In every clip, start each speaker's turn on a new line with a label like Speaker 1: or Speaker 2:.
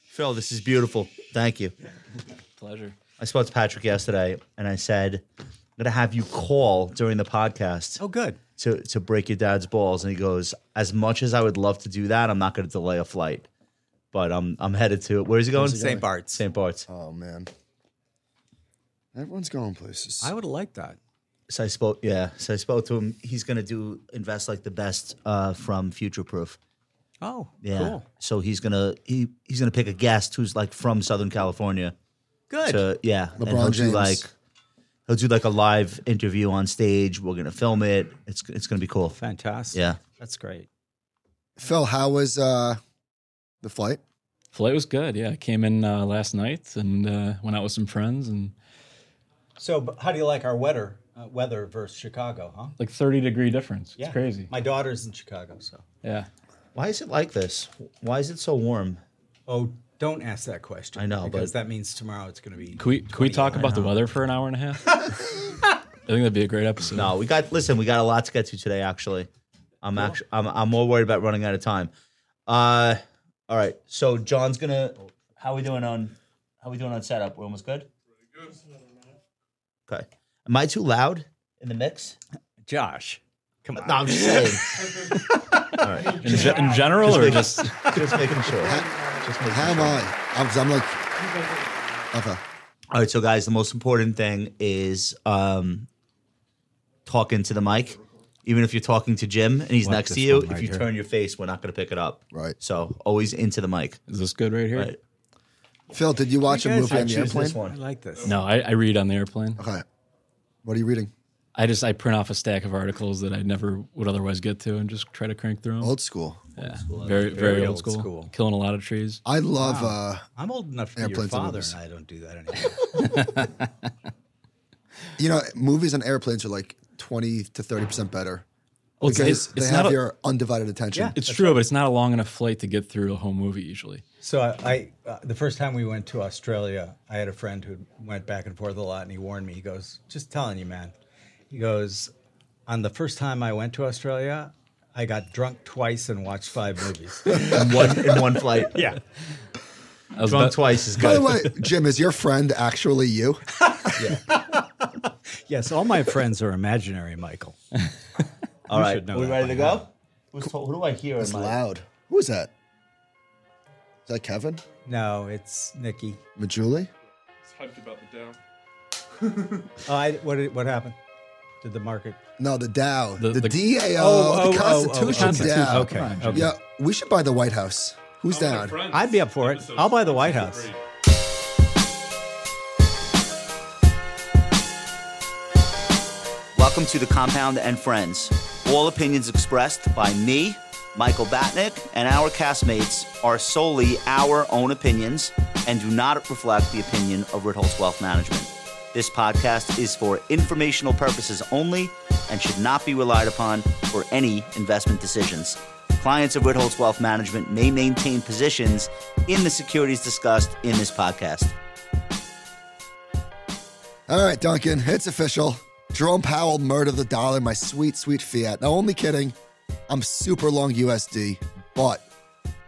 Speaker 1: Phil, this is beautiful. Thank you.
Speaker 2: Pleasure.
Speaker 1: I spoke to Patrick yesterday and I said, I'm going to have you call during the podcast
Speaker 3: Oh, good.
Speaker 1: to, to break your dad's balls. And he goes, As much as I would love to do that, I'm not going to delay a flight. But I'm, I'm headed to it. Where's he going?
Speaker 3: St. Bart's.
Speaker 1: St. Bart's.
Speaker 4: Oh man, everyone's going places.
Speaker 3: I would have liked that.
Speaker 1: So I spoke, yeah. So I spoke to him. He's going to do invest like the best uh, from Future Proof.
Speaker 3: Oh,
Speaker 1: Yeah.
Speaker 3: cool.
Speaker 1: So he's gonna he he's gonna pick a guest who's like from Southern California.
Speaker 3: Good.
Speaker 1: to yeah, and
Speaker 4: LeBron
Speaker 1: he'll do
Speaker 4: James.
Speaker 1: like he'll do like a live interview on stage. We're gonna film it. It's it's gonna be cool.
Speaker 3: Fantastic.
Speaker 1: Yeah,
Speaker 3: That's great.
Speaker 4: Phil, how was uh, the flight?
Speaker 2: Flight was good. Yeah, I came in uh, last night and uh, went out with some friends and
Speaker 5: So, but how do you like our weather uh, weather versus Chicago, huh?
Speaker 2: like 30 degree difference. It's crazy.
Speaker 5: My daughter's in Chicago, so.
Speaker 2: Yeah.
Speaker 1: why is it like this? Why is it so warm?
Speaker 5: Oh, don't ask that question.
Speaker 1: I know,
Speaker 5: because
Speaker 1: but-
Speaker 5: that means tomorrow it's going to be.
Speaker 2: Can we, can we talk about the weather for an hour and a half? I think that'd be a great episode.
Speaker 1: No, we got listen. We got a lot to get to today. Actually, I'm actually I'm I'm more worried about running out of time. Uh, all right. So John's gonna. How we doing on? How we doing on setup? We're almost good. Okay. Am I too loud in the mix?
Speaker 3: Josh, come on.
Speaker 1: No, I'm just saying. all right.
Speaker 2: In, ge- in general, or just
Speaker 1: just making sure. Just making
Speaker 4: How am
Speaker 1: sure.
Speaker 4: I? I'm, 'cause I'm like, okay.
Speaker 1: All right, so guys, the most important thing is um, talking to the mic. Even if you're talking to Jim and he's
Speaker 3: Like
Speaker 1: next to
Speaker 3: this
Speaker 1: you,
Speaker 3: one
Speaker 1: if
Speaker 3: right
Speaker 1: you
Speaker 3: here.
Speaker 1: turn your face, we're not going to pick it up.
Speaker 4: Right.
Speaker 1: So always into the mic.
Speaker 2: is this good right here?
Speaker 1: Right.
Speaker 4: Phil, did you watch a
Speaker 3: guys
Speaker 4: movie
Speaker 3: are
Speaker 4: on the
Speaker 1: Choose
Speaker 4: airplane?
Speaker 1: this
Speaker 3: I
Speaker 1: one.
Speaker 3: like this.
Speaker 2: No, I, I read on the airplane.
Speaker 4: Okay. What are you reading?
Speaker 2: I just I print off a stack of articles that I never would otherwise get to, and just try to crank through them.
Speaker 4: Old school.
Speaker 2: yeah, very very,
Speaker 5: Very
Speaker 2: old
Speaker 5: old
Speaker 2: school.
Speaker 5: school.
Speaker 2: Killing a lot of trees.
Speaker 4: I love. uh
Speaker 5: I'm old enough to be your
Speaker 4: Airplanes and
Speaker 5: father,
Speaker 4: movies.
Speaker 5: and I don't do that anymore.
Speaker 4: You know, movies on airplanes are like twenty to thirty percent better
Speaker 2: Well, it's,
Speaker 4: because
Speaker 2: it's-
Speaker 4: they
Speaker 2: it's
Speaker 4: have
Speaker 2: not a-
Speaker 4: your undivided attention.
Speaker 5: Yeah.
Speaker 2: it's true, but it's not a long enough flight to get through a whole movie usually.
Speaker 5: So I, I uh, the first time we went to Australia, I had a friend who went back and forth a lot, and he warned me. He goes, "Just telling you, man." He goes, "On the first time I went to Australia, I got drunk twice and watched five movies."
Speaker 1: In one, in one flight.
Speaker 3: Yeah.
Speaker 2: I was
Speaker 1: Drunk
Speaker 2: about-
Speaker 1: twice is
Speaker 4: By the
Speaker 1: good.
Speaker 4: way, Jim, is your friend actually you?
Speaker 5: yes, all my friends are imaginary, Michael.
Speaker 1: All
Speaker 5: you
Speaker 1: right.
Speaker 5: should know
Speaker 1: Are we
Speaker 5: that
Speaker 1: ready
Speaker 5: by
Speaker 1: to
Speaker 5: now.
Speaker 1: go? Who's to- who do I hear? in
Speaker 4: It's
Speaker 1: my-
Speaker 4: loud. Who is that? Is that Kevin?
Speaker 5: No, it's Nikki.
Speaker 4: Majuli?
Speaker 6: hyped about the Dow.
Speaker 5: Oh, I, what did- what happened? Did the market?
Speaker 4: No, the Dow. The,
Speaker 2: The- the-
Speaker 4: DAO.
Speaker 5: Oh, oh, oh,
Speaker 4: the
Speaker 5: oh,
Speaker 4: Constitution
Speaker 5: Constitution.
Speaker 4: Dow.
Speaker 5: Okay,
Speaker 4: Come on,
Speaker 5: okay.
Speaker 4: Yeah, we should buy the White House. Who's
Speaker 6: I'm
Speaker 4: down?
Speaker 6: with friends.
Speaker 5: I'd be up for it.
Speaker 6: Episode
Speaker 5: I'll buy the White
Speaker 6: seven,
Speaker 5: House.
Speaker 6: three.
Speaker 1: Welcome to the Compound and Friends. All opinions expressed by me, Michael Batnick, and our castmates are solely our own opinions and do not reflect the opinion of Ritholtz Wealth Management. This podcast is for informational purposes only and should not be relied upon for any investment decisions. Clients of Ritholtz Wealth Management may maintain positions in the securities discussed in this podcast.
Speaker 4: All right, Duncan, it's official. Jerome Powell murdered the dollar, my sweet, sweet fiat. Now, only kidding. I'm super long USD, but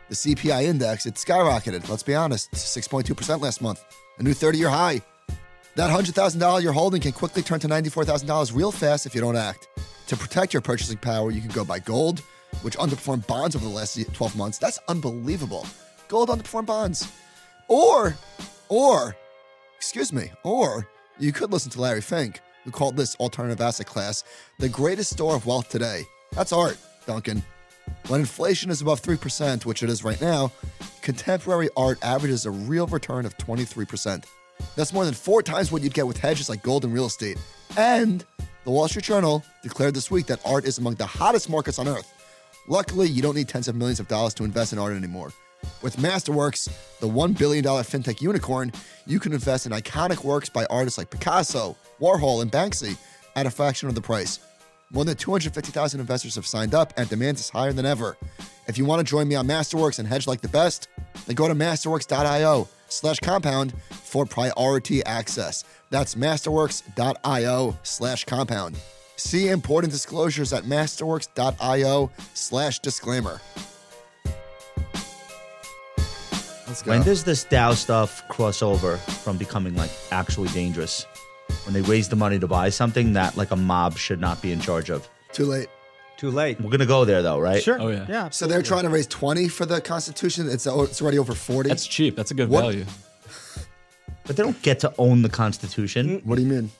Speaker 4: the CPI index, it skyrocketed. Let's be honest, 6.2% last month, a new 30 year high. That $100,000 you're holding can quickly turn to $94,000 real fast if you don't act. To protect your purchasing power, you can go buy gold, which underperformed bonds over the last 12 months. That's unbelievable. Gold underperformed bonds. Or, or, excuse me, or you could listen to Larry Fink, who called this alternative asset class the greatest store of wealth today. That's art, Duncan. When inflation is above 3%, which it is right now, contemporary art averages a real return of 23%. That's more than four times what you'd get with hedges like gold and real estate. And the Wall Street Journal declared this week that art is among the hottest markets on earth. Luckily, you don't need tens of millions of dollars to invest in art anymore. With Masterworks, the $1 billion fintech unicorn, you can invest in iconic works by artists like Picasso, Warhol, and Banksy at a fraction of the price. More than 250,000 investors have signed up, and demand is higher than ever. If you want to join me on Masterworks and hedge like the best, then go to masterworks.io slash compound for priority access. That's masterworks.io slash compound. See important disclosures at masterworks.io slash disclaimer. Let's go.
Speaker 7: When does this Dow stuff cross over from becoming like actually dangerous? When they raise the money to buy something that like a mob should not be in charge of.
Speaker 4: Too late.
Speaker 8: Too late.
Speaker 7: We're gonna go there though, right?
Speaker 1: Sure.
Speaker 2: Oh, yeah.
Speaker 1: Yeah.
Speaker 4: So they're trying to raise 20 for the Constitution. It's oh, it's already over 40.
Speaker 2: That's cheap. That's a good
Speaker 4: What?
Speaker 2: value.
Speaker 7: But they don't get to own the Constitution.
Speaker 4: what do you mean?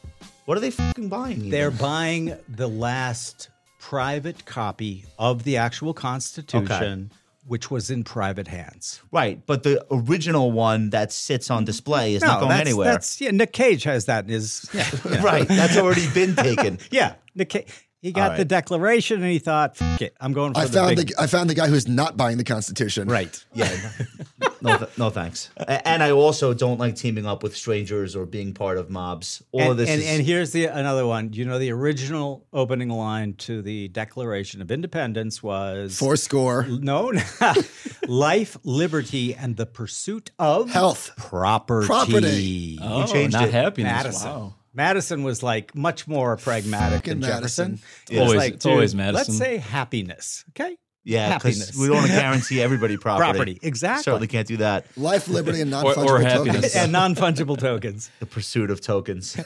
Speaker 7: What are they fucking buying? even?
Speaker 8: Mm. They're buying the last private copy of the actual Constitution, which was in private hands.
Speaker 7: right, but the original one that sits on display is not going
Speaker 8: that's,
Speaker 7: anywhere.
Speaker 8: That's yeah. Nick Cage has that in his yeah.
Speaker 7: right, that's already been taken.
Speaker 8: yeah Nick Cage, he got
Speaker 7: right.
Speaker 8: the Declaration and he thought, "F it, I'm going for
Speaker 4: I
Speaker 8: the
Speaker 4: found
Speaker 8: big
Speaker 4: the I found the guy who's not buying the Constitution.
Speaker 8: right."
Speaker 7: Yeah. No, th- no thanks. A- And I also don't like teaming up with strangers or being part of mobs. All
Speaker 8: and,
Speaker 7: of this
Speaker 8: and,
Speaker 7: is
Speaker 8: and here's the another one. You know, the original opening line to the Declaration of Independence was
Speaker 4: Four score.
Speaker 8: no, life, liberty, and the pursuit of
Speaker 4: Health.
Speaker 8: property.
Speaker 4: Property.
Speaker 2: Oh,
Speaker 7: changed
Speaker 2: not
Speaker 7: it.
Speaker 2: happiness.
Speaker 8: Madison.
Speaker 2: Wow.
Speaker 8: Madison was like much more pragmatic
Speaker 4: Fucking
Speaker 8: than Jefferson.
Speaker 4: Madison.
Speaker 2: It's always-
Speaker 8: like,
Speaker 2: it's always
Speaker 8: dude,
Speaker 2: Madison.
Speaker 8: Let's say happiness. Okay.
Speaker 7: Yeah, because
Speaker 8: Happiness.
Speaker 7: we don't want to guarantee everybody property.
Speaker 8: Property, exactly.
Speaker 7: Certainly can't do that.
Speaker 4: Life, liberty, and non
Speaker 2: or
Speaker 4: fungible
Speaker 2: happiness.
Speaker 4: tokens.
Speaker 8: and non fungible tokens.
Speaker 7: The pursuit of tokens.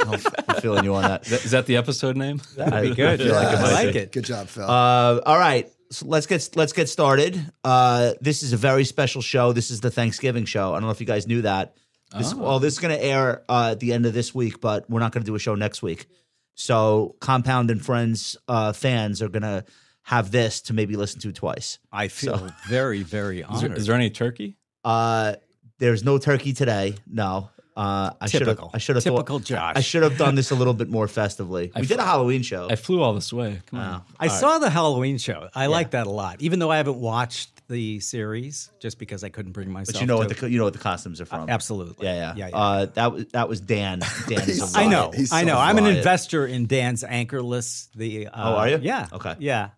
Speaker 7: I'm I'm feeling you on that.
Speaker 2: Is that the episode name?
Speaker 7: That'd be
Speaker 8: good.
Speaker 7: I feel like it
Speaker 4: Yeah.
Speaker 7: might
Speaker 8: I like
Speaker 7: be.
Speaker 8: it.
Speaker 4: Good job, Phil.
Speaker 7: Uh, all right, so let's get let's get started. Uh, this is a very special show. This is the Thanksgiving show. I don't know if you guys knew that. This, Well, this is going to air uh, at the end of this week, but we're not going to do a show next week. So Compound and Friends uh, fans are going to have this to maybe listen to twice.
Speaker 8: I feel very, very
Speaker 2: Is there,
Speaker 8: honored.
Speaker 2: is there any turkey?
Speaker 7: Uh, there's no turkey today. No. Uh, I should have.
Speaker 8: Typical.
Speaker 7: I should have.
Speaker 8: Typical Josh.
Speaker 7: I should have done this a little bit more festively. we did a Halloween show.
Speaker 2: I flew all this way. Come on.
Speaker 8: I saw the Halloween show. I like that a lot, even though I haven't watched the series just because I couldn't bring myself.
Speaker 7: but you know
Speaker 8: to.
Speaker 7: what the co- you know what the costumes are from.
Speaker 8: absolutely.
Speaker 7: Yeah, yeah.
Speaker 8: yeah, yeah.
Speaker 7: Uh, that was that was Dan. Dan is a
Speaker 8: I
Speaker 7: riot.
Speaker 8: know.
Speaker 4: He's so
Speaker 8: I know. I'm an
Speaker 7: fly.
Speaker 8: investor in Dan's Anchorless. The uh,
Speaker 7: Oh, are you?
Speaker 8: Yeah.
Speaker 7: Okay.
Speaker 8: Yeah.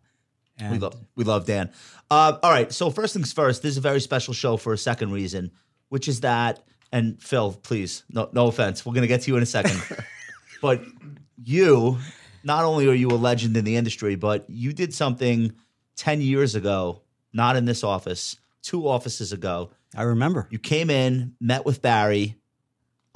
Speaker 7: We
Speaker 8: And
Speaker 7: love we love Dan. Uh, all right. So first things first. This is a very special show for a second reason, which is that. And Phil, please, no no offense. We're gonna get to you in a second, but you, not only are you a legend in the industry, but you did something ten years ago, not in this office, two offices ago.
Speaker 8: I remember.
Speaker 7: You came in, met with Barry.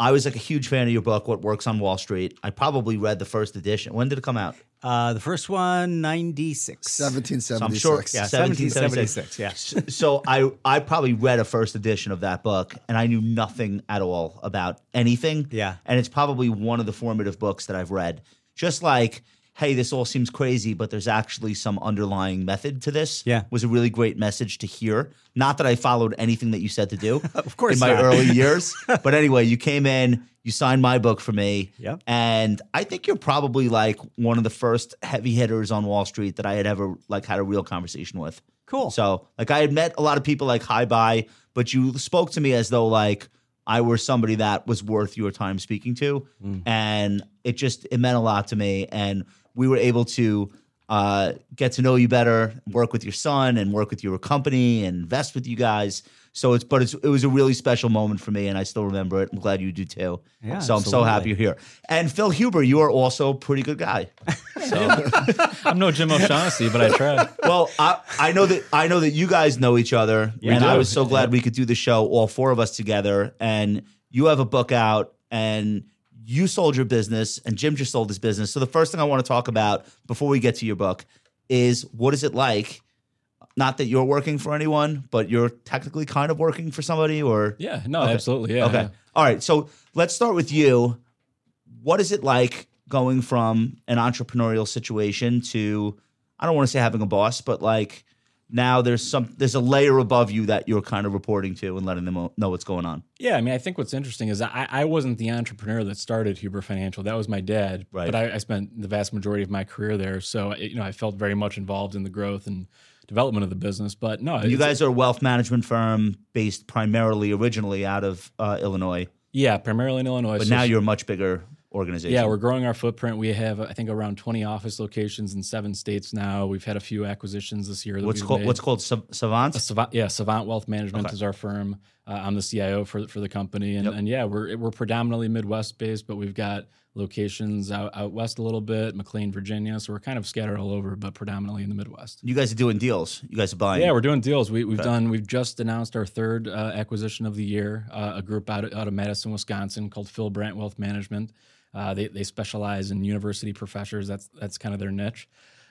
Speaker 7: I was like a huge fan of your book, What Works on Wall Street. I probably read the first edition. When did it come out?
Speaker 8: Uh, the first one, 96.
Speaker 4: 1776.
Speaker 7: So I'm sure
Speaker 8: Yeah,
Speaker 7: 1776.
Speaker 8: 1776. Yeah.
Speaker 7: so I I probably read a first edition of that book and I knew nothing at all about anything.
Speaker 8: Yeah.
Speaker 7: And it's probably one of the formative books that I've read. Just like, hey, this all seems crazy, but there's actually some underlying method to this.
Speaker 8: Yeah.
Speaker 7: Was a really great message to hear. Not that I followed anything that you said to do.
Speaker 8: Of course
Speaker 7: In my
Speaker 8: not.
Speaker 7: early years. But anyway, you came in, you signed my book for me.
Speaker 8: Yep.
Speaker 7: And I think you're probably like one of the first heavy hitters on Wall Street that I had ever like had a real conversation with.
Speaker 8: Cool.
Speaker 7: So like I had met a lot of people like hi bye, but you spoke to me as though like I were somebody that was worth your time speaking to,
Speaker 8: Mm.
Speaker 7: and it just it meant a lot to me, and we were able to. Uh, get to know you better, work with your son, and work with your company, and invest with you guys. So it's, but it's, it was a really special moment for me, and I still remember it. I'm glad you do too.
Speaker 8: Yeah,
Speaker 7: so I'm so happy
Speaker 8: absolutely.
Speaker 7: you're here. And Phil Huber, you are also a pretty good guy.
Speaker 2: I'm no Jim O'Shaughnessy, but I tried.
Speaker 7: Well, I, I know that I know that you guys know each other, and I
Speaker 2: do.
Speaker 7: was so glad we could do the show, all four of us together. And you have a book out, and you sold your business, and Jim just sold his business. So the first thing I want to talk about before we get to your book is what is it like? Not that you're working for anyone, but you're technically kind of working for somebody, or
Speaker 2: Yeah. No, absolutely. Yeah.
Speaker 7: okay.
Speaker 2: yeah.
Speaker 7: All right. So let's start with you. What is it like going from an entrepreneurial situation to I don't want to say having a boss, but like now there's some there's a layer above you that you're kind of reporting to and letting them o- know what's going on.
Speaker 2: Yeah, I mean, I think what's interesting is I, I wasn't the entrepreneur that started Huber Financial. That was my dad,
Speaker 7: Right.
Speaker 2: but I, I spent the vast majority of my career there. So it, you know, I felt very much involved in the growth and development of the business. But no,
Speaker 7: You
Speaker 2: it's-
Speaker 7: guys are a wealth management firm based primarily originally out of uh, Illinois,
Speaker 2: yeah, primarily in Illinois.
Speaker 7: but
Speaker 2: So-
Speaker 7: now you're a much bigger organization.
Speaker 2: yeah, we're growing our footprint. We have, I think, around twenty office locations in seven states now. We've had a few acquisitions this year. That
Speaker 7: what's
Speaker 2: we've
Speaker 7: called
Speaker 2: made.
Speaker 7: what's called sav- savants.
Speaker 2: Savant, yeah, Savant Wealth Management is our firm. Uh, I'm the CIO for for the company, and, and yeah, we're we're predominantly Midwest based, but we've got locations out, out west a little bit, McLean, Virginia. So we're kind of scattered all over, but predominantly in the Midwest.
Speaker 7: You guys are doing deals. You guys are buying.
Speaker 2: Yeah, we're doing deals. We, we've done. We've just announced our third uh, acquisition of the year. Uh, a group out out of Madison, Wisconsin, called Phil Brandt Wealth Management. Uh, they they specialize in university professors. That's that's kind of their niche.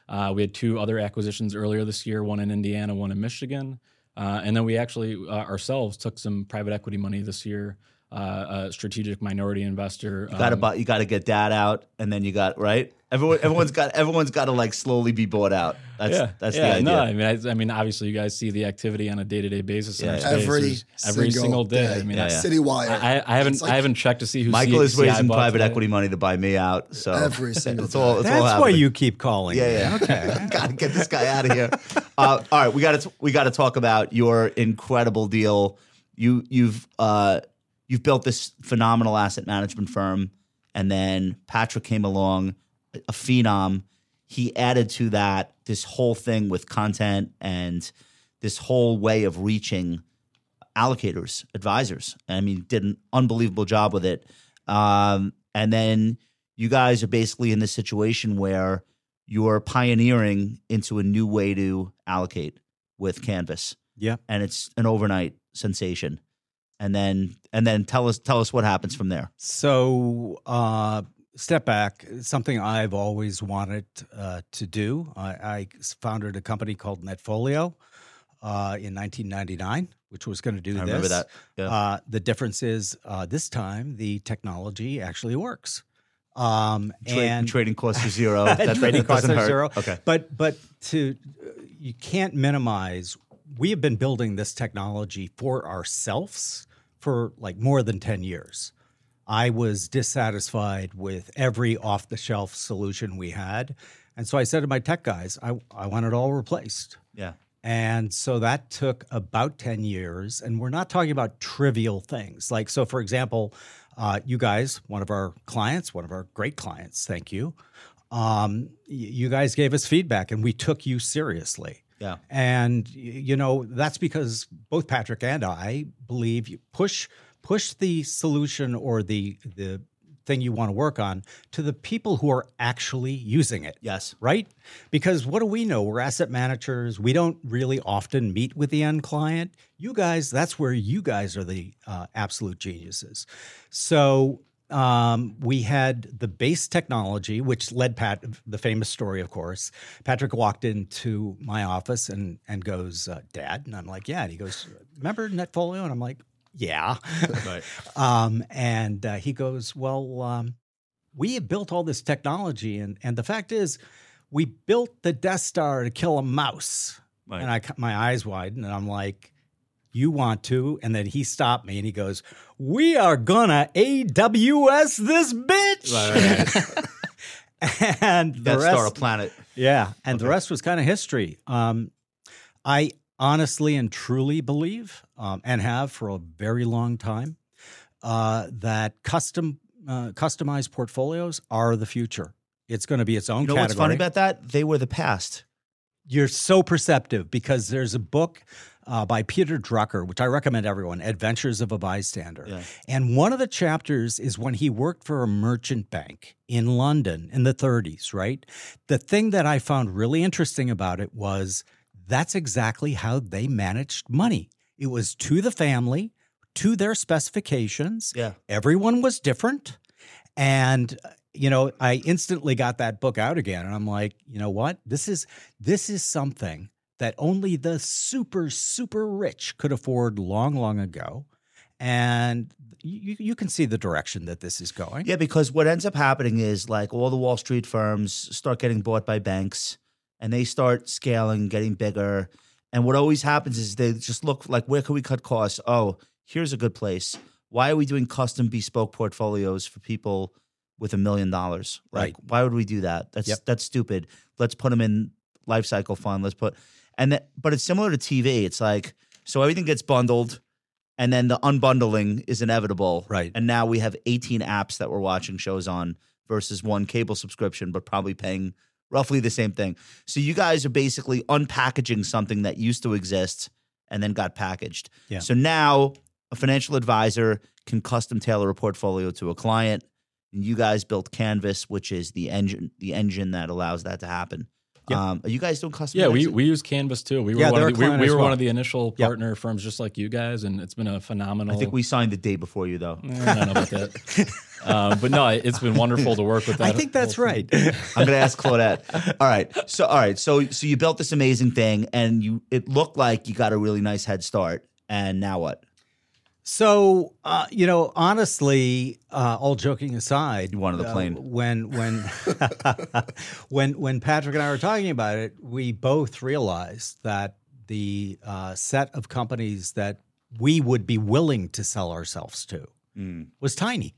Speaker 2: Uh, we had two other acquisitions earlier this year. One in Indiana, one in Michigan. Uh, and then we actually uh, ourselves took some private equity money this year. Uh, a strategic minority investor.
Speaker 7: You gotta
Speaker 2: um,
Speaker 7: buy, you gotta get that out, and then you got right. Everyone, everyone's got, everyone's got to like slowly be bought out. That's that's the idea.
Speaker 2: No, I mean, I, I mean, obviously, you guys see the activity on a day to day basis. in
Speaker 7: Yeah,
Speaker 2: our
Speaker 7: yeah.
Speaker 2: space.
Speaker 4: Every
Speaker 2: There's- every
Speaker 4: single
Speaker 2: single day.
Speaker 4: day.
Speaker 2: I mean,
Speaker 7: Yeah,
Speaker 2: I-
Speaker 7: yeah.
Speaker 4: Citywide.
Speaker 2: I, I haven't
Speaker 4: It's like-
Speaker 2: I haven't checked to see who
Speaker 7: Michael
Speaker 2: C-
Speaker 7: is
Speaker 2: CI
Speaker 7: raising
Speaker 2: bought
Speaker 7: private
Speaker 2: today.
Speaker 7: equity money to buy me out. So
Speaker 4: Every single
Speaker 7: it's all, it's all
Speaker 8: That's why
Speaker 7: happening.
Speaker 8: you keep calling.
Speaker 7: Yeah,
Speaker 8: me.
Speaker 7: yeah.
Speaker 8: Okay.
Speaker 7: gotta get this guy out of here. Uh, all right, we got to we got to talk about your incredible deal. You you've uh, you've built this phenomenal asset management firm, and then Patrick came along, a a phenom. He added to that this whole thing with content and this whole way of reaching allocators, advisors. I mean, did an unbelievable job with it. Um, and then you guys are basically in this situation where you're pioneering into a new way to allocate with Canvas,
Speaker 8: Yep.
Speaker 7: and it's an overnight sensation. And then, and then tell us tell us what happens from there.
Speaker 8: So, uh, step back, something I've always wanted uh, to do. I, I founded a company called Netfolio uh, in 1999, which was going to do
Speaker 7: I
Speaker 8: this.
Speaker 7: remember that. Yeah.
Speaker 8: Uh, the difference is uh, this time the technology actually works. Um,
Speaker 7: Trade-
Speaker 8: and
Speaker 7: trading costs are zero. That- that-
Speaker 8: Trading
Speaker 7: that
Speaker 8: costs
Speaker 7: doesn't
Speaker 8: are
Speaker 7: hurt.
Speaker 8: zero.
Speaker 7: Okay.
Speaker 8: But but to you can't minimize. We have been building this technology for ourselves for like more than ten years. I was dissatisfied with every off the shelf solution we had, and so I said to my tech guys, I I want it all replaced.
Speaker 7: Yeah.
Speaker 8: And so that took about 10 years. And we're not talking about trivial things. Like, so for example, uh, you guys, one of our clients, one of our great clients, thank you. Um, y- you guys gave us feedback and we took you seriously.
Speaker 7: Yeah.
Speaker 8: And y- you know, that's because both Patrick and I believe you push push the solution or the the thing you want to work on to the people who are actually using it
Speaker 7: Yes.
Speaker 8: right? Because what do we know? We're asset managers. We don't really often meet with the end client. You guys, that's where you guys are the uh, absolute geniuses. So um, we had the base technology, which led Pat the famous story, of course. Patrick walked into my office and and goes, uh, "Dad," and I'm like, "Yeah." And he goes, "Remember Netfolio?" And I'm like, "Yeah." um, and uh, he goes, "Well." Um, we have built all this technology and and the fact is we built the death star to kill a mouse
Speaker 7: Right.
Speaker 8: and i cut my eyes widen and i'm like you want to and then he stopped me and he goes we are gonna aws this bitch and the
Speaker 7: Death
Speaker 8: rest
Speaker 7: Star, a planet.
Speaker 8: yeah, and the rest was kind of history. Um, I honestly and truly believe, um, and have for a very long time, uh, that custom uh, customized portfolios are the future. It's going to be its own
Speaker 7: You know what's
Speaker 8: category.
Speaker 7: funny about that? They were the past.
Speaker 8: You're so perceptive because there's a book uh, by Peter Drucker, which I recommend everyone, Adventures of a Bystander.
Speaker 7: Yeah.
Speaker 8: And one of the chapters is when he worked for a merchant bank in London in the 30s, right? The thing that I found really interesting about it was that's exactly how they managed money. It was to the family, to their specifications.
Speaker 7: Yeah.
Speaker 8: Everyone was different. And uh, you know, I instantly got that book out again and I'm like, you know what? This is this is something that only the super super rich could afford long long ago. And you you can see the direction that this is going.
Speaker 7: Yeah, because what ends up happening is like all the Wall Street firms start getting bought by banks and they start scaling, getting bigger. And what always happens is they just look like, where can we cut costs? Oh, here's a good place. Why are we doing custom bespoke portfolios for people with a million dollars?
Speaker 8: Right.
Speaker 7: Like, why would we do that? That's
Speaker 8: Yep.
Speaker 7: that's stupid. Let's put them in life cycle fund. Let's put and that but it's similar to TV. It's like so everything gets bundled and then the unbundling is inevitable.
Speaker 8: Right.
Speaker 7: And now we have 18 apps that we're watching shows on versus one cable subscription, but probably paying roughly the same thing. So you guys are basically unpackaging something that used to exist and then got packaged.
Speaker 8: Yeah.
Speaker 7: So now a financial advisor can custom tailor a portfolio to a client. And you guys built Canvas, which is the engine the engine that allows that to happen.
Speaker 8: Yep.
Speaker 7: Um, are you guys doing custom?
Speaker 2: Yeah, we,
Speaker 7: exits?
Speaker 2: we use Canvas too. We were,
Speaker 8: Yeah,
Speaker 2: one,
Speaker 8: they're
Speaker 2: of
Speaker 8: a
Speaker 2: the, we,
Speaker 8: client
Speaker 2: we
Speaker 8: as
Speaker 2: were
Speaker 8: well.
Speaker 2: one of the initial
Speaker 8: Yep.
Speaker 2: partner firms just like you guys, and it's been a phenomenal.
Speaker 7: I think we signed the day before you though.
Speaker 2: Eh, I don't know about that. Uh, but no, it's been wonderful to work with that.
Speaker 8: I think that's
Speaker 2: whole team.
Speaker 8: right.
Speaker 7: I'm gonna ask Claudette. All right. So all right. So so you built this amazing thing, and you it looked like you got a really nice head start. And now what?
Speaker 8: So uh, you know, honestly, uh, all joking aside,
Speaker 7: You wanted the
Speaker 8: uh,
Speaker 7: plane.
Speaker 8: when when when when Patrick and I were talking about it, we both realized that the uh, set of companies that we would be willing to sell ourselves to
Speaker 7: Mm.
Speaker 8: was tiny.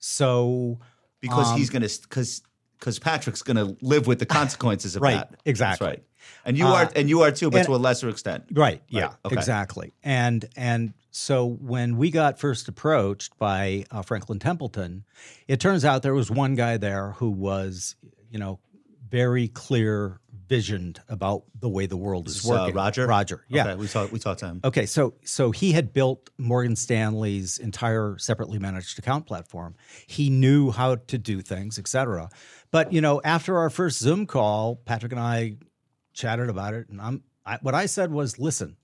Speaker 8: So
Speaker 7: Because
Speaker 8: Um,
Speaker 7: he's gonna because because Patrick's gonna live with the consequences of
Speaker 8: Right,
Speaker 7: that.
Speaker 8: exactly.
Speaker 7: That's right. And you
Speaker 8: Uh,
Speaker 7: are and you are too, but
Speaker 8: and-
Speaker 7: to a lesser extent.
Speaker 8: Right. Yeah.
Speaker 7: okay.
Speaker 8: Exactly. And and so when we got first approached by uh, Franklin Templeton, it turns out there was one guy there who was, you know, very clear visioned about the way the world is
Speaker 7: This, uh,
Speaker 8: working.
Speaker 7: Roger?
Speaker 8: Roger. Yeah. Oh,
Speaker 7: Okay, we talked we talked to him.
Speaker 8: Okay, so so he had built Morgan Stanley's entire separately managed account platform. He knew how to do things, et cetera. But you know, after our first Zoom call, Patrick and I chatted about it, and I'm I, what I said was, listen,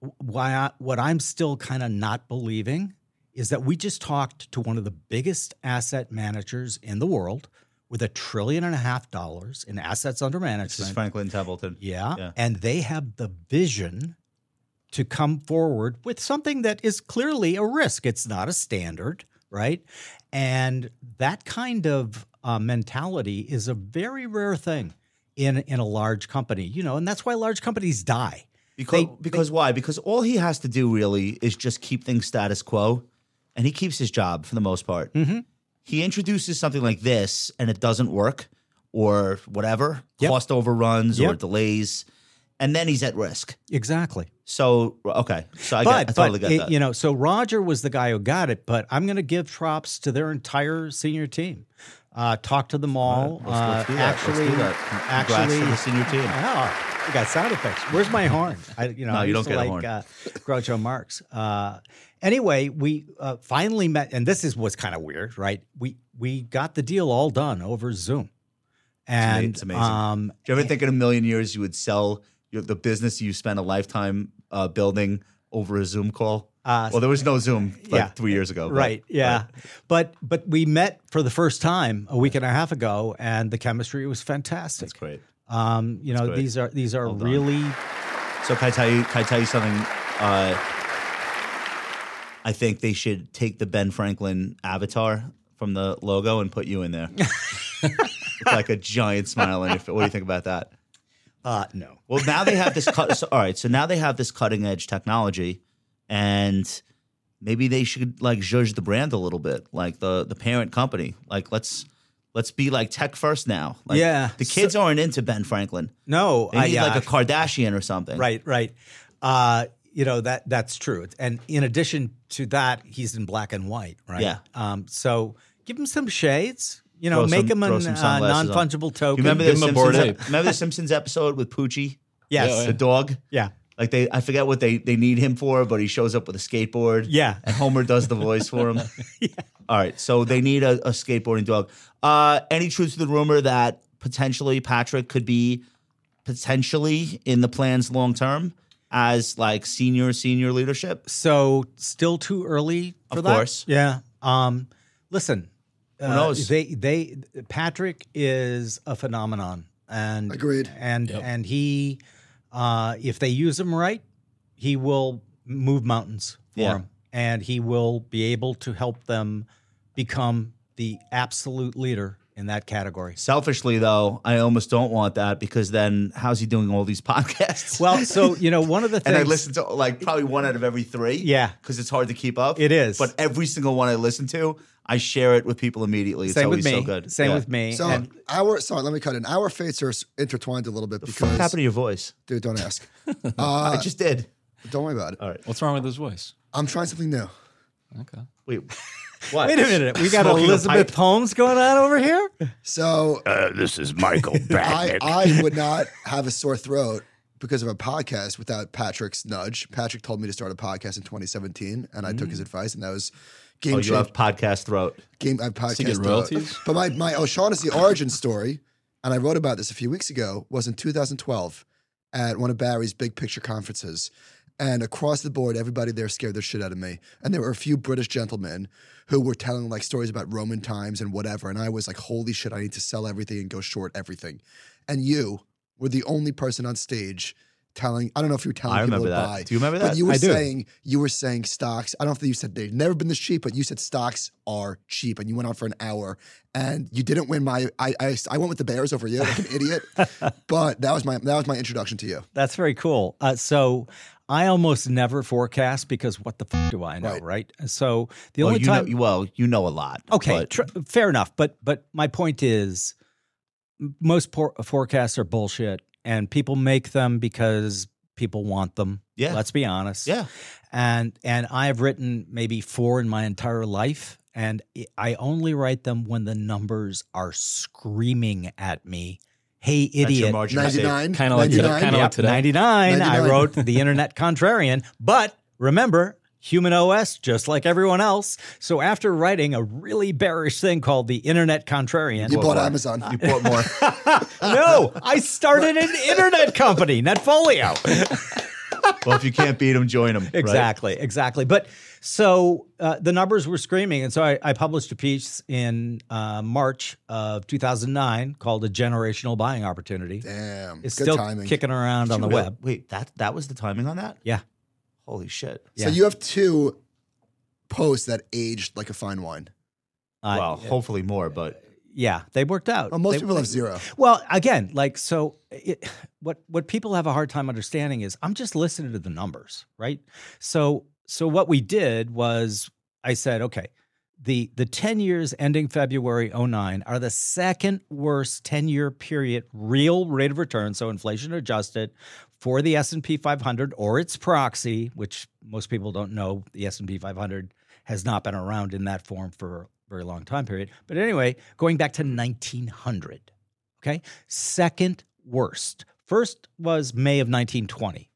Speaker 8: wh- why I, what I'm still kind of not believing is that we just talked to one of the biggest asset managers in the world with a trillion and a half dollars in assets under management.
Speaker 7: This is Franklin Templeton.
Speaker 8: Yeah.
Speaker 7: Yeah.
Speaker 8: And they have the vision to come forward with something that is clearly a risk. It's not a standard, right? And that kind of uh, mentality is a very rare thing in in a large company, you know, and that's why large companies die.
Speaker 7: Because
Speaker 8: They-
Speaker 7: because why? Because all he has to do really is just keep things status quo, and he keeps his job for the most part.
Speaker 8: Mm-hmm.
Speaker 7: He introduces something like this, and it doesn't work, or whatever
Speaker 8: Yep.
Speaker 7: cost overruns or
Speaker 8: Yep.
Speaker 7: delays, and then he's at risk.
Speaker 8: Exactly.
Speaker 7: So okay, so I,
Speaker 8: but,
Speaker 7: get, I totally
Speaker 8: but
Speaker 7: get
Speaker 8: it-
Speaker 7: that.
Speaker 8: you know, so Roger was the guy who got it, but I'm going to give props to their entire senior team. Uh, talk to them all.
Speaker 7: Let's- let's do
Speaker 8: uh,
Speaker 7: that. Let's do
Speaker 8: actually,
Speaker 7: that. Congrats
Speaker 8: actually,
Speaker 7: to the senior team.
Speaker 8: Yeah, we Oh, got sound effects. Where's my horn? I, you know,
Speaker 7: No,
Speaker 8: I
Speaker 7: you don't
Speaker 8: used to
Speaker 7: get
Speaker 8: like
Speaker 7: a horn.
Speaker 8: Uh, Groucho Marx. Uh, anyway, we uh, finally met, and this is what's kind of weird, right? We we got the deal all done over Zoom, and
Speaker 7: it's amazing.
Speaker 8: Um,
Speaker 7: Do you ever think in a million years you would sell your, the business you spent a lifetime uh, building over a Zoom call?
Speaker 8: Uh,
Speaker 7: well, there was no Zoom like
Speaker 8: yeah.
Speaker 7: three years ago. but-
Speaker 8: Right. Yeah. But but we met for the first time a week and a half ago, and the chemistry was fantastic.
Speaker 7: That's great.
Speaker 8: Um, you know,
Speaker 7: great.
Speaker 8: these are these are
Speaker 7: Hold on.
Speaker 8: really
Speaker 7: So can I tell you? Can I tell you something? Uh, I think they should take the Ben Franklin avatar from the logo and put you in there. it's like a giant smile on your face. What do you think about that?
Speaker 8: uh, no.
Speaker 7: Well, now they have this cut. So, all right, so now they have this cutting edge technology, and maybe they should like judge the brand a little bit, like the the parent company. Like let's let's be like tech first now. Like,
Speaker 8: Yeah,
Speaker 7: the kids aren't into Ben Franklin.
Speaker 8: No,
Speaker 7: They need like a Kardashian or something.
Speaker 8: Right, right. Uh, you know that that's true. And in addition to that, he's in black and white, right?
Speaker 7: Yeah.
Speaker 8: Um, so give him some shades. You know,
Speaker 7: Throw
Speaker 8: make
Speaker 7: some-
Speaker 8: him
Speaker 7: throw
Speaker 8: an
Speaker 7: some
Speaker 8: uh,
Speaker 7: sunglasses on.
Speaker 8: non-fungible
Speaker 7: Do
Speaker 8: token.
Speaker 7: you remember the
Speaker 2: Give him a
Speaker 7: Simpsons?
Speaker 2: Bored Ape.
Speaker 7: remember the Simpsons episode with Poochie,
Speaker 8: Yes.
Speaker 2: Yeah,
Speaker 7: the dog?
Speaker 8: yeah.
Speaker 7: Like they, I forget what they they need him for, but he shows up with a skateboard.
Speaker 8: Yeah.
Speaker 7: and Homer does the voice for him. All right, so they need a, a skateboarding dog. Uh, any truth to the rumor that potentially Patrick could be potentially in the plans long term as like senior senior leadership?
Speaker 8: So still too early for
Speaker 7: Of
Speaker 8: that.
Speaker 7: course.
Speaker 8: Yeah. Um, listen, who
Speaker 7: knows?
Speaker 8: They they Patrick is a phenomenon, and
Speaker 4: Agreed.
Speaker 8: And and he, uh, if they use him right, he will move mountains for
Speaker 7: Yeah.
Speaker 8: him, and he will be able to help them become the absolute leader in that category.
Speaker 7: Selfishly though, I almost don't want that because then how's he doing all these podcasts?
Speaker 8: Well, so you know, one of the things
Speaker 7: and I listen to like probably one out of every three.
Speaker 8: Yeah.
Speaker 7: because it's hard to keep up.
Speaker 8: It is.
Speaker 7: but every single one I listen to, I share it with people immediately. It's
Speaker 8: same with
Speaker 7: always
Speaker 8: me,
Speaker 7: so good.
Speaker 8: same
Speaker 7: Yeah.
Speaker 8: with me.
Speaker 4: So
Speaker 8: and-
Speaker 4: our sorry, let me cut in. Our fates are s- intertwined a little bit
Speaker 7: What
Speaker 4: because
Speaker 7: happened to your voice?
Speaker 4: dude, don't ask.
Speaker 7: I
Speaker 4: Uh,
Speaker 7: just did.
Speaker 4: don't worry about it.
Speaker 2: What's wrong with his voice?
Speaker 4: I'm trying something new.
Speaker 2: Okay.
Speaker 7: Wait, what?
Speaker 8: Wait a minute, we got
Speaker 7: Smoking a
Speaker 8: Elizabeth Holmes going on over here.
Speaker 4: So
Speaker 9: Uh, this is Michael
Speaker 4: I,
Speaker 9: Batnick.
Speaker 4: I would not have a sore throat because of a podcast without Patrick's nudge. Patrick told me to start a podcast in 2017, and I took his advice, and that was game
Speaker 7: Oh, you
Speaker 4: changing.
Speaker 7: have podcast throat.
Speaker 4: game I podcast
Speaker 10: To get
Speaker 4: though.
Speaker 10: royalties?
Speaker 4: But my my O'Shaughnessy origin story, and I wrote about this a few weeks ago, was in 2012 at one of Barry's big picture conferences. And across the board, everybody there scared the shit out of me. And there were a few British gentlemen who were telling like stories about Roman times and whatever. And I was like, holy shit, I need to sell everything and go short everything. And you were the only person on stage telling, I don't know if you were telling
Speaker 7: I
Speaker 4: people
Speaker 7: remember
Speaker 4: to
Speaker 7: that.
Speaker 4: buy.
Speaker 7: Do you remember that?
Speaker 4: But you were
Speaker 8: I do.
Speaker 4: saying you were saying stocks. I don't think you said they've never been this cheap, but you said stocks are cheap, and you went on for an hour, and you didn't win my. I I, I went with the Bears over you, like an idiot. But that was my that was my introduction to you.
Speaker 8: That's very cool. Uh, so I almost never forecast because what the f- do I know,
Speaker 4: Right.
Speaker 8: right? So the
Speaker 7: well,
Speaker 8: only
Speaker 7: Oh, you
Speaker 8: time,
Speaker 7: know, well, you know a lot.
Speaker 8: okay,
Speaker 7: but
Speaker 8: tr- fair enough. But but my point is, m- most por- forecasts are bullshit, and people make them because people want them.
Speaker 7: Yeah.
Speaker 8: let's be honest.
Speaker 7: Yeah.
Speaker 8: and and I've written maybe four in my entire life. And I only write them when the numbers are screaming at me. Hey, idiot!
Speaker 7: that's your margin of
Speaker 4: Ninety
Speaker 7: safety.
Speaker 4: nine,
Speaker 2: Kinda like
Speaker 4: ninety nine.
Speaker 2: kinda like-
Speaker 8: Yep,
Speaker 10: today.
Speaker 8: 99, I
Speaker 4: 99.
Speaker 8: wrote The Internet Contrarian. But remember, human OS, just like everyone else. So after writing a really bearish thing called The Internet Contrarian,
Speaker 4: You bought
Speaker 7: more.
Speaker 4: Amazon.
Speaker 7: You bought more.
Speaker 8: no, I started an internet company, Netfolio.
Speaker 7: well, if you can't beat them, join them.
Speaker 8: Exactly, exactly. But so uh, the numbers were screaming. And so I, I published a piece in uh, March of 2009 called A Generational Buying Opportunity.
Speaker 4: Damn,
Speaker 8: It's
Speaker 4: good
Speaker 8: still
Speaker 4: timing.
Speaker 8: kicking around on the web.
Speaker 7: Wait, that that was the timing on that?
Speaker 8: Yeah.
Speaker 7: Holy shit.
Speaker 4: So you have two posts that aged like a fine wine.
Speaker 8: Uh,
Speaker 7: well, hopefully more, but
Speaker 8: yeah, they worked out.
Speaker 4: Well, most
Speaker 8: They-
Speaker 4: people have zero.
Speaker 8: Well, again, like so, it, what what people have a hard time understanding is I'm just listening to the numbers, right? So so what we did was I said, okay, the the 10 years ending February 09 are the second worst 10-year period real rate of return, so inflation adjusted for the S&P 500 or its proxy, which most people don't know, the S&P 500 has not been around in that form for a very long time period. But anyway, going back to 1900. Okay. Second worst. First was May of 1920.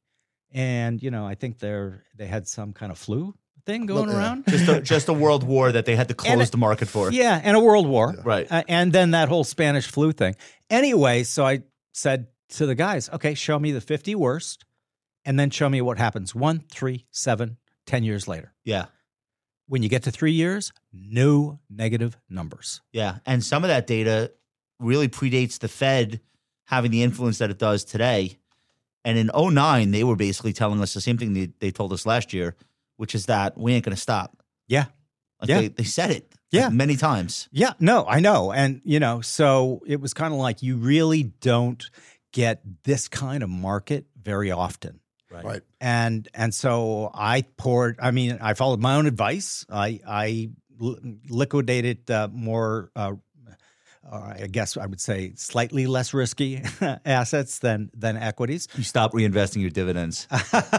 Speaker 8: And, you know, I think they're, they had some kind of flu thing going
Speaker 4: yeah.
Speaker 8: around.
Speaker 7: just a, just a world war that they had to close
Speaker 8: it-
Speaker 7: the market for.
Speaker 8: Yeah. And a world war.
Speaker 7: Right.
Speaker 8: Uh, and then that whole Spanish flu thing. Anyway, so I said to the guys, okay, show me the 50 worst and then show me what happens one, three, seven, 10 years later.
Speaker 7: Yeah.
Speaker 8: When you get to three years, no negative numbers.
Speaker 7: Yeah. And some of that data really predates the Fed having the influence that it does today. And in 09, they were basically telling us the same thing they, they told us last year, which is that we ain't going to stop.
Speaker 8: Yeah.
Speaker 7: Like
Speaker 8: Yeah.
Speaker 7: They, they said it like,
Speaker 8: Yeah.
Speaker 7: many times.
Speaker 8: Yeah, no, I know. And, you know, so it was kind of like you really don't get this kind of market very often.
Speaker 4: Right.
Speaker 8: And and so I poured I mean, I followed my own advice. I I li- liquidated uh, more uh, uh, I guess I would say slightly less risky assets than than equities.
Speaker 7: You stop reinvesting your dividends.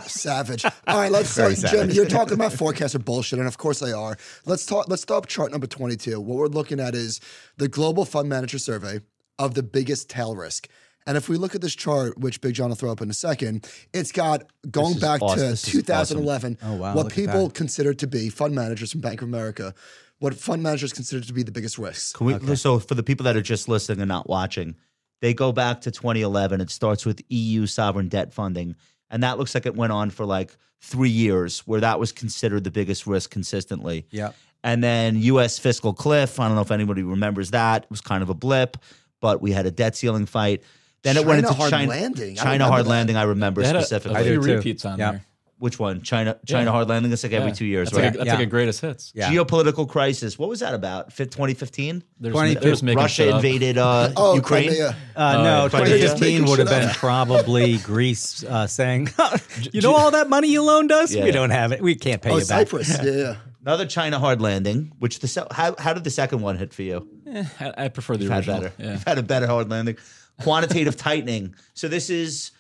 Speaker 4: Savage. All right, let's start. Jim, you're talking about forecasts are bullshit, and of course they are. Let's talk. Let's start up chart number 22. What we're looking at is the Global Fund Manager Survey of the biggest tail risk. And if we look at this chart, which Big John will throw up in a second, it's got going
Speaker 7: is
Speaker 4: back
Speaker 7: awesome.
Speaker 4: to
Speaker 7: This is awesome.
Speaker 4: 2011.
Speaker 8: Oh, wow,
Speaker 4: what
Speaker 8: look at
Speaker 4: people
Speaker 8: that.
Speaker 4: consider to be fund managers from Bank of America, what fund managers consider to be the biggest risks.
Speaker 7: Can we, So, for the people that are just listening and not watching, they go back to 2011. It starts with EU sovereign debt funding. And that looks like it went on for like three years, where that was considered the biggest risk consistently.
Speaker 8: Yeah.
Speaker 7: And then US fiscal cliff. I don't know if anybody remembers that. It was kind of a blip, but we had a debt ceiling fight. Then it went
Speaker 4: China
Speaker 7: into
Speaker 4: hard
Speaker 7: China
Speaker 4: landing. I
Speaker 7: China
Speaker 4: remember
Speaker 7: hard
Speaker 4: that.
Speaker 7: landing. I remember
Speaker 2: They had a-
Speaker 7: specifically.
Speaker 2: A, few
Speaker 8: I do too.
Speaker 2: repeats on
Speaker 8: Yeah.
Speaker 2: there.
Speaker 7: Which one? China China
Speaker 2: Yeah.
Speaker 7: hard landing. It's like every
Speaker 2: Yeah.
Speaker 7: two years,
Speaker 2: That's
Speaker 7: right?
Speaker 2: Like a, that's like
Speaker 8: Yeah.
Speaker 2: a greatest hits.
Speaker 8: Yeah.
Speaker 7: Geopolitical crisis. What was that about? Fif- 2015.
Speaker 2: They're just-
Speaker 8: 20,
Speaker 2: they're just making
Speaker 7: Russia
Speaker 2: shit up.
Speaker 7: invaded uh,
Speaker 4: Oh,
Speaker 7: Ukraine.
Speaker 4: Crimea.
Speaker 8: Uh, no,
Speaker 7: yeah. They're just
Speaker 8: 2015
Speaker 4: making
Speaker 8: would have
Speaker 4: shit
Speaker 8: been
Speaker 4: up.
Speaker 8: probably Greece uh, saying, "You know all that money you loaned us?
Speaker 7: Yeah.
Speaker 8: We don't have it. We can't pay
Speaker 4: Oh,
Speaker 8: you back."
Speaker 4: Cyprus. yeah, yeah.
Speaker 7: Another China hard landing. Which the se- how how did the second one hit for you?
Speaker 2: I, I prefer the
Speaker 7: had
Speaker 2: original.
Speaker 7: better.
Speaker 2: Yeah.
Speaker 7: You've had a better hard landing. Quantitative tightening. So this is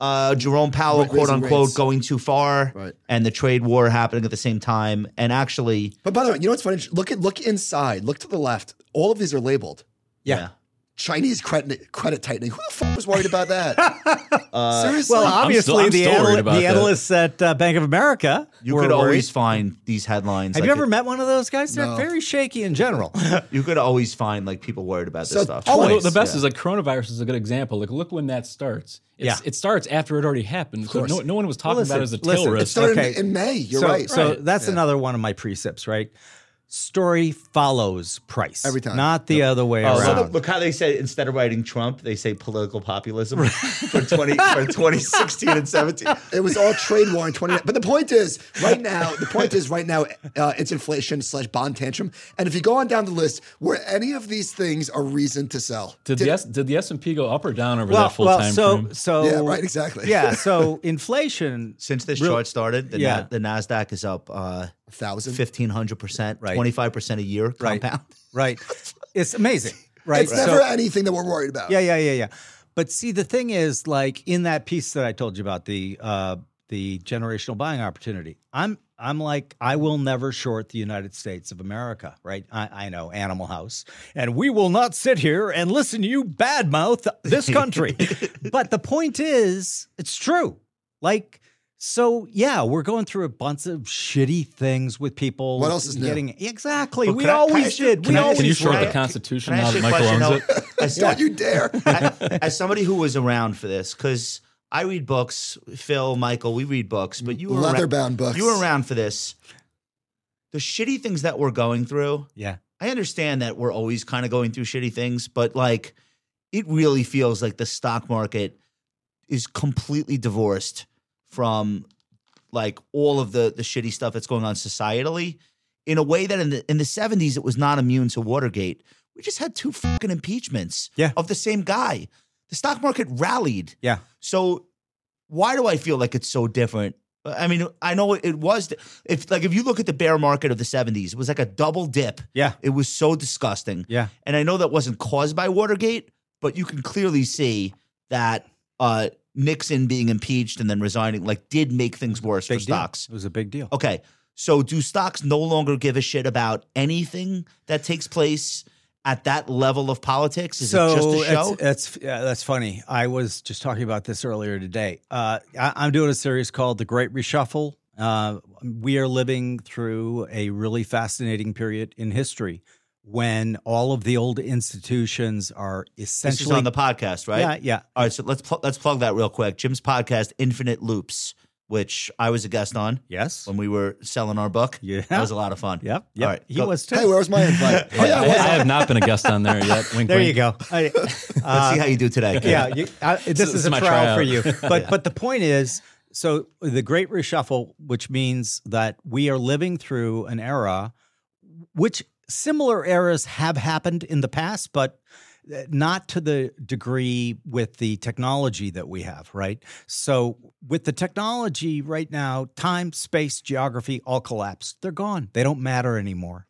Speaker 7: uh, Jerome Powell,
Speaker 4: Right,
Speaker 7: quote
Speaker 4: raising
Speaker 7: unquote,
Speaker 4: rates.
Speaker 7: going too far,
Speaker 4: Right.
Speaker 7: and the trade war happening at the same time. And actually,
Speaker 4: But by the way, you know what's funny? Look at look inside. Look to the left. All of these are labeled.
Speaker 7: yeah,
Speaker 4: Chinese credit credit tightening. Who the fuck was worried about that? Uh, Seriously,
Speaker 8: Well,
Speaker 2: I'm
Speaker 8: obviously,
Speaker 2: still- I'm
Speaker 8: the,
Speaker 2: still worried
Speaker 8: analy-
Speaker 2: about
Speaker 8: the
Speaker 2: that.
Speaker 8: analysts at uh, Bank of America
Speaker 7: You
Speaker 8: were
Speaker 7: could always
Speaker 8: worried.
Speaker 7: find these headlines.
Speaker 8: Have
Speaker 7: like
Speaker 8: you ever
Speaker 7: it-
Speaker 8: met one of those guys? They're
Speaker 4: No.
Speaker 8: very shaky in general.
Speaker 7: You could always find like people worried about this
Speaker 4: So-
Speaker 7: stuff.
Speaker 4: Oh,
Speaker 2: Well, the-
Speaker 4: Always,
Speaker 2: the best is like coronavirus is a good example. Like, look when that starts. It's,
Speaker 8: Yeah.
Speaker 2: It starts after it already happened. So
Speaker 4: course.
Speaker 2: no, no one was talking
Speaker 8: Listen,
Speaker 2: about it as a tail
Speaker 8: listen,
Speaker 4: It
Speaker 2: risk.
Speaker 4: started
Speaker 8: Okay.
Speaker 4: in, in May. You're
Speaker 8: so,
Speaker 4: right.
Speaker 8: So
Speaker 2: Right.
Speaker 8: that's another one of my precepts, right? Story follows price
Speaker 4: Every time.
Speaker 8: not the other way
Speaker 7: Oh,
Speaker 8: around.
Speaker 7: look, look how they say instead of writing Trump, they say political populism for twenty for twenty sixteen and seventeen.
Speaker 4: It was all trade war in 20. But the point is, right now, the point is, right now, uh, it's inflation slash bond tantrum. And if you go on down the list, were any of these things a reason to sell?
Speaker 2: Did, the S, did the S and P go up or down over that full time
Speaker 8: so
Speaker 2: frame?
Speaker 8: so
Speaker 4: Yeah, right, exactly.
Speaker 8: yeah, so inflation.
Speaker 7: Since this
Speaker 8: Real-
Speaker 7: chart started, the,
Speaker 8: Yeah.
Speaker 7: Na- the Nasdaq is up uh,
Speaker 4: thousand?
Speaker 7: fifteen hundred percent,
Speaker 8: Right.
Speaker 7: twenty five percent a year
Speaker 8: Right.
Speaker 7: compound.
Speaker 8: right, it's amazing. Right,
Speaker 4: It's
Speaker 8: So-
Speaker 4: never anything that we're worried about.
Speaker 8: Yeah, yeah, yeah, yeah. But see, the thing is, like in that piece that I told you about the uh, the generational buying opportunity, I'm I'm like I will never short the United States of America, right? I, I know Animal House, and we will not sit here and listen to you badmouth this country. but the point is, it's true. Like. So yeah, we're going through a bunch of shitty things with people.
Speaker 4: What else is new?
Speaker 8: getting exactly?
Speaker 7: Well,
Speaker 8: we
Speaker 7: can I- can I
Speaker 8: always
Speaker 7: ask you-
Speaker 8: did.
Speaker 2: can,
Speaker 8: we
Speaker 2: I-
Speaker 8: always
Speaker 2: can you
Speaker 7: always
Speaker 2: short
Speaker 7: write-
Speaker 2: the Constitution
Speaker 7: Can I
Speaker 2: now
Speaker 7: ask
Speaker 2: that
Speaker 7: you a
Speaker 2: Michael
Speaker 7: question?
Speaker 2: owns it?
Speaker 7: though? As,
Speaker 4: Don't you dare.
Speaker 7: I- as somebody who was around for this, because I read books, Phil, Michael, we read books, but you were around,
Speaker 4: Leather-bound books.
Speaker 7: you were around for this. The shitty things that we're going through,
Speaker 8: Yeah.
Speaker 7: I understand that we're always kind of going through shitty things, but like it really feels like the stock market is completely divorced from like all of the the shitty stuff that's going on societally in a way that in the in the 70s it was not immune to Watergate. We just had two fucking impeachments
Speaker 8: Yeah.
Speaker 7: of the same guy. The stock market rallied.
Speaker 8: Yeah.
Speaker 7: So why do I feel like it's so different? I mean, I know it was if like if you look at the bear market of the 70s, it was like a double dip.
Speaker 8: Yeah.
Speaker 7: It was so disgusting.
Speaker 8: Yeah.
Speaker 7: And I know that wasn't caused by Watergate, but you can clearly see that uh, Nixon being impeached and then resigning like did make things worse for
Speaker 8: Big deal.
Speaker 7: stocks.
Speaker 8: It was a big deal.
Speaker 7: Okay. So do stocks no longer give a shit about anything that takes place at that level of politics? Is it just a show?
Speaker 8: That's, that's, yeah, that's funny. I was just talking about this earlier today. Uh, I, I'm doing a series called The Great Reshuffle. Uh, we are living through a really fascinating period in history when all of the old institutions are
Speaker 7: This is
Speaker 8: essentially
Speaker 7: on the podcast, right? Uh,
Speaker 8: Yeah, yeah.
Speaker 7: All right, so let's pl- let's plug that real quick. Jim's podcast, Infinite Loops, which I was a guest on
Speaker 8: Yes.
Speaker 7: when we were selling our book.
Speaker 8: Yeah.
Speaker 7: that was a lot of fun.
Speaker 8: Yep.
Speaker 7: All
Speaker 8: yep.
Speaker 7: right,
Speaker 8: He
Speaker 7: go-
Speaker 8: was too.
Speaker 4: Hey, where's my invite? Oh, yeah,
Speaker 2: I,
Speaker 4: I was-
Speaker 2: I have not been a guest on there yet. Wink,
Speaker 8: there
Speaker 2: wink.
Speaker 8: you go. I-
Speaker 7: Let's
Speaker 8: uh,
Speaker 7: see how you do today. kid.
Speaker 8: yeah, you, I, this,
Speaker 2: is
Speaker 8: is a
Speaker 2: my
Speaker 8: trial, for you.
Speaker 2: tryout.
Speaker 8: But but the point is, so the Great Reshuffle, which means that we are living through an era, which similar eras have happened in the past, but uh, not to the degree with the technology that we have, right? So with the technology right now, time, space, geography all collapsed. They're gone. They don't matter anymore.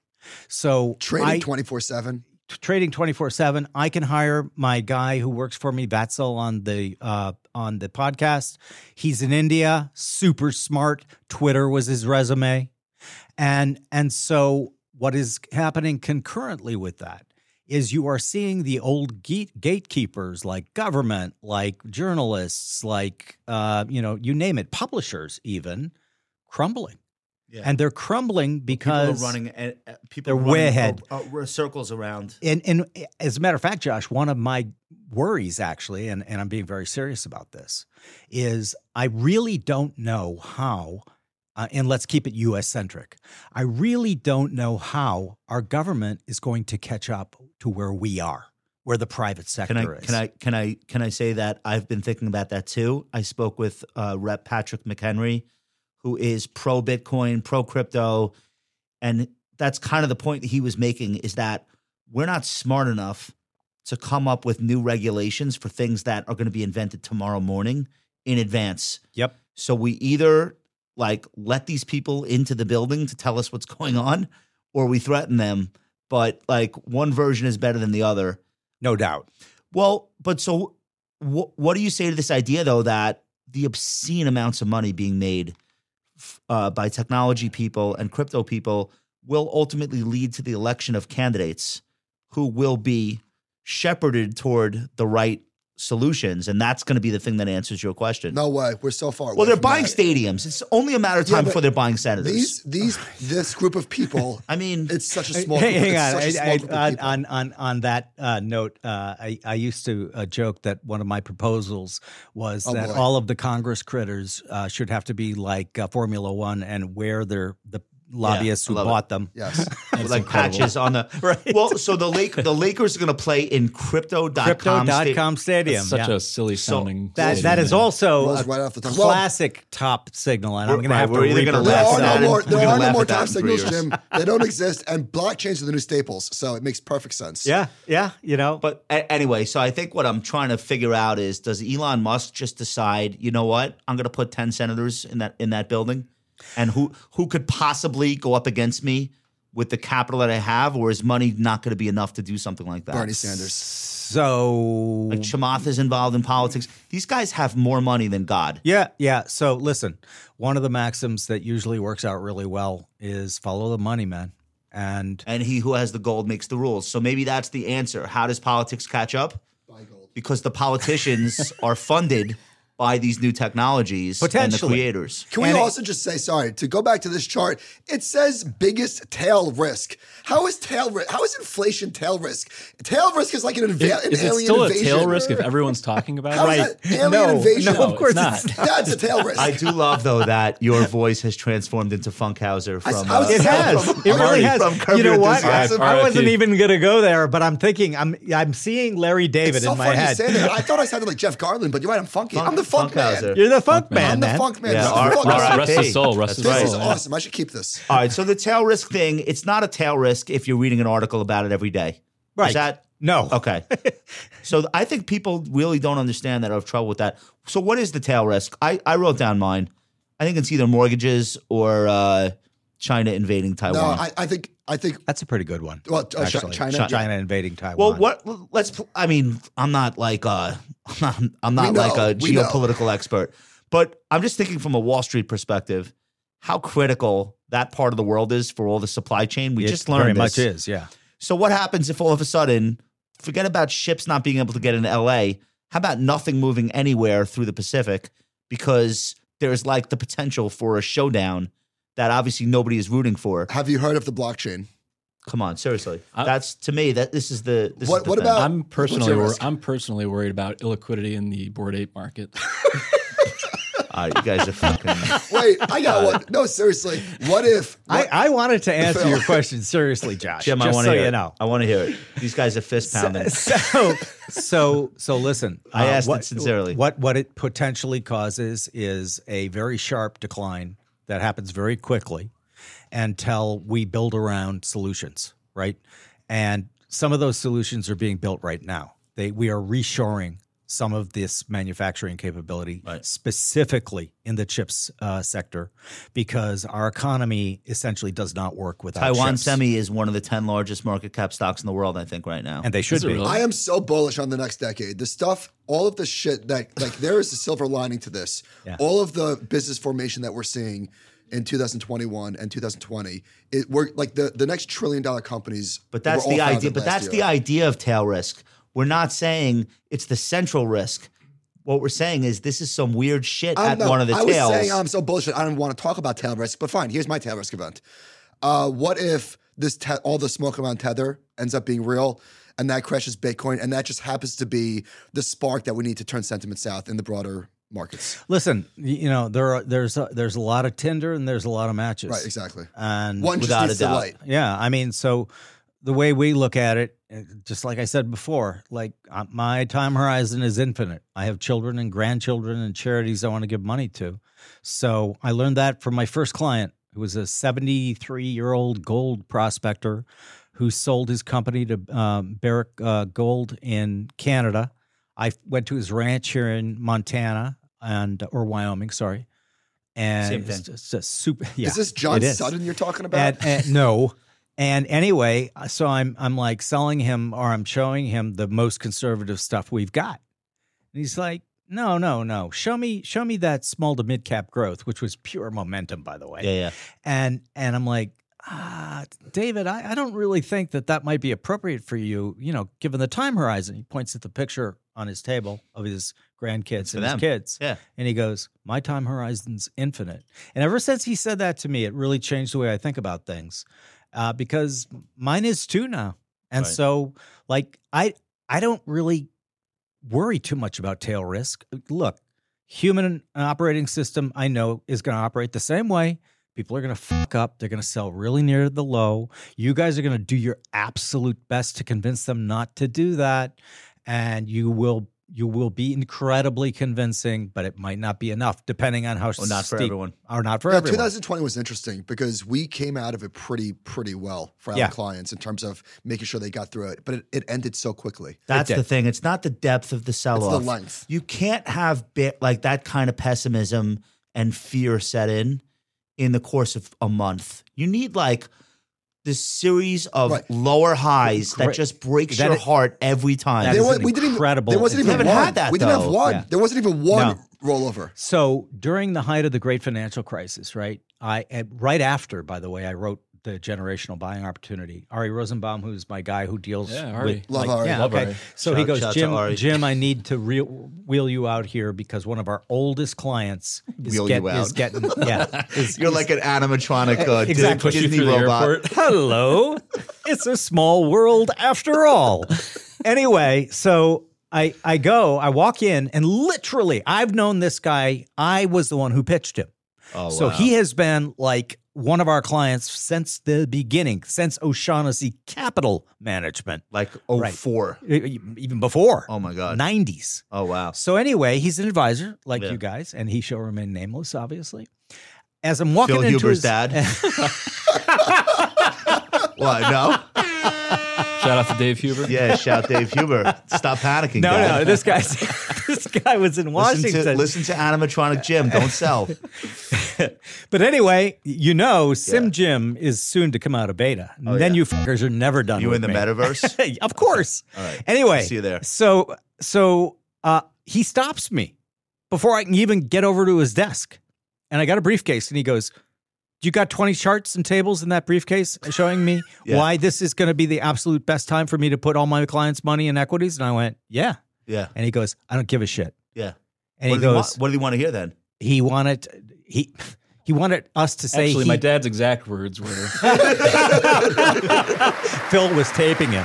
Speaker 8: So I-
Speaker 4: Trading 24 7.
Speaker 8: t- trading 24/7 I can hire my guy who works for me Batzel on the uh on the podcast he's in India super smart Twitter was his resume and and so what is happening concurrently with that is you are seeing the old gate- gatekeepers like government like journalists like uh you know you name it publishers even crumbling
Speaker 7: Yeah.
Speaker 8: and they're crumbling
Speaker 7: people are
Speaker 8: because
Speaker 7: running and uh, people
Speaker 8: they're
Speaker 7: are
Speaker 8: way
Speaker 7: running
Speaker 8: ahead.
Speaker 7: o- o- circles around.
Speaker 8: And and eh, as a matter of fact, Josh, one of my worries actually, and, and I'm being very serious about this, is I really don't know how, uh, and let's keep it US centric. I really don't know how our government is going to catch up to where we are, where the private sector
Speaker 7: Can I
Speaker 8: is.
Speaker 7: can I can I can I say that I've been thinking about that too? I spoke with uh, Rep. Patrick McHenry, who is pro Bitcoin, pro crypto, and that's kind of the point that he was making is that we're not smart enough to come up with new regulations for things that are going to be invented tomorrow morning in advance.
Speaker 8: Yep.
Speaker 7: So we either like let these people into the building to tell us what's going on, or we threaten them. But like one version is better than the other.
Speaker 8: No doubt.
Speaker 7: Well, but so wh- what do you say to this idea though that the obscene amounts of money being made f- uh, by technology people and crypto people will ultimately lead to the election of candidates who will be shepherded toward the right solutions, and that's going to be the thing that answers your question.
Speaker 4: No way. We're so far.
Speaker 7: well,
Speaker 4: away
Speaker 7: they're
Speaker 4: from
Speaker 7: buying
Speaker 4: that.
Speaker 7: stadiums. It's only a matter of time
Speaker 4: but
Speaker 7: before they're buying senators.
Speaker 4: These, these, this group of people.
Speaker 7: I mean,
Speaker 4: it's such a
Speaker 8: Hey,
Speaker 4: small.
Speaker 8: hey,
Speaker 4: group.
Speaker 8: hang
Speaker 4: it's
Speaker 8: on.
Speaker 4: such a small
Speaker 8: I-
Speaker 4: group of
Speaker 8: I- on,
Speaker 4: people.
Speaker 8: on, on, on that uh, note, uh, I, I used to uh, joke that one of my proposals was
Speaker 4: Oh,
Speaker 8: that
Speaker 4: boy.
Speaker 8: all of the Congress critters uh, should have to be like uh, Formula One and wear their the lobbyists
Speaker 7: I
Speaker 8: who
Speaker 7: love it.
Speaker 8: bought them.
Speaker 4: yes.
Speaker 7: with, like patches on the right. Well, so the Lake, the Lakers are going to play in crypto.com. sta-
Speaker 8: Crypto.com Stadium.
Speaker 2: It's such
Speaker 8: yeah.
Speaker 2: a silly
Speaker 7: So-
Speaker 2: sounding.
Speaker 8: that, that is
Speaker 2: all.
Speaker 8: also
Speaker 4: Rolls
Speaker 8: a
Speaker 4: right off the top.
Speaker 8: classic top signal, and I'm
Speaker 7: We're-
Speaker 8: going to have
Speaker 7: right,
Speaker 8: to
Speaker 7: we're either gonna
Speaker 8: reproduce
Speaker 4: There
Speaker 7: laugh
Speaker 4: are no
Speaker 7: at that
Speaker 8: that.
Speaker 7: and
Speaker 4: more.
Speaker 7: we're gonna
Speaker 4: There are no
Speaker 7: laugh
Speaker 4: more
Speaker 7: at that
Speaker 4: time
Speaker 7: in three
Speaker 4: signals,
Speaker 7: years.
Speaker 4: Jim. They don't exist, and blockchain's are the new staples. So it makes perfect sense.
Speaker 8: Yeah, yeah, you know.
Speaker 7: But a- anyway, so I think what I'm trying to figure out is does Elon Musk just decide, you know what, I'm going to put 10 senators in that in that building and who who could possibly go up against me with the capital that I have or is money not going to be enough to do something like that?
Speaker 4: Bernie Sanders.
Speaker 8: so
Speaker 7: Like Chamath is involved in politics. These guys have more money than God.
Speaker 8: Yeah, yeah. So listen, one of the maxims that usually works out really well is follow the money, man. And
Speaker 7: And he who has the gold makes the rules. So maybe that's the answer. How does politics catch up? Because the politicians are funded by these new technologies and the
Speaker 8: Potentially.
Speaker 7: creators.
Speaker 4: Can we
Speaker 8: And it-
Speaker 4: also just say sorry to go back to this chart? It says biggest tail risk. How is tail risk? How is inflation tail risk? Tail risk is like an, inva- an
Speaker 2: Is it
Speaker 4: alien
Speaker 2: still
Speaker 4: invasion.
Speaker 2: a tail risk if everyone's talking about
Speaker 4: How
Speaker 2: it?
Speaker 4: is that alien invasion?
Speaker 8: no, of course
Speaker 2: not.
Speaker 8: it's
Speaker 4: That's a tail risk.
Speaker 7: I do love though that your voice has transformed into Funkhauser from. uh,
Speaker 4: I was-
Speaker 8: It
Speaker 4: From-
Speaker 8: has.
Speaker 4: from
Speaker 8: It really
Speaker 7: Marty,
Speaker 8: has.
Speaker 7: from Curb
Speaker 8: You know
Speaker 7: Your
Speaker 8: what?
Speaker 7: Enthusiasm.
Speaker 8: I wasn't
Speaker 2: RIP.
Speaker 8: even gonna go there, but I'm thinking I'm I'm seeing Larry David
Speaker 4: it's so
Speaker 8: in my
Speaker 4: funny
Speaker 8: head.
Speaker 4: you say that. I thought I sounded like Jeff Garland, but you're right. I'm funky. I'm the funk man.
Speaker 7: Funkhauser.
Speaker 8: You're the funk,
Speaker 2: man.
Speaker 8: man.
Speaker 4: I'm the
Speaker 8: man.
Speaker 4: funk man.
Speaker 7: Yeah,
Speaker 4: I'm the
Speaker 7: R-
Speaker 4: funk
Speaker 7: R-
Speaker 4: man.
Speaker 7: R-
Speaker 2: Rest
Speaker 7: RIP.
Speaker 2: his soul. Rest his
Speaker 7: That's
Speaker 4: This
Speaker 7: right.
Speaker 4: is
Speaker 2: soul. yeah.
Speaker 4: awesome. I should keep this.
Speaker 7: All right, so the tail risk thing, it's not a tail risk if you're reading an article about it every day.
Speaker 8: Right.
Speaker 7: Is that
Speaker 8: no.
Speaker 7: okay? so I think people really don't understand that or have trouble with that. So what is the tail risk? I, I wrote down mine. I think it's either mortgages or uh, China invading
Speaker 4: No,
Speaker 7: Taiwan.
Speaker 4: I, I think I think
Speaker 8: That's a pretty good one.
Speaker 4: well, uh, Chi-
Speaker 8: actually.
Speaker 4: China.
Speaker 7: Chi-
Speaker 4: yeah.
Speaker 8: China invading Taiwan.
Speaker 7: well, what? Let's. pl- I mean, I'm not like a. I'm not, I'm not
Speaker 4: We know,
Speaker 7: like a
Speaker 4: we know.
Speaker 7: geopolitical expert, but I'm just thinking from a Wall Street perspective, how critical that part of the world is for all the supply chain. We
Speaker 8: It
Speaker 7: just learned
Speaker 8: very much
Speaker 7: this.
Speaker 8: is. Yeah.
Speaker 7: So what happens if all of a sudden, forget about ships not being able to get into LA? How about nothing moving anywhere through the Pacific because there's like the potential for a showdown that obviously nobody is rooting for.
Speaker 4: Have you heard of the blockchain?
Speaker 7: Come on, seriously.
Speaker 8: Uh,
Speaker 2: I-
Speaker 7: That's to me that this is the this is
Speaker 4: What-
Speaker 7: the
Speaker 4: what
Speaker 7: thing.
Speaker 4: about-
Speaker 2: I'm personally
Speaker 4: your
Speaker 2: wor-
Speaker 4: risk?
Speaker 2: I'm personally worried about illiquidity in the board ape market.
Speaker 7: All right, you guys are fucking.
Speaker 4: Wait, I
Speaker 7: Uh,
Speaker 4: got one. No, seriously. What if?
Speaker 8: I,
Speaker 4: what-
Speaker 8: I wanted to answer
Speaker 4: Phil.
Speaker 8: your question seriously, Josh.
Speaker 7: Jim,
Speaker 8: just
Speaker 7: I want to
Speaker 8: so
Speaker 7: hear
Speaker 8: you
Speaker 7: it.
Speaker 8: know.
Speaker 7: I want to hear it. These guys are fist pounding.
Speaker 8: so so so listen uh,
Speaker 7: I asked it sincerely.
Speaker 8: what what it potentially causes is a very sharp decline that happens very quickly until we build around solutions right and some of those solutions are being built right now they we are reshoring some of this manufacturing capability
Speaker 7: Right.
Speaker 8: specifically in the chips uh, sector because our economy essentially does not work without
Speaker 7: Taiwan
Speaker 8: chips.
Speaker 7: Semi is one of the ten largest market cap stocks in the world, I think, right now.
Speaker 8: and they should
Speaker 2: Is it
Speaker 8: be
Speaker 2: really?
Speaker 4: I am so bullish on the next decade. The stuff, all of the shit that, like, there is a silver lining to this.
Speaker 8: Yeah.
Speaker 4: All of the business formation that we're seeing in 2021 and 2020, it we're like the, the next trillion dollar companies.
Speaker 7: But that's
Speaker 4: were all
Speaker 7: the idea.
Speaker 4: founded last
Speaker 7: But that's the
Speaker 4: year.
Speaker 7: idea of tail risk. We're not saying it's the central risk. What we're saying is this is some weird shit
Speaker 4: I'm
Speaker 7: at
Speaker 4: not-
Speaker 7: one of the
Speaker 4: I
Speaker 7: tails.
Speaker 4: was saying I'm so bullshit. I don't want to talk about tail risk, but fine. Here's my tail risk event. Uh, what if this te- all the smoke around Tether ends up being real, and that crashes Bitcoin, and that just happens to be the spark that we need to turn sentiment south in the broader markets?
Speaker 8: Listen, y- you know there are there's a, there's a lot of Tinder and there's a lot of matches.
Speaker 4: Right, exactly.
Speaker 8: And
Speaker 4: One just
Speaker 7: Without
Speaker 4: needs
Speaker 7: a
Speaker 4: the
Speaker 7: doubt.
Speaker 4: light.
Speaker 8: yeah, I mean, so the way we look at it, eh, just like I said before, like uh, my time horizon is infinite. I have children and grandchildren and charities I want to give money to. So I learned that from my first client, who was a 73 year old gold prospector who sold his company to um, Barrick uh, Gold in Canada. I f- went to his ranch here in Montana and or Wyoming, sorry. And
Speaker 7: Same
Speaker 8: it's
Speaker 7: thing.
Speaker 8: just a super. Yeah,
Speaker 4: is this John
Speaker 8: it is.
Speaker 4: Sutton you're talking about?
Speaker 8: And, and- no. And anyway, so I'm I'm like selling him or I'm showing him the most conservative stuff we've got. And he's like, "No, no, no. Show me show me that small to mid cap growth, which was pure momentum by the way."
Speaker 7: yeah, yeah.
Speaker 8: And and I'm like, "Ah, uh, David, I, I don't really think that that might be appropriate for you, you know, given the time horizon. He points at the picture on his table of his grandkids
Speaker 1: for
Speaker 8: and his
Speaker 1: them.
Speaker 8: kids.
Speaker 1: Yeah.
Speaker 8: And he goes, My time horizon's infinite. And ever since he said that to me, it really changed the way I think about things uh, because mine is too now. And
Speaker 2: Right.
Speaker 8: so, like, I, I don't really worry too much about tail risk. Uh, Look, human operating system, I know, is going to operate the same way. People are going to fuck up. They're going to sell really near the low. You guys are going to do your absolute best to convince them not to do that, and you will you will be incredibly convincing, but it might not be enough depending on how
Speaker 1: Well, not for
Speaker 8: steep-
Speaker 1: everyone.
Speaker 8: or not for
Speaker 4: Yeah,
Speaker 8: everyone.
Speaker 4: 2020 was interesting because we came out of it pretty, pretty well for our
Speaker 8: Yeah.
Speaker 4: clients in terms of making sure they got through it. But it, it ended so quickly.
Speaker 7: That's
Speaker 8: did.
Speaker 7: the thing. It's not the depth of the sell off.
Speaker 4: length.
Speaker 7: You can't have bit like that kind of pessimism and fear set in in the course of a month. You need like this series of
Speaker 4: Right.
Speaker 7: lower highs that
Speaker 8: Correct.
Speaker 7: just breaks
Speaker 8: That
Speaker 7: your
Speaker 8: is-
Speaker 7: heart every time.
Speaker 8: That
Speaker 4: There
Speaker 8: is
Speaker 4: wa-
Speaker 8: an
Speaker 4: we didn't even-
Speaker 8: incredible-
Speaker 4: There wasn't
Speaker 8: We
Speaker 4: even
Speaker 7: haven't
Speaker 4: one.
Speaker 7: had that,
Speaker 4: we didn't have
Speaker 7: though.
Speaker 4: one.
Speaker 8: Yeah.
Speaker 4: There wasn't even one rollover.
Speaker 8: So during the height of the Great Financial Crisis, right? I and right after, by the way, I wrote the generational buying opportunity. Ari Rosenbaum, who's my guy who deals
Speaker 2: Yeah,
Speaker 8: with
Speaker 2: Ari.
Speaker 4: Love
Speaker 8: like-
Speaker 4: Ari.
Speaker 8: yeah,
Speaker 2: Love
Speaker 8: okay.
Speaker 2: Ari.
Speaker 8: So
Speaker 7: Shout-
Speaker 8: he goes,
Speaker 7: shout out to
Speaker 8: Jim,
Speaker 7: Ari."
Speaker 8: Jim, I need to reel wheel you out here because one of our oldest clients is,
Speaker 1: Wheel
Speaker 8: get-
Speaker 1: you
Speaker 8: is
Speaker 1: out.
Speaker 8: getting yeah. is-
Speaker 1: You're like an animatronic uh,
Speaker 8: Exactly.
Speaker 2: Push you
Speaker 1: Disney
Speaker 2: through the
Speaker 1: robot.
Speaker 2: airport.
Speaker 8: Hello. It's a small world after all. Anyway, so I I go, I walk in and literally I've known this guy. I was the one who pitched him.
Speaker 1: Oh,
Speaker 8: so
Speaker 1: wow.
Speaker 8: he has been like one of our clients since the beginning, since O'Shaughnessy Capital Management,
Speaker 1: like
Speaker 7: oh
Speaker 8: Right.
Speaker 1: 04.
Speaker 8: e- even before
Speaker 1: Oh my god.
Speaker 8: 90s.
Speaker 1: Oh wow.
Speaker 8: So anyway, he's an advisor like
Speaker 1: Yeah.
Speaker 8: you guys, and he shall remain nameless, obviously. As I'm walking
Speaker 1: Phil
Speaker 8: into
Speaker 1: Huber's
Speaker 8: his,
Speaker 1: dad. What? No.
Speaker 2: Shout out to Dave Huber.
Speaker 1: Yeah. Shout Dave Huber. Stop panicking.
Speaker 8: No,
Speaker 1: guy.
Speaker 8: no, this guy's this guy was in Washington.
Speaker 1: Listen to, listen to animatronic Jim. Don't sell.
Speaker 8: But anyway, you know, Sim
Speaker 1: Yeah.
Speaker 8: Jim is soon to come out of beta.
Speaker 1: Oh,
Speaker 8: then
Speaker 1: yeah.
Speaker 8: you fuckers are never done.
Speaker 1: You
Speaker 8: with
Speaker 1: in the
Speaker 8: me.
Speaker 1: metaverse?
Speaker 8: of course.
Speaker 1: All right.
Speaker 8: Anyway,
Speaker 1: See you there.
Speaker 8: So so uh, he stops me before I can even get over to his desk, and I got a briefcase, and he goes. You got 20 charts and tables in that briefcase showing me
Speaker 1: Yeah.
Speaker 8: why this is going to be the absolute best time for me to put all my clients' money in equities? And I went, Yeah.
Speaker 1: Yeah.
Speaker 8: And he goes, I don't give a shit.
Speaker 1: Yeah.
Speaker 8: And
Speaker 1: what, did
Speaker 8: he goes,
Speaker 1: want, what did he want to hear then?
Speaker 8: he wanted he he wanted us to say
Speaker 2: Actually,
Speaker 8: he,
Speaker 2: my dad's exact words were
Speaker 8: Phil was taping him.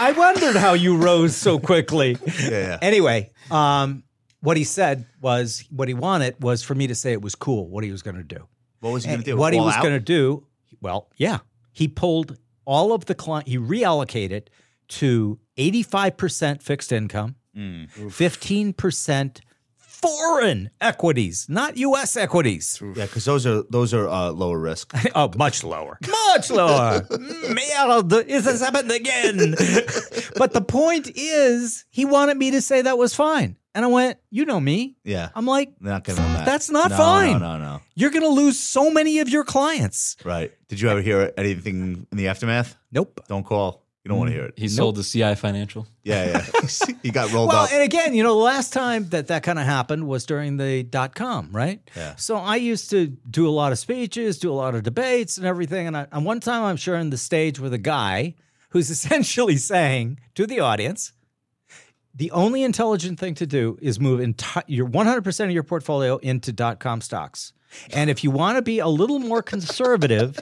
Speaker 8: I wondered how you rose so quickly.
Speaker 1: yeah.
Speaker 8: Anyway, um, what he said was what he wanted was for me to say it was cool what he was going to do.
Speaker 1: What was he going to
Speaker 8: And
Speaker 1: do?
Speaker 8: What he
Speaker 1: All
Speaker 8: was
Speaker 1: out?
Speaker 8: going to do, well, yeah, he pulled all of the client, he reallocated to 85% fixed income,
Speaker 1: Mm.
Speaker 8: 15% foreign equities, not US equities.
Speaker 1: Yeah, because those are those are uh, lower risk.
Speaker 8: Oh, much lower. Much lower. Merde, it has happened again. but the point is, he wanted me to say that was fine. And I went, you know me.
Speaker 1: Yeah.
Speaker 8: I'm like,
Speaker 1: not gonna. Matter.
Speaker 8: Um, that's not
Speaker 1: No,
Speaker 8: fine.
Speaker 1: No, no, no.
Speaker 8: You're going to lose so many of your clients.
Speaker 1: Right. Did you ever hear anything in the aftermath?
Speaker 8: Nope.
Speaker 1: Don't call. You
Speaker 8: Mm,
Speaker 1: don't want to hear it.
Speaker 2: he sold to CI Financial.
Speaker 1: Yeah, yeah. he got rolled
Speaker 8: Well,
Speaker 1: up.
Speaker 8: and again, you know, the last time that that kind of happened was during the dot com, right?
Speaker 1: Yeah.
Speaker 8: So I used to do a lot of speeches, do a lot of debates and everything. And, I, and one time I'm sharing the stage with a guy who's essentially saying to the audience, the only intelligent thing to do is move enti- your 100% of your portfolio into dot com stocks. And if you want to be a little more conservative,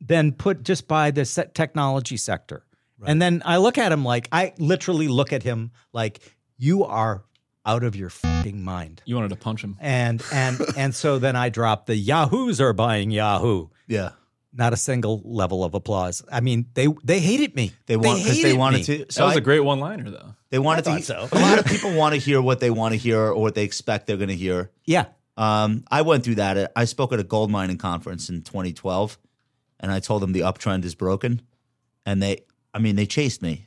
Speaker 8: then put just by the se- technology sector. And then I look at him like I literally look at him like you are out of your fucking mind.
Speaker 2: You wanted to punch him.
Speaker 8: And and and so then I drop the Yahoos are buying Yahoo.
Speaker 1: yeah.
Speaker 8: Not a single level of applause. I mean, they they hated me.
Speaker 1: They want because they,
Speaker 8: hated
Speaker 1: wanted
Speaker 8: me.
Speaker 1: to. So
Speaker 2: That was
Speaker 1: I-
Speaker 2: a great one-liner, though.
Speaker 1: they wanted to. a lot of people want to hear what they want to hear or what they expect they're going to hear.
Speaker 8: Yeah.
Speaker 1: Um, I went through that. I spoke at a gold mining conference in 2012, and I told them the uptrend is broken, and they, I mean, they chased me.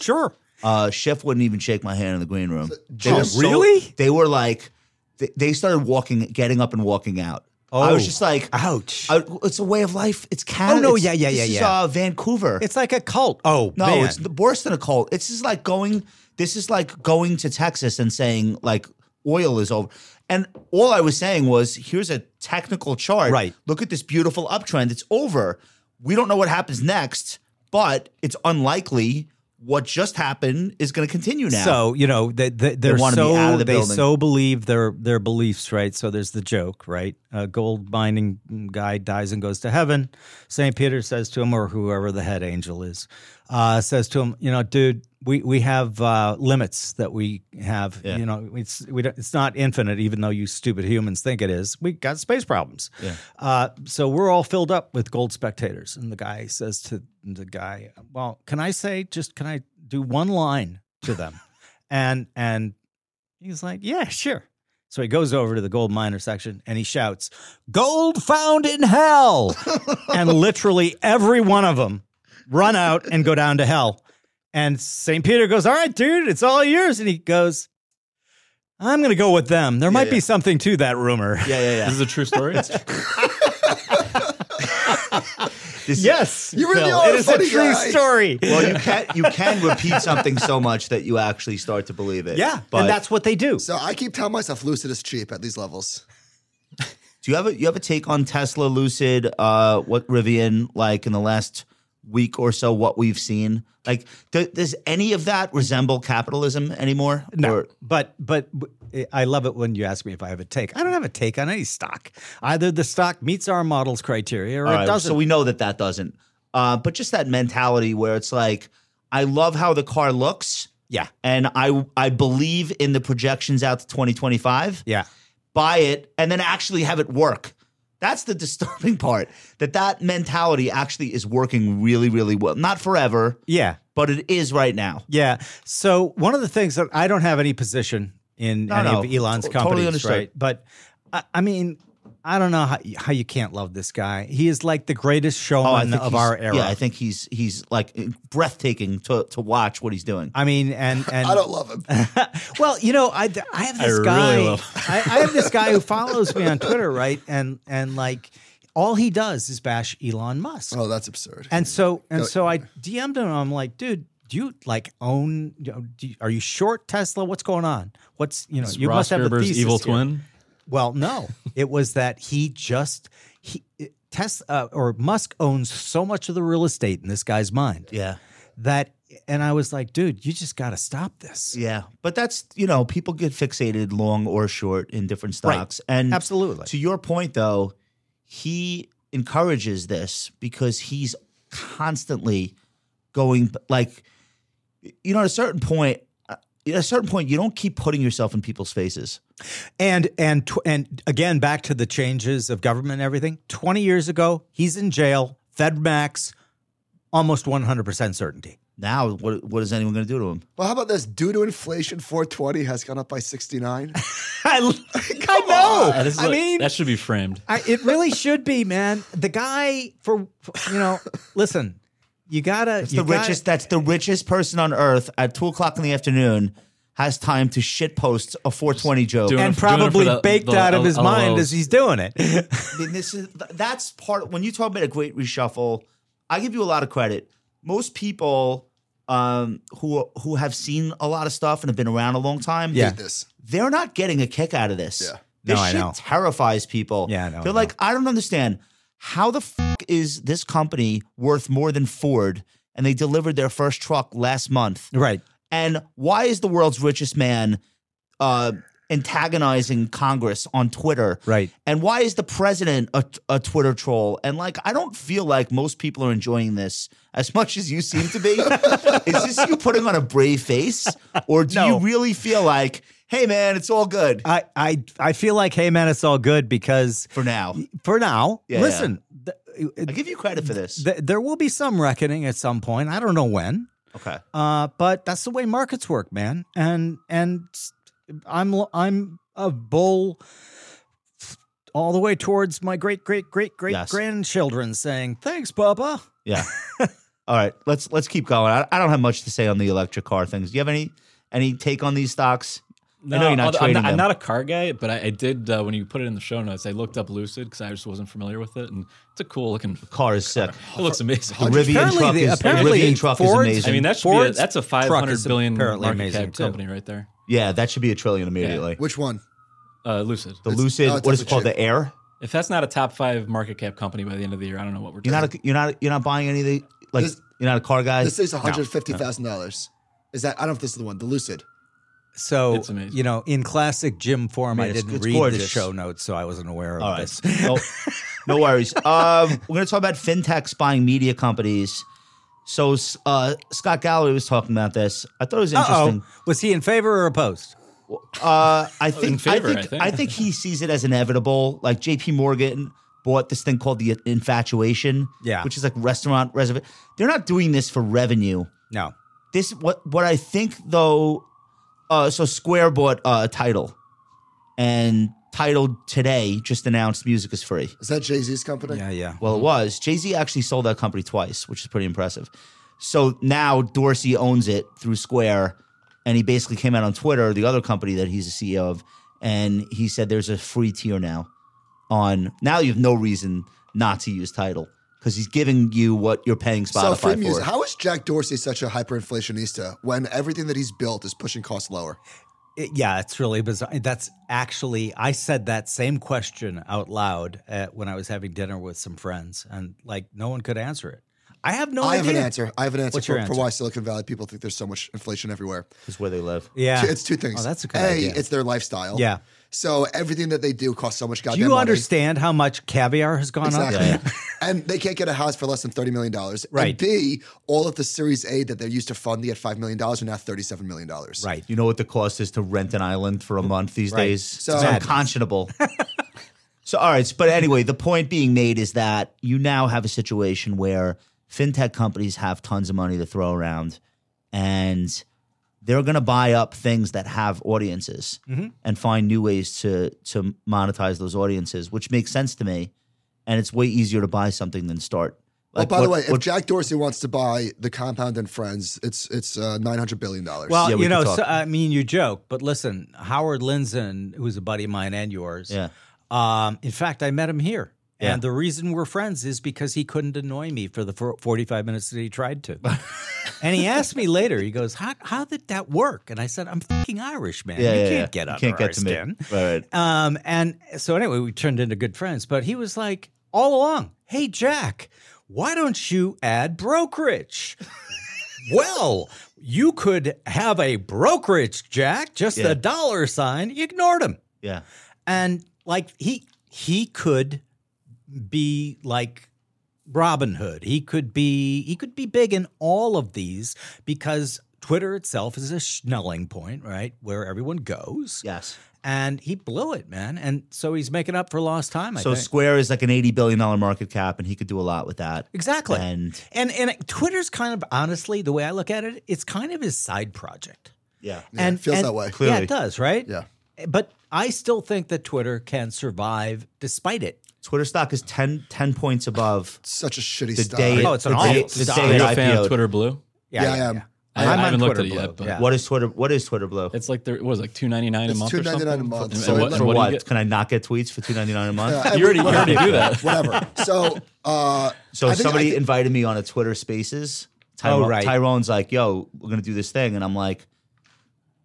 Speaker 8: Sure.
Speaker 1: Uh, Chef wouldn't even shake my hand in the green room. They
Speaker 4: Oh,
Speaker 1: were so-
Speaker 8: really?
Speaker 1: they were like, they, they started walking, getting up and walking out. I was
Speaker 8: Oh.
Speaker 1: just like,
Speaker 8: Ouch.
Speaker 1: I, it's a way of life. It's Canada.
Speaker 8: no,
Speaker 1: It's-
Speaker 8: yeah, yeah,
Speaker 1: this
Speaker 8: yeah,
Speaker 1: is,
Speaker 8: yeah.
Speaker 1: uh, Vancouver.
Speaker 8: It's like a cult. Oh
Speaker 1: no,
Speaker 8: man.
Speaker 1: it's worse than a cult. It's just like going. This is like going to Texas and saying like oil is over.
Speaker 7: And all I was saying was, here's a technical chart.
Speaker 8: Right.
Speaker 7: Look at this beautiful uptrend. It's over. We don't know what happens next, but it's unlikely what just happened is going to continue now.
Speaker 8: So you know they, they, they're
Speaker 7: wanna be
Speaker 8: so
Speaker 7: out of the
Speaker 8: they
Speaker 7: building.
Speaker 8: so believe their their beliefs, right? So there's the joke, right? A gold mining guy dies and goes to heaven. Saint Peter says to him, or whoever the head angel is, uh, says to him, you know, dude, we we have uh, limits that we have. You know, it's we don't, it's not infinite, even though you stupid humans think it is. We got space problems. Yeah. Uh, so we're all filled up with gold spectators, and the guy says to the guy, well, can I say just can I do one line to them? And and he's like, "Yeah, sure." So he goes over to the gold miner section and he shouts, "Gold found in hell!" and literally every one of them run out and go down to hell. And St. Peter goes, "All right, dude, it's all yours." And he goes, "I'm going to go with them. There might be something to that rumor."
Speaker 7: yeah, yeah,
Speaker 2: This
Speaker 7: yeah.
Speaker 2: is a true story.
Speaker 7: This-
Speaker 8: yes,
Speaker 4: You really
Speaker 8: Phil,
Speaker 4: are
Speaker 8: It
Speaker 4: a
Speaker 8: is
Speaker 4: funny
Speaker 8: a true
Speaker 4: guy.
Speaker 8: story.
Speaker 7: Well, you can you can repeat something so much that you actually start to believe it.
Speaker 8: yeah,
Speaker 7: but
Speaker 8: and that's what they do.
Speaker 4: So I keep telling myself Lucid is cheap at these levels.
Speaker 7: do you have a you have a take on Tesla, Lucid, uh, what Rivian like in the last week or so? What we've seen, like, do, does any of that resemble capitalism anymore?
Speaker 8: No,
Speaker 7: Or-
Speaker 8: but but but I love it when you ask me if I have a take. I don't have a take on any stock. Either the stock meets our model's criteria or
Speaker 7: All
Speaker 8: it
Speaker 7: right,
Speaker 8: doesn't.
Speaker 7: So we know that that doesn't. Uh, but just that mentality where it's like, I love how the car looks,
Speaker 8: yeah,
Speaker 7: and I I believe in the projections out to 2025.
Speaker 8: yeah.
Speaker 7: buy it and then actually have it work that's the disturbing part that that mentality actually is working really really well not forever
Speaker 8: Yeah.
Speaker 7: but it is right now
Speaker 8: Yeah. So one of the things that I don't have any position in
Speaker 7: No,
Speaker 8: any
Speaker 7: no.
Speaker 8: of Elon's
Speaker 7: To- totally
Speaker 8: companies,
Speaker 7: understood.
Speaker 8: right? But I, I mean, I don't know how, how you can't love this guy. He is like the greatest showman of
Speaker 7: he's-
Speaker 8: our era.
Speaker 7: yeah Oh, i think he's he's like breathtaking to, to watch what he's doing
Speaker 8: I mean, and and
Speaker 4: I don't love him.
Speaker 8: well, you know, I, I have this
Speaker 2: really
Speaker 8: guy.
Speaker 2: love-
Speaker 8: I, I have this guy who follows me on Twitter, right? And and like all he does is bash Elon Musk.
Speaker 4: Oh, that's absurd.
Speaker 8: And so and
Speaker 4: Go-
Speaker 8: so I DM'd him. I'm like, dude, do you like own? you know, Do you, are you short Tesla? What's going on? What's you know?
Speaker 2: It's
Speaker 8: you
Speaker 2: Ross
Speaker 8: must have a
Speaker 2: Gerber's
Speaker 8: thesis
Speaker 2: evil
Speaker 8: here."
Speaker 2: twin.
Speaker 8: Well, no, it was that he just he Tesla uh, or Musk owns so much of the real estate in this guy's mind
Speaker 7: yeah
Speaker 8: that. And I was like, dude, you just got to stop this.
Speaker 7: yeah but that's you know people get fixated long or short in different
Speaker 8: Right.
Speaker 7: stocks and
Speaker 8: Absolutely.
Speaker 7: To your point, though, he encourages this because he's constantly going like, you know, at a certain point, uh, at a certain point, you don't keep putting yourself in people's faces.
Speaker 8: And and tw- and again, back to the changes of government and everything. Twenty years ago, he's in jail. Fed max, almost one hundred percent certainty.
Speaker 7: Now, what what is anyone going to do to him?
Speaker 4: well, how about this? Due to inflation, 420 has gone up by 69.
Speaker 8: I, I know.
Speaker 2: That is
Speaker 8: I
Speaker 2: what-
Speaker 8: mean,
Speaker 2: that should be framed.
Speaker 8: I, it really should be, man. The guy for for- you know, listen, you gotta.
Speaker 7: It's
Speaker 8: you
Speaker 7: the
Speaker 8: gotta-
Speaker 7: richest. That's the richest person on earth at two o'clock in the afternoon has time to shit post a 420 joke.
Speaker 2: Doing
Speaker 8: and
Speaker 2: it for- doing it for
Speaker 8: probably
Speaker 2: the-
Speaker 8: baked
Speaker 2: the
Speaker 8: out of his
Speaker 2: L-
Speaker 8: mind
Speaker 2: LOLs.
Speaker 8: as he's doing it.
Speaker 7: I mean, this is th- that's part when you talk about a great reshuffle. I give you a lot of credit. Most people um, who who have seen a lot of stuff and have been around a long time,
Speaker 8: Yeah.
Speaker 4: Did this.
Speaker 7: they're not getting a kick out of this.
Speaker 4: Yeah.
Speaker 7: This
Speaker 8: No, I
Speaker 7: shit
Speaker 8: know.
Speaker 7: terrifies people.
Speaker 8: Yeah, I know, I
Speaker 7: They're
Speaker 8: know.
Speaker 7: like, I don't understand how the fuck is this company worth more than Ford, and they delivered their first truck last month,
Speaker 8: right.
Speaker 7: and why is the world's richest man uh, antagonizing Congress on Twitter?
Speaker 8: Right.
Speaker 7: And why is the president a, a Twitter troll? And like, I don't feel like most people are enjoying this as much as you seem to be. is this you putting on a brave face, or do you
Speaker 8: No.
Speaker 7: really feel like, hey man, it's all good
Speaker 8: I, I I feel like, hey man, it's all good because
Speaker 7: for now?
Speaker 8: for now,
Speaker 7: Yeah,
Speaker 8: listen, th-
Speaker 7: I give you credit for this.
Speaker 8: th- there will be some reckoning at some point. I don't know when,
Speaker 7: Okay.
Speaker 8: uh, but that's the way markets work, man. And and I'm I'm a bull all the way towards my great great great great
Speaker 7: Yes.
Speaker 8: grandchildren saying thanks, Papa.
Speaker 7: Yeah. All right. Let's let's keep going. I, I don't have much to say on the electric car things. Do you have any any take on these stocks? I know you're not
Speaker 2: although I'm
Speaker 7: trading
Speaker 2: not, I'm
Speaker 7: them.
Speaker 2: not a car guy, but I, I did uh, when you put it in the show notes. I looked up Lucid because I just wasn't familiar with it, and it's a cool looking.
Speaker 7: Car is sick.
Speaker 2: It looks amazing.
Speaker 7: The Rivian
Speaker 8: Apparently
Speaker 7: truck
Speaker 8: the-
Speaker 7: is
Speaker 8: apparently
Speaker 7: the Rivian truck
Speaker 8: Ford's-
Speaker 7: is amazing.
Speaker 2: I mean, that should
Speaker 8: Ford's
Speaker 2: be a, that's a
Speaker 8: truck is
Speaker 2: 500 billion
Speaker 8: apparently
Speaker 2: market
Speaker 8: amazing,
Speaker 2: cap
Speaker 8: too.
Speaker 2: company right there.
Speaker 7: yeah, that should be a trillion immediately.
Speaker 4: Which one?
Speaker 2: uh, Lucid.
Speaker 7: The Lucid,
Speaker 4: oh, it's
Speaker 7: what is
Speaker 4: a
Speaker 7: it called?
Speaker 4: chip.
Speaker 7: The Air.
Speaker 2: If that's not a top five market cap company by the end of the year, I don't know what we're
Speaker 7: You're
Speaker 2: doing.
Speaker 7: not. A, you're not. You're not buying any of the like.
Speaker 4: This-
Speaker 7: you're not a car guy.
Speaker 4: This is one hundred fifty thousand dollars. Is that? I don't know if this is the one. The Lucid.
Speaker 8: So
Speaker 2: It's amazing.
Speaker 8: you know, in classic Jim form, I
Speaker 7: it's-
Speaker 8: didn't
Speaker 7: it's
Speaker 8: read the
Speaker 7: gorgeous.
Speaker 8: show notes, so I wasn't aware of
Speaker 7: All right.
Speaker 8: this.
Speaker 7: No, no worries. Um, we're going to talk about fintechs buying media companies. So uh, Scott Galloway was talking about this. I thought it was
Speaker 8: Oh,
Speaker 7: interesting.
Speaker 8: was he in favor or opposed?
Speaker 7: Uh, I think,
Speaker 2: in favor,
Speaker 7: I
Speaker 2: I
Speaker 7: think, I think
Speaker 2: think.
Speaker 7: he sees it as inevitable. Like J.P. Morgan bought this thing called the Infatuation,
Speaker 8: Yeah.
Speaker 7: which is like restaurant reservation. They're not doing this for revenue.
Speaker 8: No.
Speaker 7: This what what I think though. Uh, so Square bought uh, Title, and Title today just announced music is free.
Speaker 4: Is that Jay Z's company?
Speaker 8: Yeah, yeah.
Speaker 7: Well, it was. Jay Z actually sold that company twice, which is pretty impressive. So now Dorsey owns it through Square, and he basically came out on Twitter, the other company that he's the CEO of, and he said there's a free tier now. On now, you have no reason not to use Title because he's giving you what you're paying
Speaker 4: So
Speaker 7: Spotify
Speaker 4: free
Speaker 7: for.
Speaker 4: music. How is Jack Dorsey such a hyperinflationista when everything that he's built is pushing costs lower?
Speaker 8: It- yeah, it's really bizarre. That's actually, I said that same question out loud at, when I was having dinner with some friends, and like no one could answer it. I have no
Speaker 4: I
Speaker 8: idea.
Speaker 4: have an answer. I have an answer,
Speaker 8: What's
Speaker 4: for,
Speaker 8: your answer?
Speaker 4: for why Silicon Valley people think there's so much inflation everywhere.
Speaker 7: is where they live.
Speaker 8: Yeah,
Speaker 4: It's two things.
Speaker 8: Oh, that's a good
Speaker 4: a,
Speaker 8: idea.
Speaker 4: it's their lifestyle.
Speaker 8: Yeah.
Speaker 4: So everything that they do costs so much
Speaker 8: Do
Speaker 4: goddamn
Speaker 8: you
Speaker 4: money.
Speaker 8: understand how much caviar has gone up?
Speaker 4: Exactly. and they can't get a house for less than $30 million.
Speaker 8: Right.
Speaker 4: And B, all of the Series A that they used to funding at $5 million are now $37 million. Right.
Speaker 8: Right.
Speaker 7: You know what the cost is to rent an island for a month these
Speaker 8: Right.
Speaker 7: days?
Speaker 4: So-
Speaker 7: it's
Speaker 4: Madness.
Speaker 7: unconscionable. so, all right. But anyway, the point being made is that you now have a situation where fintech companies have tons of money to throw around and they're going to buy up things that have audiences
Speaker 8: Mm-hmm.
Speaker 7: and find new ways to, to monetize those audiences, which makes sense to me. And it's way easier to buy something than start.
Speaker 4: Well,
Speaker 8: Oh,
Speaker 7: Like,
Speaker 4: Oh, by the
Speaker 7: what-
Speaker 4: way, if
Speaker 7: what-
Speaker 4: Jack Dorsey wants to buy the compound and friends, it's it's uh, $900 billion.
Speaker 8: Well,
Speaker 7: Yeah, we
Speaker 8: you
Speaker 7: could
Speaker 8: know,
Speaker 7: talk.
Speaker 8: so, I mean, you joke, but listen, Howard Lindzen, who's a buddy of mine and yours.
Speaker 7: Yeah.
Speaker 8: Um, in fact, I met him here.
Speaker 7: Yeah.
Speaker 8: And the reason we're friends is because he couldn't annoy me for the for- 45 minutes that he tried to. and he asked me later, he goes, how, how did that work? And I said, I'm fucking Irish, man.
Speaker 7: yeah,
Speaker 8: you
Speaker 7: yeah,
Speaker 8: can't
Speaker 7: yeah.
Speaker 8: get
Speaker 7: You
Speaker 8: under
Speaker 7: can't
Speaker 8: our
Speaker 7: get to me.
Speaker 8: skin.
Speaker 7: Right, right.
Speaker 8: Um, and so anyway, we turned into good friends. But he was like, all along, hey Jack, why don't you add brokerage? well, you could have a brokerage, Jack, just
Speaker 7: Yeah.
Speaker 8: a dollar sign. You ignored him.
Speaker 7: Yeah.
Speaker 8: And like he he could be like Robin Hood. He could be he could be big in all of these because Twitter itself is a schnelling point, right? Where everyone goes
Speaker 7: Yes.
Speaker 8: and he blew it, man. And so he's making up for lost time. I
Speaker 7: So
Speaker 8: think.
Speaker 7: Square is like an $80 billion market cap, and he could do a lot with that.
Speaker 8: exactly. And,
Speaker 7: And
Speaker 8: and Twitter's kind of honestly the way I look at it, it's kind of his side project.
Speaker 7: yeah.
Speaker 4: Yeah, it
Speaker 8: and
Speaker 4: feels
Speaker 8: and-
Speaker 4: that way.
Speaker 8: Yeah,
Speaker 7: Clearly.
Speaker 8: it does, right?
Speaker 4: Yeah.
Speaker 8: But I still think that Twitter can survive despite it.
Speaker 7: Twitter stock is 10, 10 points above
Speaker 4: Such a shitty
Speaker 7: the
Speaker 4: stock.
Speaker 7: day.
Speaker 8: Oh, it's an
Speaker 7: the
Speaker 8: awful
Speaker 7: day, the
Speaker 8: stock.
Speaker 7: day
Speaker 2: Are
Speaker 7: it
Speaker 2: you a fan of
Speaker 7: IPO'd.
Speaker 2: Twitter Blue?
Speaker 4: yeah, I am.
Speaker 2: I, I
Speaker 8: I'm on
Speaker 2: haven't looked at
Speaker 8: Twitter
Speaker 2: it
Speaker 8: Blue,
Speaker 2: yet, but
Speaker 8: yeah.
Speaker 7: What is Twitter? What is Twitter Blue?
Speaker 2: it's like there what was it, like two ninety nine a
Speaker 4: It's
Speaker 2: month. or
Speaker 4: $2.99 a
Speaker 2: something?
Speaker 4: month.
Speaker 2: And
Speaker 4: So
Speaker 2: what-
Speaker 4: it-
Speaker 2: and
Speaker 7: for
Speaker 2: what do
Speaker 7: what?
Speaker 2: you get?
Speaker 7: Can I not get tweets for two ninety nine a month?
Speaker 4: Uh,
Speaker 2: You already, you already do that.
Speaker 4: Whatever. So, uh,
Speaker 7: so
Speaker 4: I think-
Speaker 7: somebody
Speaker 4: I think-
Speaker 7: invited me on a Twitter Spaces. Tyro-
Speaker 8: Oh, right.
Speaker 7: Tyrone's like, "Yo, we're gonna do this thing," and I'm like,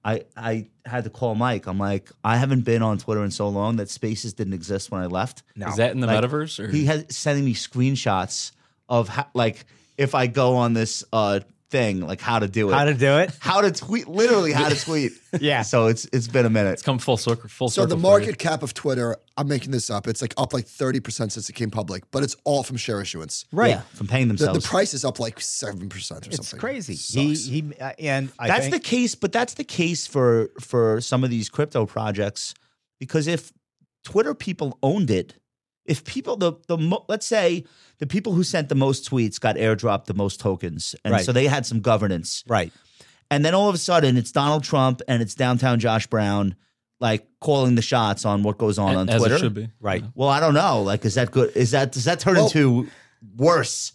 Speaker 7: "I I had to call Mike. I'm like, I haven't been on Twitter in so long that Spaces didn't exist when I left.
Speaker 8: No.
Speaker 2: Is that in the
Speaker 7: Like,
Speaker 2: metaverse? Or?
Speaker 7: he has sending me screenshots of how, like if I go on this uh thing, like how to do it,
Speaker 8: How to do it?
Speaker 7: how to tweet, literally how to tweet.
Speaker 8: Yeah.
Speaker 7: So it's it's been a minute.
Speaker 2: it's come full circle. Full
Speaker 4: so
Speaker 2: circle
Speaker 4: the
Speaker 2: for
Speaker 4: market cap of Twitter, I'm making this up. It's like up like 30% since it came public, but it's all from share issuance.
Speaker 8: Right.
Speaker 7: Yeah, from paying
Speaker 4: The,
Speaker 7: themselves.
Speaker 4: the price is up like 7% or something.
Speaker 8: It's crazy. He he uh, and I
Speaker 7: that's
Speaker 8: think,
Speaker 7: the case, but that's the case for for some of these crypto projects because if Twitter people owned it, if people the the mo- let's say the people who sent the most tweets got airdropped the most tokens, and
Speaker 8: Right.
Speaker 7: so they had some governance.
Speaker 8: right.
Speaker 7: And then all of a sudden, it's Donald Trump and it's downtown Josh Brown, like calling the shots on what goes on
Speaker 2: A-
Speaker 7: on
Speaker 2: as
Speaker 7: Twitter.
Speaker 2: it should be.
Speaker 8: Right.
Speaker 7: Well, I don't know. Like, is that good? Is that does that turn
Speaker 4: Well-
Speaker 7: into worse?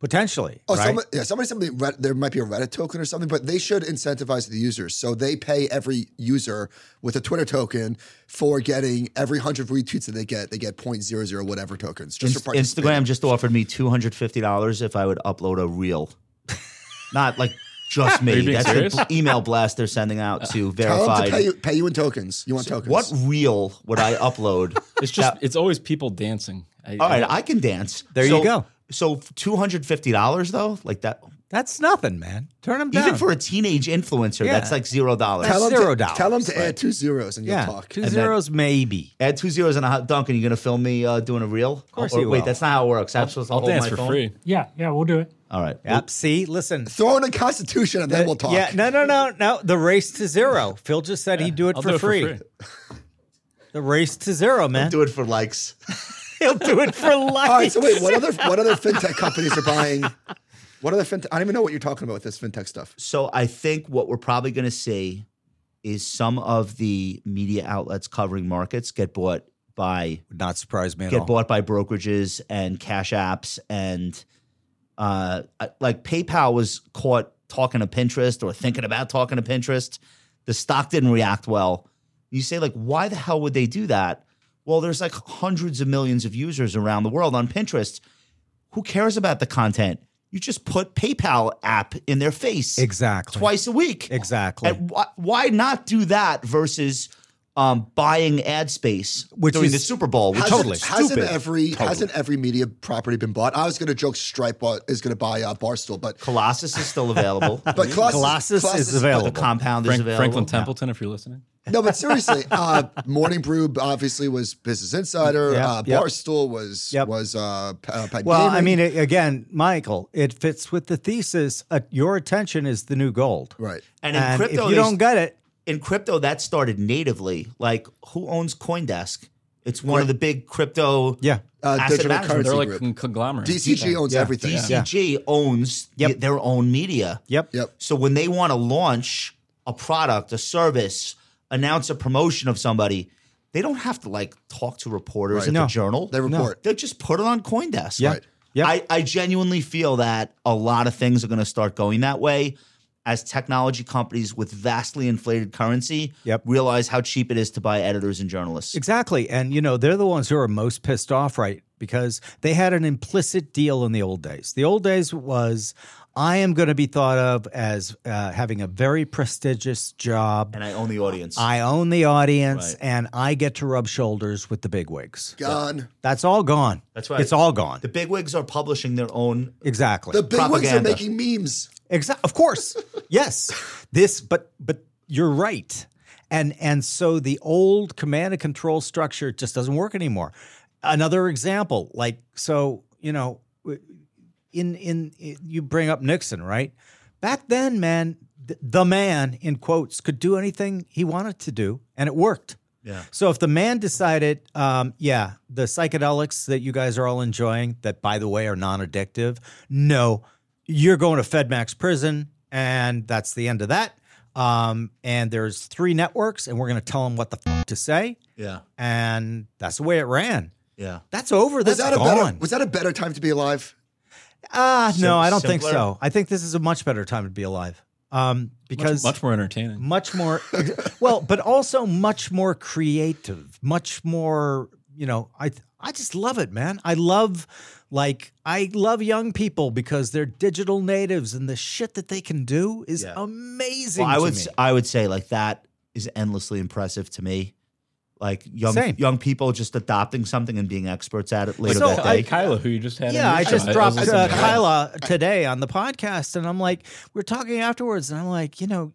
Speaker 8: Potentially.
Speaker 4: Oh,
Speaker 8: right?
Speaker 4: some, yeah, somebody, somebody, Red- there might be a Reddit token or something, but they should incentivize the users. So they pay every user with a Twitter token for getting every 100 retweets that they get, they get 0.00 whatever tokens. Just for
Speaker 7: In-
Speaker 4: participating.
Speaker 7: Instagram just offered me two hundred fifty dollars if I would upload a reel, not like just me.
Speaker 2: being
Speaker 7: That's
Speaker 2: serious?
Speaker 7: the b- email blast they're sending out
Speaker 4: Tell
Speaker 7: to
Speaker 4: them to pay
Speaker 7: verified.
Speaker 4: you, pay you in tokens. You want tokens?
Speaker 7: What reel would I upload?
Speaker 2: It's just it's always people dancing. I,
Speaker 7: All right, I can dance.
Speaker 8: There you
Speaker 7: So-
Speaker 8: go.
Speaker 7: So two hundred fifty dollars though, like that,
Speaker 8: That's nothing, man. Turn them down.
Speaker 7: even for a teenage influencer,
Speaker 8: Yeah.
Speaker 7: that's like zero dollars.
Speaker 4: Tell 'em
Speaker 8: Zero
Speaker 4: to,
Speaker 8: dollars,
Speaker 4: Tell them to add two zeros and
Speaker 8: yeah,
Speaker 4: you'll talk.
Speaker 8: two
Speaker 7: And then-
Speaker 8: zeros maybe.
Speaker 7: Add two zeros and a hot dunk, and you're gonna film me uh, doing a reel. Of
Speaker 8: course
Speaker 7: or,
Speaker 8: you
Speaker 7: Wait,
Speaker 8: will.
Speaker 7: that's not how it works. I'm supposed to
Speaker 2: I'll
Speaker 7: hold
Speaker 2: dance
Speaker 7: my
Speaker 2: for
Speaker 7: phone?
Speaker 2: free.
Speaker 9: Yeah, yeah, we'll do it.
Speaker 7: All right.
Speaker 8: Yep. See, listen.
Speaker 4: Throw in a constitution and then we'll talk.
Speaker 8: Uh, Yeah, no, no, no, no. The race to zero. Phil just said he'd do it,
Speaker 2: I'll
Speaker 8: for,
Speaker 2: do it
Speaker 8: free.
Speaker 2: for free.
Speaker 8: The race to zero, man.
Speaker 7: Do it for likes.
Speaker 8: He'll do it for life.
Speaker 4: All right. So wait, what other what other fintech companies are buying? What other fintech? I don't even know what you're talking about with this fintech stuff.
Speaker 7: So I think what we're probably going to see is some of the media outlets covering markets get bought by
Speaker 8: Would not surprise me at
Speaker 7: get
Speaker 8: all.
Speaker 7: bought by brokerages and cash apps and uh, I- like PayPal was caught talking to Pinterest or thinking about talking to Pinterest. The stock didn't react well. You say like, why the hell would they do that? Well, there's like hundreds of millions of users around the world on Pinterest. Who cares about the content? You just put PayPal app in their face
Speaker 8: Exactly.
Speaker 7: twice a week.
Speaker 8: Exactly.
Speaker 7: And why, why not do that versus um, buying ad space
Speaker 8: Which
Speaker 7: during
Speaker 8: is-
Speaker 7: the Super Bowl? Which is
Speaker 4: Hasn't- Hasn't,
Speaker 7: stupid.
Speaker 4: every hasn't every media property been bought? I was going to joke Stripe bought, is going to buy uh, Barstool, but
Speaker 7: Colossus is still available.
Speaker 4: but Colossus,
Speaker 8: Colossus is available.
Speaker 7: the compound is
Speaker 2: Frank,
Speaker 7: available.
Speaker 2: Franklin Templeton, if you're listening.
Speaker 4: No, but seriously, uh, Morning Brew obviously was Business Insider.
Speaker 8: Yep,
Speaker 4: uh,
Speaker 8: yep.
Speaker 4: Barstool was
Speaker 8: Yep.
Speaker 4: was uh, P- uh, Pad
Speaker 8: well, I
Speaker 4: Gaming.
Speaker 8: mean, a- again, Michael, it fits with the thesis. Uh, your attention is the new gold.
Speaker 4: right?
Speaker 7: And
Speaker 8: And,
Speaker 7: in crypto,
Speaker 8: if you
Speaker 7: they-
Speaker 8: don't get it,
Speaker 7: in crypto that started natively. Like who owns CoinDesk? It's one of the big crypto.
Speaker 8: yeah,
Speaker 4: Uh,
Speaker 7: Asset
Speaker 4: digital
Speaker 7: management,
Speaker 4: currency
Speaker 2: They're like
Speaker 4: group.
Speaker 2: con- conglomerates.
Speaker 4: DCG owns everything.
Speaker 7: DCG owns
Speaker 8: Yep.
Speaker 7: the- their own media.
Speaker 8: yep,
Speaker 4: Yep.
Speaker 7: So when they want to launch a product, a service, announce a promotion of somebody, they don't have to like talk to reporters
Speaker 4: Right.
Speaker 7: at
Speaker 8: No.
Speaker 7: the journal.
Speaker 4: They report.
Speaker 7: They'll just put it on CoinDesk.
Speaker 8: Yeah. Right. Yeah.
Speaker 7: I, I genuinely feel that a lot of things are going to start going that way as technology companies with vastly inflated currency
Speaker 8: Yep.
Speaker 7: realize how cheap it is to buy editors and journalists.
Speaker 8: exactly. And you know, they're the ones who are most pissed off, right? Because they had an implicit deal in the old days. The old days was, I am going to be thought of as uh, having a very prestigious job.
Speaker 7: And I own the audience.
Speaker 8: I own the audience,
Speaker 7: Right.
Speaker 8: and I get to rub shoulders with the bigwigs.
Speaker 4: Gone.
Speaker 8: That's all gone.
Speaker 7: That's right.
Speaker 8: It's all gone.
Speaker 7: the bigwigs are publishing their own.
Speaker 8: exactly.
Speaker 4: The big ones are
Speaker 7: Propaganda.
Speaker 4: making memes.
Speaker 8: Exactly. Of course. yes. This, but but you're right. And and so the old command and control structure just doesn't work anymore. Another example, like so, you know, w- in in you bring up Nixon, right? Back then, man, th- the man in quotes could do anything he wanted to do, and it worked.
Speaker 7: Yeah.
Speaker 8: So if the man decided, um, yeah, the psychedelics that you guys are all enjoying, that by the way are non-addictive, no, you're going to FedMax prison, and that's the end of that. Um, and there's three networks, and we're going to tell them what the fuck to say,
Speaker 7: Yeah.
Speaker 8: and that's the way it ran.
Speaker 7: Yeah.
Speaker 8: That's over.
Speaker 4: Was
Speaker 8: That's
Speaker 4: that a
Speaker 8: gone.
Speaker 4: better? Was that a better time to be alive?
Speaker 8: Ah,
Speaker 7: Sim-
Speaker 8: no, I don't think
Speaker 7: simpler?
Speaker 8: so. I think this is a much better time to be alive. Um, because
Speaker 2: much more entertaining.
Speaker 8: much more well but also much more creative much more you know i i just love it man i love like i love young people because they're digital natives and the shit that they can do is
Speaker 7: Yeah.
Speaker 8: amazing
Speaker 7: Well, I
Speaker 8: to
Speaker 7: would
Speaker 8: me.
Speaker 7: s- I would say like that is endlessly impressive to me. Like young
Speaker 8: Same.
Speaker 7: young people just adopting something and being experts at it later
Speaker 8: So
Speaker 7: that
Speaker 2: Hey,
Speaker 7: day.
Speaker 8: I-
Speaker 2: Kyla, who you just had. on
Speaker 8: yeah,
Speaker 2: your
Speaker 8: I
Speaker 2: show,
Speaker 8: just
Speaker 2: was
Speaker 8: dropped
Speaker 2: listening
Speaker 8: uh,
Speaker 2: to that.
Speaker 8: Kyla today on the podcast, and I'm like, we're talking afterwards, and I'm like, you know,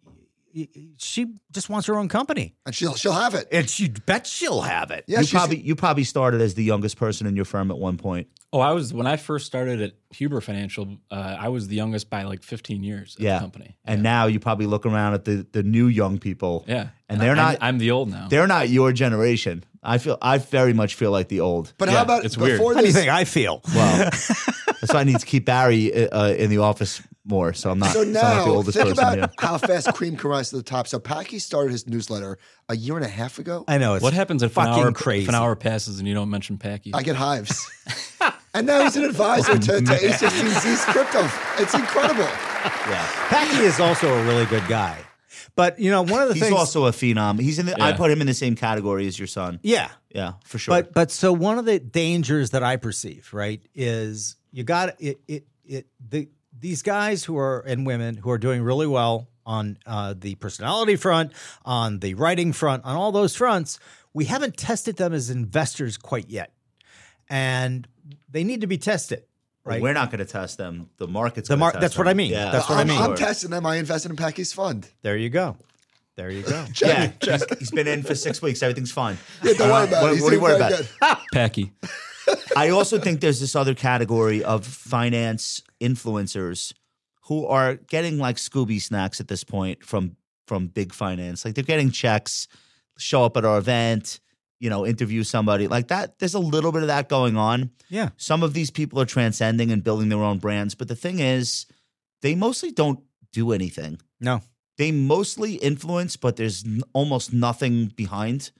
Speaker 8: y- y- she just wants her own company,
Speaker 4: And she'll she'll have it.
Speaker 8: and she bet she'll have it.
Speaker 4: Yeah,
Speaker 7: you
Speaker 4: she's-
Speaker 7: probably you probably started as the youngest person in your firm at one point.
Speaker 2: Oh, I was when I first started at Huber Financial. Uh, I was the youngest by like 15 years. At
Speaker 7: Yeah.
Speaker 2: the company.
Speaker 7: And now you probably look around at the the new young people.
Speaker 2: Yeah,
Speaker 7: And they're
Speaker 2: I-
Speaker 7: not-
Speaker 2: I'm, I'm the old now.
Speaker 7: They're not your generation. I feel I very much feel like the old.
Speaker 4: But
Speaker 2: Yeah,
Speaker 4: how about
Speaker 2: it's weird.
Speaker 4: before
Speaker 8: How do you
Speaker 4: this?
Speaker 8: think I feel?
Speaker 7: Wow. That's why I need to keep Barry uh, in the office more. So I'm not,
Speaker 4: So
Speaker 7: so I'm not the
Speaker 4: now,
Speaker 7: oldest
Speaker 4: think
Speaker 7: person
Speaker 4: about
Speaker 7: here.
Speaker 4: how fast cream can rise to the top. So Packy started his newsletter a year and a half ago.
Speaker 8: I know it's
Speaker 2: what happens if an
Speaker 8: fucking
Speaker 2: hour
Speaker 8: crazy.
Speaker 2: if an hour passes and you don't mention Packy?
Speaker 4: I get hives. and now he's an advisor to, to A16Z's crypto. It's incredible.
Speaker 7: Yeah.
Speaker 8: Packy is also a really good guy. But you know, one of the
Speaker 7: He's
Speaker 8: things
Speaker 7: also a phenom. He's in the, I
Speaker 2: Yeah.
Speaker 7: put him in the same category as your son.
Speaker 8: Yeah.
Speaker 7: Yeah, for sure.
Speaker 8: But but so one of the dangers that I perceive, right, is you got it it it the these guys who are and women who are doing really well on uh, the personality front, on the writing front, on all those fronts, we haven't tested them as investors quite yet, and they need to be tested. Right?
Speaker 7: We're not going to test them. The market's
Speaker 8: The
Speaker 7: gonna
Speaker 8: mar-
Speaker 7: test
Speaker 8: that's what
Speaker 7: them.
Speaker 8: I mean.
Speaker 7: Yeah.
Speaker 8: That's what I
Speaker 4: I'm,
Speaker 8: mean.
Speaker 4: I'm testing them. I invested in Pecky's fund.
Speaker 8: There you go. There you go.
Speaker 7: Yeah, he's, he's been in for six weeks. Everything's fine. Uh,
Speaker 4: Yeah, don't worry about
Speaker 7: Uh-huh. What-
Speaker 4: it. He's
Speaker 7: what do you
Speaker 4: doing
Speaker 7: worry
Speaker 4: very
Speaker 7: about?
Speaker 4: good.
Speaker 2: Packy.
Speaker 7: I also think there's this other category of finance influencers who are getting like Scooby snacks at this point from from big finance. Like they're getting checks, show up at our event, you know, interview somebody like that. There's a little bit of that going on.
Speaker 8: Yeah.
Speaker 7: Some of these people are transcending and building their own brands, but the thing is, they mostly don't do anything.
Speaker 8: No.
Speaker 7: They mostly influence, but there's n- almost nothing behind.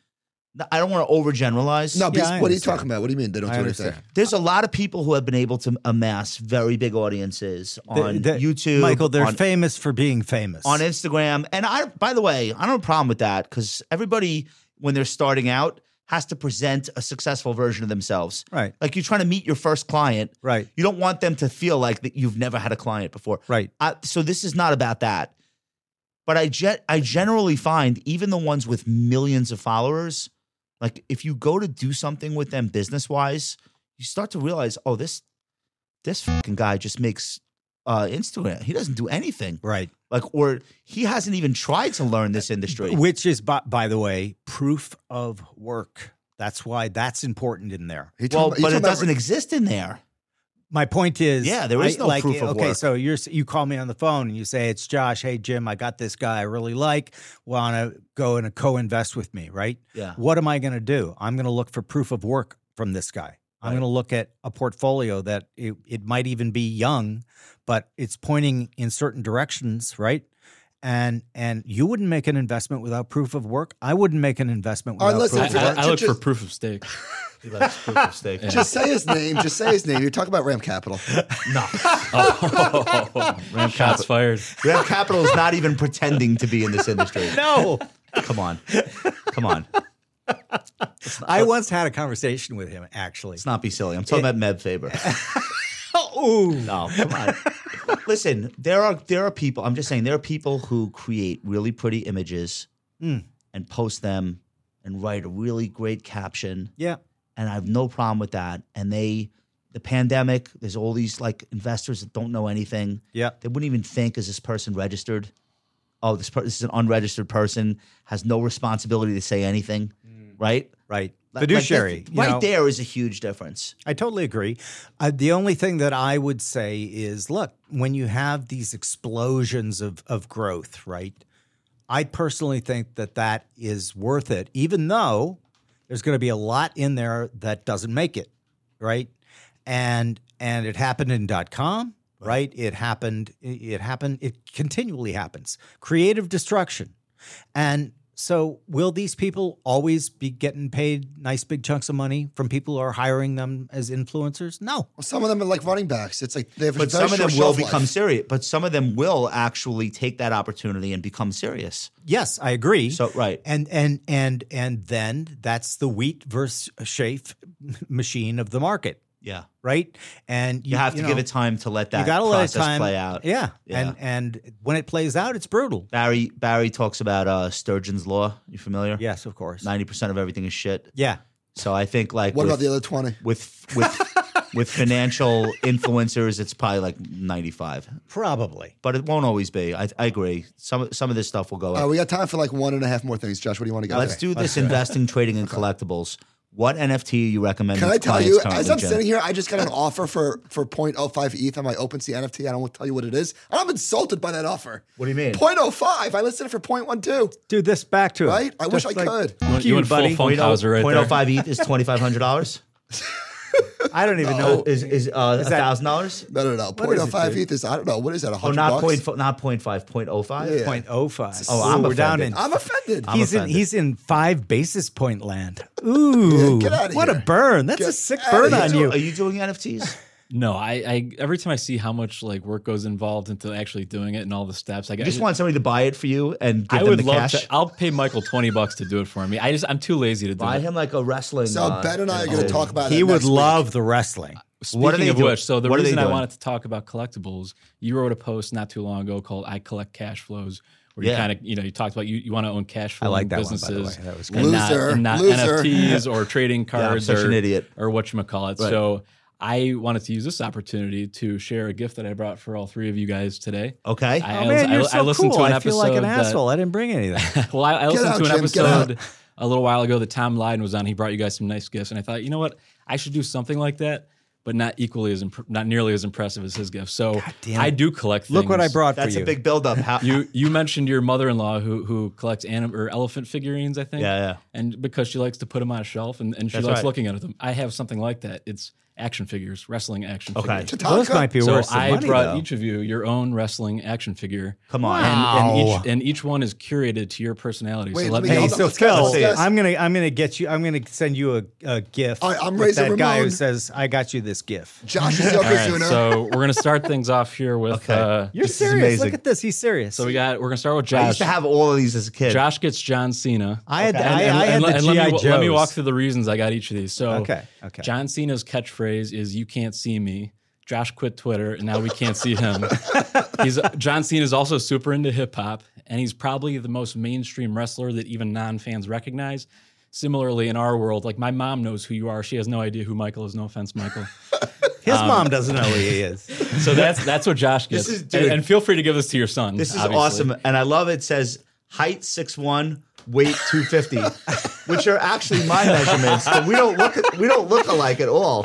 Speaker 7: No, I don't want to overgeneralize.
Speaker 4: No, because what
Speaker 8: I
Speaker 4: are you
Speaker 8: understand.
Speaker 4: talking about? What do you mean they don't
Speaker 8: I
Speaker 4: do
Speaker 8: understand.
Speaker 4: anything?
Speaker 7: There's a lot of people who have been able to amass very big audiences on
Speaker 8: The- the-
Speaker 7: YouTube,
Speaker 8: Michael, they're
Speaker 7: on,
Speaker 8: famous for being famous.
Speaker 7: on Instagram. And I, by the way, I don't have a problem with that because everybody, when they're starting out, has to present a successful version of themselves.
Speaker 8: Right.
Speaker 7: Like you're trying to meet your first client.
Speaker 8: Right.
Speaker 7: You don't want them to feel like that you've never had a client before.
Speaker 8: Right.
Speaker 7: I, so this is not about that. But I ge- I generally find even the ones with millions of followers, like if you go to do something with them business wise, you start to realize, oh, this this fucking guy just makes uh, Instagram. He doesn't do anything,
Speaker 8: Right.
Speaker 7: like or he hasn't even tried to learn this industry.
Speaker 8: Which is, by, by the way, proof of work. That's why that's important in there.
Speaker 4: He talking
Speaker 7: Well,
Speaker 4: about- he
Speaker 7: but
Speaker 4: talking
Speaker 7: it
Speaker 4: about-
Speaker 7: doesn't exist in there.
Speaker 8: My point is,
Speaker 7: Yeah, there is no proof of
Speaker 8: okay,
Speaker 7: work.
Speaker 8: so you're s- you call me on the phone and you say it's Josh. Hey Jim, I got this guy I really like. Want to go and co-invest with me, right?
Speaker 7: Yeah.
Speaker 8: What am I going to do? I'm going to look for proof of work from this guy. I'm
Speaker 7: Right.
Speaker 8: going to look at a portfolio that it, it might even be young, but it's pointing in certain directions, right? And and you wouldn't make an investment without proof of work. I wouldn't make an investment
Speaker 4: All right,
Speaker 8: without
Speaker 4: listen,
Speaker 8: proof
Speaker 2: I,
Speaker 8: of
Speaker 4: for
Speaker 2: I,
Speaker 4: that.
Speaker 2: I look for
Speaker 4: Just-
Speaker 2: proof of stake.
Speaker 7: He likes proof of steak.
Speaker 4: Just say his name. Just say his name. You're talking about Ram Capital.
Speaker 7: No,
Speaker 2: Oh, Ram shots fired.
Speaker 7: Rev Capital is not even pretending to be in this industry.
Speaker 8: No.
Speaker 7: Come on, come on.
Speaker 8: I once had a conversation with him actually.
Speaker 7: Let's not be silly. I'm talking about Meb Faber.
Speaker 8: Oh,
Speaker 7: No, come on. Listen, there are there are people. I'm just saying there are people who create really pretty images
Speaker 8: Hmm.
Speaker 7: and post them and write a really great caption.
Speaker 8: yeah.
Speaker 7: And I have no problem with that. And they, the pandemic, there's all these like investors that don't know anything.
Speaker 8: Yeah.
Speaker 7: They wouldn't even think is this person registered? Oh, this person this is an unregistered person has no responsibility to say anything, right?
Speaker 8: Right.
Speaker 7: Like- like that's-
Speaker 8: Fiduciary. you
Speaker 7: right
Speaker 8: know.
Speaker 7: there is a huge difference.
Speaker 8: I totally agree. Uh, the only thing that I would say is look, when you have these explosions of, of growth, right? I personally think that that is worth it, even though there's going to be a lot in there that doesn't make it, right? And and it happened in dot com, right? It happened. It happened. It continually happens. Creative destruction, and so will these people always be getting paid nice big chunks of money from people who are hiring them as influencers? No,
Speaker 4: Well, some of them are like running backs. It's like they have. a
Speaker 7: but
Speaker 4: very
Speaker 7: some of
Speaker 4: short
Speaker 7: them will
Speaker 4: shelf life.
Speaker 7: become serious. But some of them will actually take that opportunity and become serious.
Speaker 8: Yes, I agree.
Speaker 7: So- right.
Speaker 8: and and and and then that's the wheat versus chafe machine of the market,
Speaker 7: Yeah,
Speaker 8: right? And you,
Speaker 7: you have to
Speaker 8: you
Speaker 7: give
Speaker 8: know,
Speaker 7: it time to let that
Speaker 8: you gotta let it
Speaker 7: process
Speaker 8: time
Speaker 7: play out.
Speaker 8: Yeah.
Speaker 7: Yeah.
Speaker 8: and and when it plays out, it's brutal.
Speaker 7: Barry Barry talks about uh, Sturgeon's law. You familiar?
Speaker 8: Yes, of course.
Speaker 7: ninety percent of everything is shit.
Speaker 8: Yeah,
Speaker 7: So I think like
Speaker 4: What
Speaker 7: with,
Speaker 4: about the other twenty?
Speaker 7: with with with financial influencers, it's probably like ninety five.
Speaker 8: probably.
Speaker 7: But it won't always be. I, I agree. Some some of this stuff will go.
Speaker 4: Uh,
Speaker 7: up.
Speaker 4: we got time for like one and a half more things, Josh. What do you want to go?
Speaker 7: Let's
Speaker 4: through?
Speaker 7: do this investing, trading, and collectibles. What NFT are you recommend?
Speaker 4: Can I tell you, as I'm sitting here, I just got an offer for for 0.05 ETH E on my OpenSea NFT. I don't want to tell you what it is. And I'm insulted by that offer.
Speaker 7: What do you mean?
Speaker 4: 0.05. I listed it for 0.12,
Speaker 8: Do this back to
Speaker 4: right? I wish I
Speaker 8: Just like-
Speaker 4: could.
Speaker 2: You went,
Speaker 8: you,
Speaker 2: you went full
Speaker 8: buddy.
Speaker 2: funk houser right
Speaker 7: Point oh
Speaker 2: there.
Speaker 7: five ETH is twenty five hundred dollars.
Speaker 8: I don't even know.
Speaker 7: Is is uh,
Speaker 8: that-
Speaker 7: thousand dollars?
Speaker 4: No, no, oh no.
Speaker 8: is it,
Speaker 4: 0.05
Speaker 8: dude?
Speaker 4: ETH E is, I don't know, what is that, 100
Speaker 7: Oh, not
Speaker 4: bucks?
Speaker 7: point fo- not point five, point oh five.
Speaker 4: Yeah.
Speaker 8: Point oh five.
Speaker 7: Oh, I'm
Speaker 8: we're down in.
Speaker 7: offended.
Speaker 4: I'm offended.
Speaker 7: I'm
Speaker 8: he's in.
Speaker 7: offended.
Speaker 8: He's in five basis point land.
Speaker 4: Yeah,
Speaker 8: Ooh,
Speaker 4: get outta
Speaker 8: what a
Speaker 4: here.
Speaker 8: burn! That's a
Speaker 4: Get
Speaker 8: sick
Speaker 4: outta
Speaker 8: burn
Speaker 4: here.
Speaker 8: on
Speaker 7: Do-
Speaker 8: you.
Speaker 7: Are you doing NFTs?
Speaker 2: No, I, I every time I see how much like work goes involved into actually doing it and all the steps, I
Speaker 7: You
Speaker 2: get
Speaker 7: just want somebody to buy it for you and give
Speaker 2: I
Speaker 7: them
Speaker 2: would
Speaker 7: the
Speaker 2: love
Speaker 7: cash.
Speaker 2: to. I'll pay Michael twenty bucks to do it for me. I just I'm too lazy to do
Speaker 7: buy
Speaker 2: it.
Speaker 7: him like a wrestling.
Speaker 4: So
Speaker 7: uh,
Speaker 4: Ben and I are
Speaker 7: NFT.
Speaker 4: going to talk about it
Speaker 8: He would
Speaker 4: next week.
Speaker 8: love the wrestling.
Speaker 2: Speaking
Speaker 7: What are they
Speaker 2: of
Speaker 7: doing?
Speaker 2: which, so the
Speaker 7: What are they
Speaker 2: reason I
Speaker 7: doing?
Speaker 2: wanted to talk about collectibles, you wrote a post not too long ago called "I Collect Cash Flows," where you
Speaker 7: Yeah.
Speaker 2: kind of you know you talked about you, you want to own cash flow
Speaker 8: like that one, by the
Speaker 2: businesses
Speaker 8: way. That was
Speaker 2: and not,
Speaker 4: Loser.
Speaker 2: and not
Speaker 4: Loser.
Speaker 2: NFTs or trading
Speaker 7: Yeah, I'm
Speaker 2: cards
Speaker 7: such
Speaker 2: or
Speaker 7: an idiot.
Speaker 2: or what you call it. So I wanted to use this opportunity to share a gift that I brought for all three of you guys today.
Speaker 7: Okay.
Speaker 2: I,
Speaker 8: Oh man,
Speaker 2: I,
Speaker 8: you're
Speaker 2: I
Speaker 8: so
Speaker 2: listened
Speaker 8: cool.
Speaker 2: to an
Speaker 8: I
Speaker 2: episode
Speaker 8: feel like an
Speaker 2: that-
Speaker 8: asshole. I didn't bring anything.
Speaker 2: well, I, I listened
Speaker 4: out,
Speaker 2: to an
Speaker 4: Jim, get
Speaker 2: episode a little while ago that Tom Lydon was on. He brought you guys some nice gifts, and I thought, you know what, I should do something like that, but not equally as imp- not nearly as impressive as his gift. So I do collect. Things.
Speaker 8: Look what I brought
Speaker 7: That's
Speaker 8: for
Speaker 7: a
Speaker 8: you.
Speaker 7: big buildup. How,
Speaker 2: You you mentioned your mother-in-law who who collects anim- or elephant figurines, I think.
Speaker 7: Yeah, yeah.
Speaker 2: And because she likes to put them on a shelf and, and she
Speaker 7: That's
Speaker 2: likes
Speaker 7: right.
Speaker 2: looking at them. I have something like that. It's action figures, wrestling action
Speaker 7: Okay.
Speaker 2: figures.
Speaker 8: Those
Speaker 4: Tonka?
Speaker 8: might be
Speaker 2: So
Speaker 8: worth some
Speaker 2: I
Speaker 8: money,
Speaker 2: brought
Speaker 8: though.
Speaker 2: each of you your own wrestling action figure.
Speaker 7: Come on.
Speaker 2: And, and each and each one is curated to your personality.
Speaker 4: Wait,
Speaker 2: so let
Speaker 4: let
Speaker 2: me
Speaker 4: me
Speaker 8: Hey,
Speaker 4: Hold on,
Speaker 8: so
Speaker 4: let's go,
Speaker 8: Phil,
Speaker 4: let's go.
Speaker 8: I'm gonna I'm gonna get you. I'm gonna send you a, a gift.
Speaker 4: All right, I'm
Speaker 8: with
Speaker 4: Razor
Speaker 8: that guy who
Speaker 4: Ramon.
Speaker 8: says I got you this gift.
Speaker 4: Josh is
Speaker 2: All right,
Speaker 4: Yokozuna.
Speaker 2: so we're gonna start things off here with. Uh,
Speaker 8: You're
Speaker 7: This is
Speaker 8: serious. Look
Speaker 7: amazing.
Speaker 8: at this. He's serious.
Speaker 2: so we got. We're gonna start with
Speaker 7: I
Speaker 2: Josh.
Speaker 7: used to have all of these as a kid.
Speaker 2: Josh gets John Cena.
Speaker 8: I had
Speaker 2: And-
Speaker 8: I,
Speaker 2: and-
Speaker 8: I had
Speaker 2: and
Speaker 8: the
Speaker 2: let- and
Speaker 8: GI
Speaker 2: let, me,
Speaker 8: Joes.
Speaker 2: let me walk through the reasons I got each of these. So
Speaker 8: Okay, okay.
Speaker 2: John Cena's catchphrase is "You can't see me." Josh quit Twitter, and now we can't see him. he's John Cena is also super into hip hop, and he's probably the most mainstream wrestler that even non fans recognize. Similarly, in our world, like my mom knows who you are. She has no idea who Michael is. No offense, Michael.
Speaker 8: His mom doesn't know who he is.
Speaker 2: so that's that's what Josh gets.
Speaker 7: is-
Speaker 2: and,
Speaker 7: dude.
Speaker 2: and feel free to give this to your son.
Speaker 7: This is
Speaker 2: obviously.
Speaker 7: awesome, and I love it. Says height six one, weight two fifty, which are actually my measurements. But we don't look we don't look alike at all.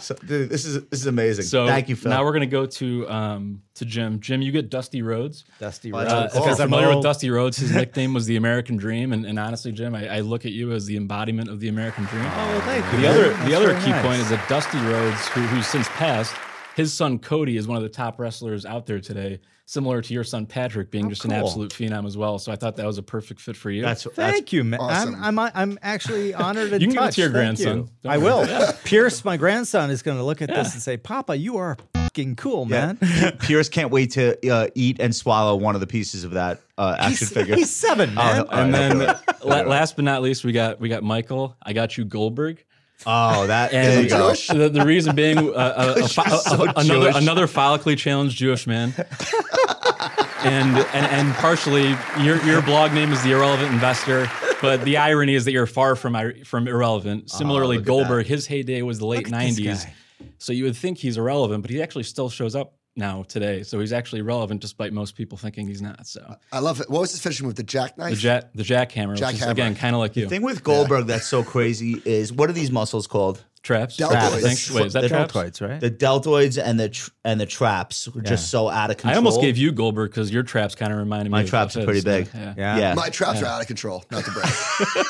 Speaker 7: So, dude, this is this is amazing.
Speaker 2: So
Speaker 7: Thank you, Phil.
Speaker 2: Now we're gonna go to um, to Jim. Jim, you get Dusty Rhodes.
Speaker 8: Dusty
Speaker 7: Well,
Speaker 8: Rhodes.
Speaker 2: Uh,
Speaker 7: That's
Speaker 2: if you're
Speaker 7: cool.
Speaker 2: familiar
Speaker 8: old.
Speaker 2: with Dusty Rhodes, his nickname was the American Dream, and, and honestly, Jim, I, I look at you as the embodiment of the American Dream.
Speaker 7: Oh,
Speaker 8: well, Oh, thank you.
Speaker 2: the other
Speaker 8: That's
Speaker 2: the other
Speaker 8: very
Speaker 2: key
Speaker 8: nice.
Speaker 2: point is that Dusty Rhodes, who, who's since passed, his son Cody is one of the top wrestlers out there today. Similar to your son Patrick being just an absolute phenom as well. So I thought that was a perfect fit for you.
Speaker 7: Oh, that's that's
Speaker 8: Thank you, man.
Speaker 4: awesome.
Speaker 8: I'm, I'm I'm actually honored. And
Speaker 2: You can give it
Speaker 8: touched.
Speaker 2: to your
Speaker 8: Thank you.
Speaker 2: grandson. Don't
Speaker 8: I
Speaker 2: worry.
Speaker 8: will. Pierce, my grandson, is going to look at this and say, "Papa, you are fucking cool,
Speaker 7: yeah.
Speaker 8: man."
Speaker 7: Pierce can't wait to uh, eat and swallow one of the pieces of that uh, action
Speaker 8: He's,
Speaker 7: figure.
Speaker 8: he's seven,
Speaker 7: Oh,
Speaker 8: man.
Speaker 7: no, all
Speaker 2: and
Speaker 7: right,
Speaker 2: then
Speaker 7: okay,
Speaker 2: la-
Speaker 7: right.
Speaker 2: last but not least, we got we got Michael. I got you Goldberg.
Speaker 7: oh, that there you
Speaker 2: And
Speaker 7: go.
Speaker 2: the, the reason being uh, a, a, fo-
Speaker 7: You're so
Speaker 2: a- another
Speaker 7: Jewish.
Speaker 2: another follically challenged Jewish man. and, and and partially your your blog name is the irrelevant investor, but the irony is that you're far from ir- from irrelevant. Similarly, Goldberg, his heyday was the late '90s, so you would think he's irrelevant, but he actually still shows up now today. So he's actually relevant, despite most people thinking he's not.
Speaker 7: Uh,
Speaker 2: So
Speaker 4: I love it. What was his fishing with the jackknife?
Speaker 2: the jack the jackhammer, which is
Speaker 4: Jackhammer.
Speaker 2: again kind of like you,
Speaker 7: The thing with Goldberg that's so crazy is what are these muscles called?
Speaker 2: traps.
Speaker 4: Deltoids.
Speaker 2: I think. Wait, is that
Speaker 7: The
Speaker 2: traps?
Speaker 8: Deltoids, right?
Speaker 7: The deltoids and the tr- and the traps are just so out of control.
Speaker 2: I almost gave you Goldberg because your traps kind of reminded me.
Speaker 7: my
Speaker 2: of
Speaker 7: traps are
Speaker 2: his.
Speaker 7: pretty big.
Speaker 2: Yeah.
Speaker 8: Yeah.
Speaker 7: yeah.
Speaker 4: My traps are out of control. Not to break.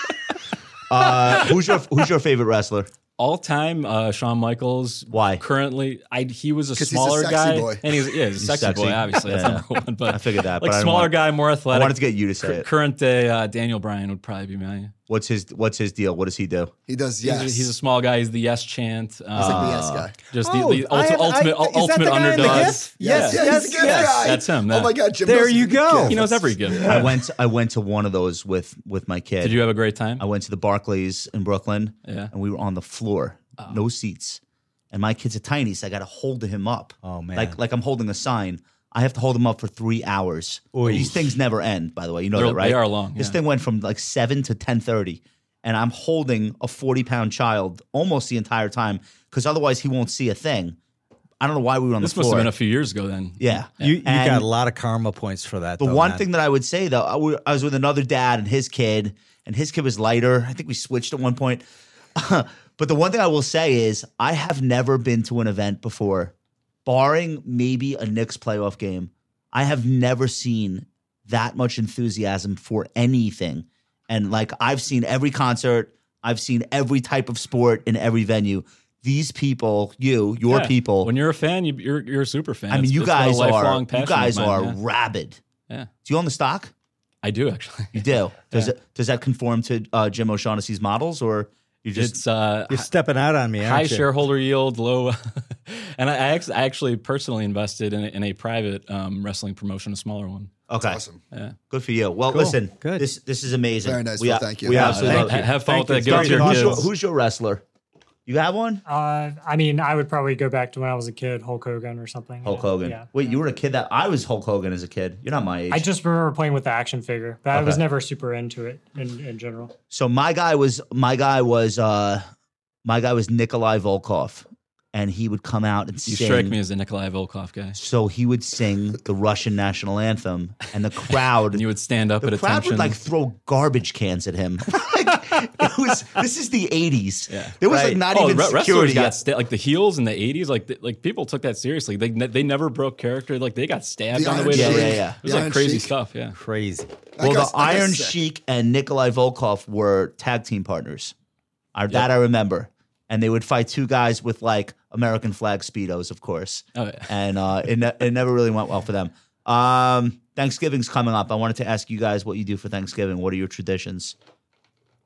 Speaker 7: Uh, who's your who's your favorite wrestler?
Speaker 2: All time, uh, Shawn Michaels.
Speaker 7: Why?
Speaker 2: Currently, I, he was a
Speaker 4: 'Cause he's a
Speaker 2: smaller
Speaker 4: sexy
Speaker 2: guy,
Speaker 4: boy.
Speaker 2: and he's yeah, he's a sexy,
Speaker 7: sexy.
Speaker 2: boy. Obviously, that's
Speaker 7: Yeah.
Speaker 2: number one. But
Speaker 7: I figured that,
Speaker 2: Like
Speaker 7: but I didn't
Speaker 2: smaller
Speaker 7: want-
Speaker 2: guy, more athletic.
Speaker 7: wanted to get you to say it.
Speaker 2: Current day uh, Daniel Bryan would probably be mine.
Speaker 7: What's his What's his deal? What does he do?
Speaker 4: He does
Speaker 2: He's,
Speaker 4: yes.
Speaker 2: a, he's a small guy. He's the yes chant. Uh,
Speaker 4: He's like the yes guy.
Speaker 2: Just
Speaker 8: Oh,
Speaker 2: the, the
Speaker 8: I
Speaker 2: ulti-
Speaker 8: have- I-
Speaker 2: ultimate
Speaker 8: is that
Speaker 2: ultimate
Speaker 8: the guy in the
Speaker 2: underdog.
Speaker 8: GIF?
Speaker 4: Yes, yes, he's a gift
Speaker 2: yes.
Speaker 4: guy.
Speaker 2: That's him,
Speaker 4: Oh
Speaker 2: that-
Speaker 4: my god, Jim.
Speaker 8: There
Speaker 4: knows
Speaker 8: you
Speaker 4: he's a
Speaker 8: go.
Speaker 4: gift.
Speaker 2: He knows every gift.
Speaker 7: I went I went to one of those with with my kid.
Speaker 2: Did you have a great time?
Speaker 7: I went to the Barclays in Brooklyn,
Speaker 2: Yeah. Oh.
Speaker 7: and we were on the floor, no seats, and my kid's are tiny, so I got to hold him up.
Speaker 8: Oh, man.
Speaker 7: like like I'm holding a sign. I have to hold him up for three hours.
Speaker 8: Oy.
Speaker 7: These things never end, by the way. You know
Speaker 2: They're-
Speaker 7: that, right?
Speaker 2: they are long,
Speaker 7: This
Speaker 2: yeah.
Speaker 7: thing went from like seven to ten thirty, and I'm holding a forty pound child almost the entire time because otherwise he won't see a thing. I don't know why we were on
Speaker 2: this
Speaker 7: the floor.
Speaker 2: must have been a few years ago then.
Speaker 7: yeah.
Speaker 8: You you
Speaker 7: And-
Speaker 8: got a lot of karma points for that.
Speaker 7: the
Speaker 2: Oh,
Speaker 8: though,
Speaker 7: one
Speaker 8: man.
Speaker 7: thing that I would say though, I wa- I was with another dad and his kid, and his kid was lighter. I think we switched at one point. but the one thing I will say is, I have never been to an event before, barring maybe a Knicks playoff game. I have never seen that much enthusiasm for anything. And like, I've seen every concert, I've seen every type of sport in every venue. These people, you, your
Speaker 2: Yeah.
Speaker 7: people,
Speaker 2: When you're a fan, you, you're you're a super fan.
Speaker 7: I mean,
Speaker 2: It's-
Speaker 7: you
Speaker 2: it's been a
Speaker 7: guys, are,
Speaker 2: lifelong
Speaker 7: you
Speaker 2: passion of
Speaker 7: guys
Speaker 2: mine,
Speaker 7: are
Speaker 2: yeah.
Speaker 7: rabid.
Speaker 2: Yeah.
Speaker 7: Do you own the stock?
Speaker 2: I do actually.
Speaker 7: You do. Does it does that conform to uh, Jim O'Shaughnessy's models, or you just
Speaker 2: It's uh,
Speaker 8: you're stepping out on me, aren't
Speaker 2: high
Speaker 8: you?
Speaker 2: shareholder yield, low. and I, I, act- I actually personally invested in a, in a private um, wrestling promotion, a smaller one.
Speaker 7: okay?
Speaker 4: Awesome.
Speaker 7: Good for you. Well, listen,
Speaker 8: Good.
Speaker 7: This this is amazing.
Speaker 4: Very nice,
Speaker 7: We,
Speaker 4: Phil.
Speaker 7: a-
Speaker 4: Thank you.
Speaker 7: We
Speaker 4: Yeah,
Speaker 7: absolutely
Speaker 2: Ha-
Speaker 7: love you.
Speaker 2: have fun
Speaker 8: Thank
Speaker 2: with that.
Speaker 8: you.
Speaker 2: Give it to your
Speaker 7: Who's your,
Speaker 2: kids.
Speaker 7: who's your wrestler? You have one?
Speaker 9: Uh, I mean, I would probably go back to when I was a kid, Hulk Hogan or something.
Speaker 7: Hulk
Speaker 9: Yeah,
Speaker 7: Hogan.
Speaker 9: Yeah.
Speaker 7: Wait, you were a kid that I was Hulk Hogan as a kid. You're not my age.
Speaker 9: I just remember playing with the action figure, but I was
Speaker 7: Okay.
Speaker 9: never super into it in, in general.
Speaker 7: so my guy was my guy was uh my guy was Nikolai Volkov, and he would come out and
Speaker 2: You
Speaker 7: sing.
Speaker 2: strike me as the Nikolai Volkov guy.
Speaker 7: So he would sing the Russian national anthem, and the crowd
Speaker 2: And you would stand up
Speaker 7: the
Speaker 2: at
Speaker 7: crowd
Speaker 2: attention.
Speaker 7: would like throw garbage cans at him. like, it was this is the eighties.
Speaker 2: Yeah.
Speaker 7: There was like not
Speaker 2: oh,
Speaker 7: even
Speaker 2: re- wrestlers
Speaker 7: security.
Speaker 2: got sta- like the heels in the '80s. Like th- like people took that seriously. They ne- they never broke character. Like they got stabbed
Speaker 4: The
Speaker 2: on the
Speaker 4: Iron
Speaker 2: way to the
Speaker 7: Sheik.
Speaker 2: ring.
Speaker 7: Yeah, yeah, yeah.
Speaker 2: It was
Speaker 4: The Iron
Speaker 2: like crazy
Speaker 4: Sheik.
Speaker 2: stuff. Yeah,
Speaker 8: Crazy.
Speaker 4: That
Speaker 7: well,
Speaker 4: guy's-
Speaker 7: the
Speaker 4: that guy's
Speaker 7: Iron
Speaker 4: sick.
Speaker 7: Sheik and Nikolai Volkov were tag team partners. I, That I remember. And they would fight two guys with like American flag speedos, of course.
Speaker 2: Oh, yeah.
Speaker 7: And uh, it, ne- it never really went well for them. Um, Thanksgiving's coming up. I wanted to ask you guys what you do for Thanksgiving. What are your traditions?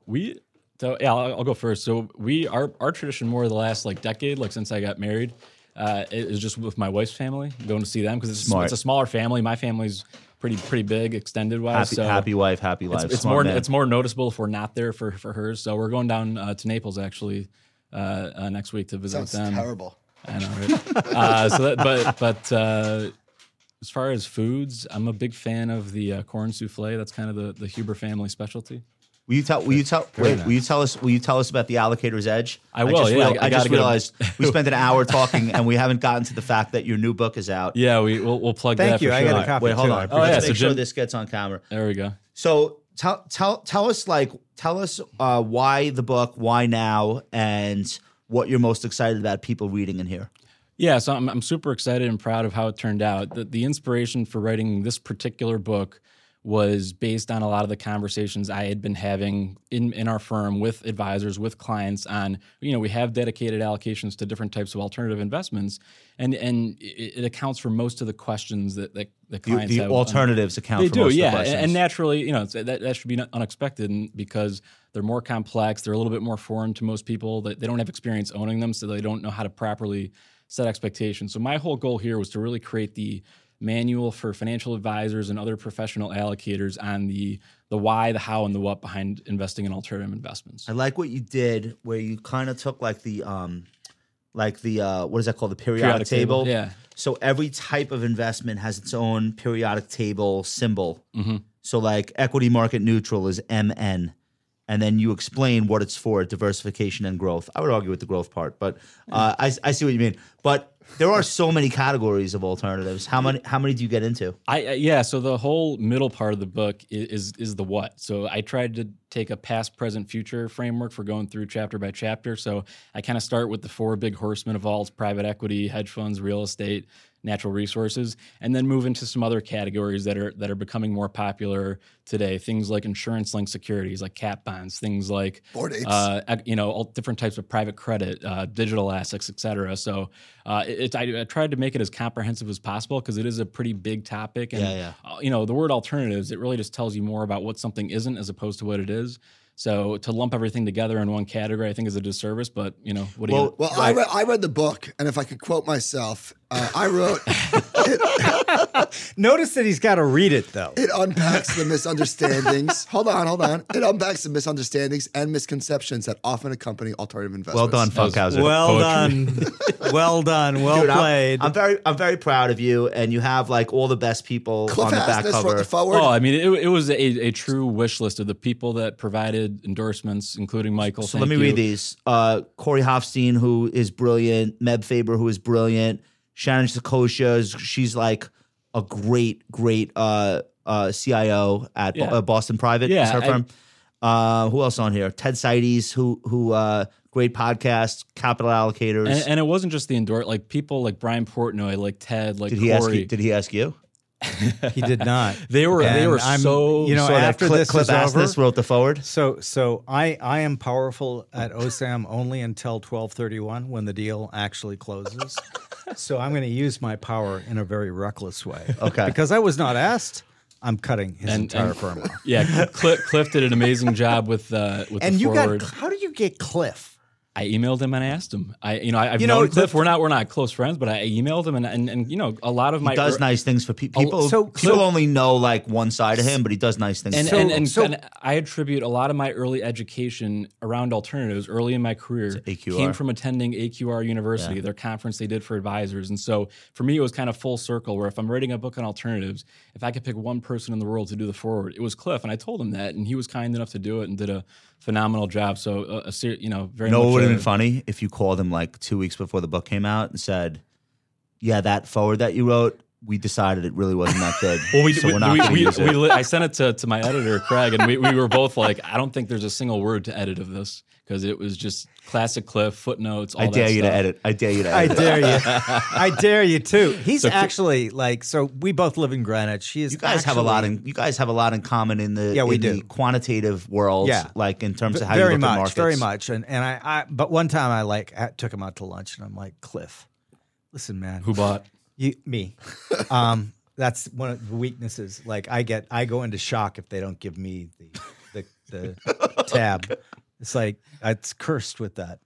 Speaker 2: we. So yeah, I'll, I'll go first. So we our our tradition more of the last like decade, like since I got married, uh, it is just with my wife's family going to see them because it's,
Speaker 7: Smart.
Speaker 2: it's a smaller family. My family's pretty pretty big extended wise.
Speaker 7: Happy,
Speaker 2: Oh, so
Speaker 7: happy wife, happy life.
Speaker 2: it's, it's
Speaker 7: Smart
Speaker 2: more
Speaker 7: man.
Speaker 2: it's more noticeable if we're not there for for hers. So we're going down uh, to Naples actually uh, uh, next week to visit
Speaker 4: Sounds
Speaker 2: them.
Speaker 4: terrible.
Speaker 2: I know, right? uh, so that, but but uh, as far as foods, I'm a big fan of the uh, corn souffle. That's kind of the the Huber family specialty.
Speaker 7: Will you tell? Will you tell? Wait, will you tell us? Will you tell us about the allocator's edge?
Speaker 2: I will,
Speaker 7: just
Speaker 2: yeah, I- I
Speaker 7: I,
Speaker 2: gotta
Speaker 7: just
Speaker 2: get a-
Speaker 7: realized we spent an hour talking and we haven't gotten to the fact that your new book is out.
Speaker 2: Yeah, we we'll, we'll plug
Speaker 8: Thank
Speaker 2: that.
Speaker 8: you,
Speaker 2: For
Speaker 8: I
Speaker 2: sure.
Speaker 8: got a copy
Speaker 7: Wait, hold
Speaker 8: too.
Speaker 7: on.
Speaker 2: Oh, yeah,
Speaker 7: Let's
Speaker 2: so
Speaker 7: make sure
Speaker 2: Jim-
Speaker 7: this gets on camera.
Speaker 2: There we go.
Speaker 7: So tell tell tell us like tell us uh, why the book, why now, and what you're most excited about people reading in here.
Speaker 2: Yeah, so I'm, I'm super excited and proud of how it turned out. The, the inspiration for writing this particular book was based on a lot of the conversations I had been having in, in our firm with advisors, with clients on, you know, we have dedicated allocations to different types of alternative investments, and and it, it accounts for most of the questions that, that the
Speaker 7: The,
Speaker 2: clients
Speaker 7: the
Speaker 2: have. on-
Speaker 7: alternatives account
Speaker 2: they
Speaker 7: for
Speaker 2: do,
Speaker 7: most
Speaker 2: yeah,
Speaker 7: of the
Speaker 2: and-
Speaker 7: lessons.
Speaker 2: and naturally, you know, it's, that that should be not unexpected and- because they're more complex. They're a little bit more foreign to most people. That they don't have experience owning them, so they don't know how to properly set expectations. So my whole goal here was to really create the manual for financial advisors and other professional allocators on the the why, the how, and the what behind investing in alternative investments.
Speaker 7: I like what you did where you kind of took like the um like the uh what is that called the periodic,
Speaker 2: Periodic
Speaker 7: table.
Speaker 2: table, yeah.
Speaker 7: So every type of investment has its own periodic table symbol.
Speaker 2: Mm-hmm.
Speaker 7: So like equity market neutral is MN. And then you explain what it's for diversification and growth. I would argue with the growth part, but
Speaker 2: Hmm.
Speaker 7: uh, I, I see what you mean. But there are so many categories of alternatives. How many? How many do you get into?
Speaker 2: I, I yeah. So the whole middle part of the book i- is is the what. So I tried to take a past, present, future framework for going through chapter by chapter. So I kind of start with the four big horsemen of alts: private equity, hedge funds, real estate, natural resources, and then move into some other categories that are that are becoming more popular today. Things like insurance-linked securities, like cat bonds. Things like
Speaker 4: Bored apes.
Speaker 2: uh, ac- you know, all different types of private credit, uh, digital assets, et cetera. So uh, it, it, I, I tried to make it as comprehensive as possible because it is a pretty big topic. And,
Speaker 7: Yeah,
Speaker 2: uh, you know, the word alternatives, it really just tells you more about what something isn't as opposed to what it is. So to lump everything together in one category, I think is a disservice, but, you know, what do you
Speaker 4: Well, I, read, I read the book, and if I could quote myself, uh, I wrote,
Speaker 8: Notice that he's got to read it though.
Speaker 4: it unpacks the misunderstandings. hold on, hold on. It unpacks the misunderstandings and misconceptions that often accompany alternative
Speaker 7: Well
Speaker 4: investments.
Speaker 7: done, Funkhauser.
Speaker 8: Well done. well done. Well
Speaker 7: Dude, I'm-
Speaker 8: played.
Speaker 7: I'm, very, I'm very proud of you, and you have like all the best people
Speaker 4: Cliff
Speaker 7: on the back
Speaker 4: Asness wrote
Speaker 7: cover.
Speaker 4: the forward.
Speaker 2: Oh, I mean, it, it was a, a true wish list of the people that provided endorsements, including Michael.
Speaker 7: So
Speaker 2: Thank
Speaker 7: let me
Speaker 2: you.
Speaker 7: read these. Uh, Corey Hofstein, who is brilliant, Meb Faber, who is brilliant, Shannon Sakosha, is- she's like a great, great uh, uh, CIO at Bo-
Speaker 2: Yeah.
Speaker 7: uh, Boston Private. is
Speaker 2: Yeah,
Speaker 7: her
Speaker 2: I-
Speaker 7: firm. Uh, who else on here? Ted Seides, who who uh, great podcast, Capital Allocators.
Speaker 2: And, and it wasn't just the endorse, like people like Brian Portnoy, like Ted, like
Speaker 7: did
Speaker 2: Corey.
Speaker 7: he ask you? Did he ask you?
Speaker 8: he did not.
Speaker 2: They were they
Speaker 8: And
Speaker 2: were
Speaker 8: I'm-
Speaker 2: so
Speaker 8: you know
Speaker 7: So that
Speaker 8: after
Speaker 7: Cliff,
Speaker 8: this
Speaker 7: Cliff
Speaker 8: is over.
Speaker 7: Asness wrote the forward.
Speaker 8: So so I I am powerful at OSAM only until 1231 when the deal actually closes. so I'm going to use my power in a very reckless way.
Speaker 7: Okay.
Speaker 8: Because I was not asked, I'm cutting his
Speaker 2: And-
Speaker 8: entire
Speaker 2: and-
Speaker 8: firm off.
Speaker 2: yeah. Cliff, Cliff did an amazing job with uh, with
Speaker 8: And
Speaker 2: the
Speaker 8: you
Speaker 2: forward.
Speaker 8: got how do you get Cliff?
Speaker 2: I emailed him and I asked him. I, you know, I, have
Speaker 8: You know,
Speaker 2: known Cliff.
Speaker 8: the-
Speaker 2: we're not, we're not close friends, but I emailed him and, and, and you know, a lot of my
Speaker 7: He does
Speaker 2: er-
Speaker 7: nice things for pe- people.
Speaker 8: so-
Speaker 7: people
Speaker 8: so-
Speaker 7: only know like one side of him, but he does nice things.
Speaker 2: and,
Speaker 7: for
Speaker 2: and,
Speaker 7: people.
Speaker 2: and,
Speaker 8: so-
Speaker 2: and I attribute a lot of my early education around alternatives early in my career
Speaker 7: AQR.
Speaker 2: came from attending AQR University, their conference they did for advisors. And so for me, it was kind of full circle where if I'm writing a book on alternatives, if I could pick one person in the world to do the forward, it was Cliff. And I told him that, and he was kind enough to do it and did a phenomenal job. So, uh, a, a ser- you know, very
Speaker 7: no, it
Speaker 2: much
Speaker 7: would have
Speaker 2: a-
Speaker 7: been funny if you called him like two weeks before the book came out and said, "Yeah, that forward that you wrote, we decided it really wasn't that good.
Speaker 2: Well, we,
Speaker 7: so
Speaker 2: we,
Speaker 7: are not
Speaker 2: we-
Speaker 7: going to
Speaker 2: we-
Speaker 7: use
Speaker 2: we
Speaker 7: it."
Speaker 2: li- I sent it to, to my editor, Craig, and we, we were both like, I don't think there's a single word to edit of this because it was just classic Cliff, footnotes, all
Speaker 7: I
Speaker 2: that
Speaker 7: dare you to
Speaker 2: stuff.
Speaker 7: edit. I dare you to
Speaker 8: I
Speaker 7: edit.
Speaker 8: dare you. I dare you too. He's
Speaker 2: So-
Speaker 8: actually like so. We both live in Greenwich. He is.
Speaker 7: You guys have a lot
Speaker 8: actually-
Speaker 7: in you guys have a lot in common in the
Speaker 8: Yeah, we
Speaker 7: in the
Speaker 8: do.
Speaker 7: quantitative world,
Speaker 8: Yeah.
Speaker 7: like in terms of how you
Speaker 8: very
Speaker 7: look
Speaker 8: much,
Speaker 7: at markets.
Speaker 8: very much. And and I, I, but one time I like I took him out to lunch, and I'm like, Cliff, listen, man,
Speaker 2: Who bought?
Speaker 8: you, me, um, that's one of the weaknesses. Like I get, I go into shock if they don't give me the the, the tab. It's like it's cursed with that.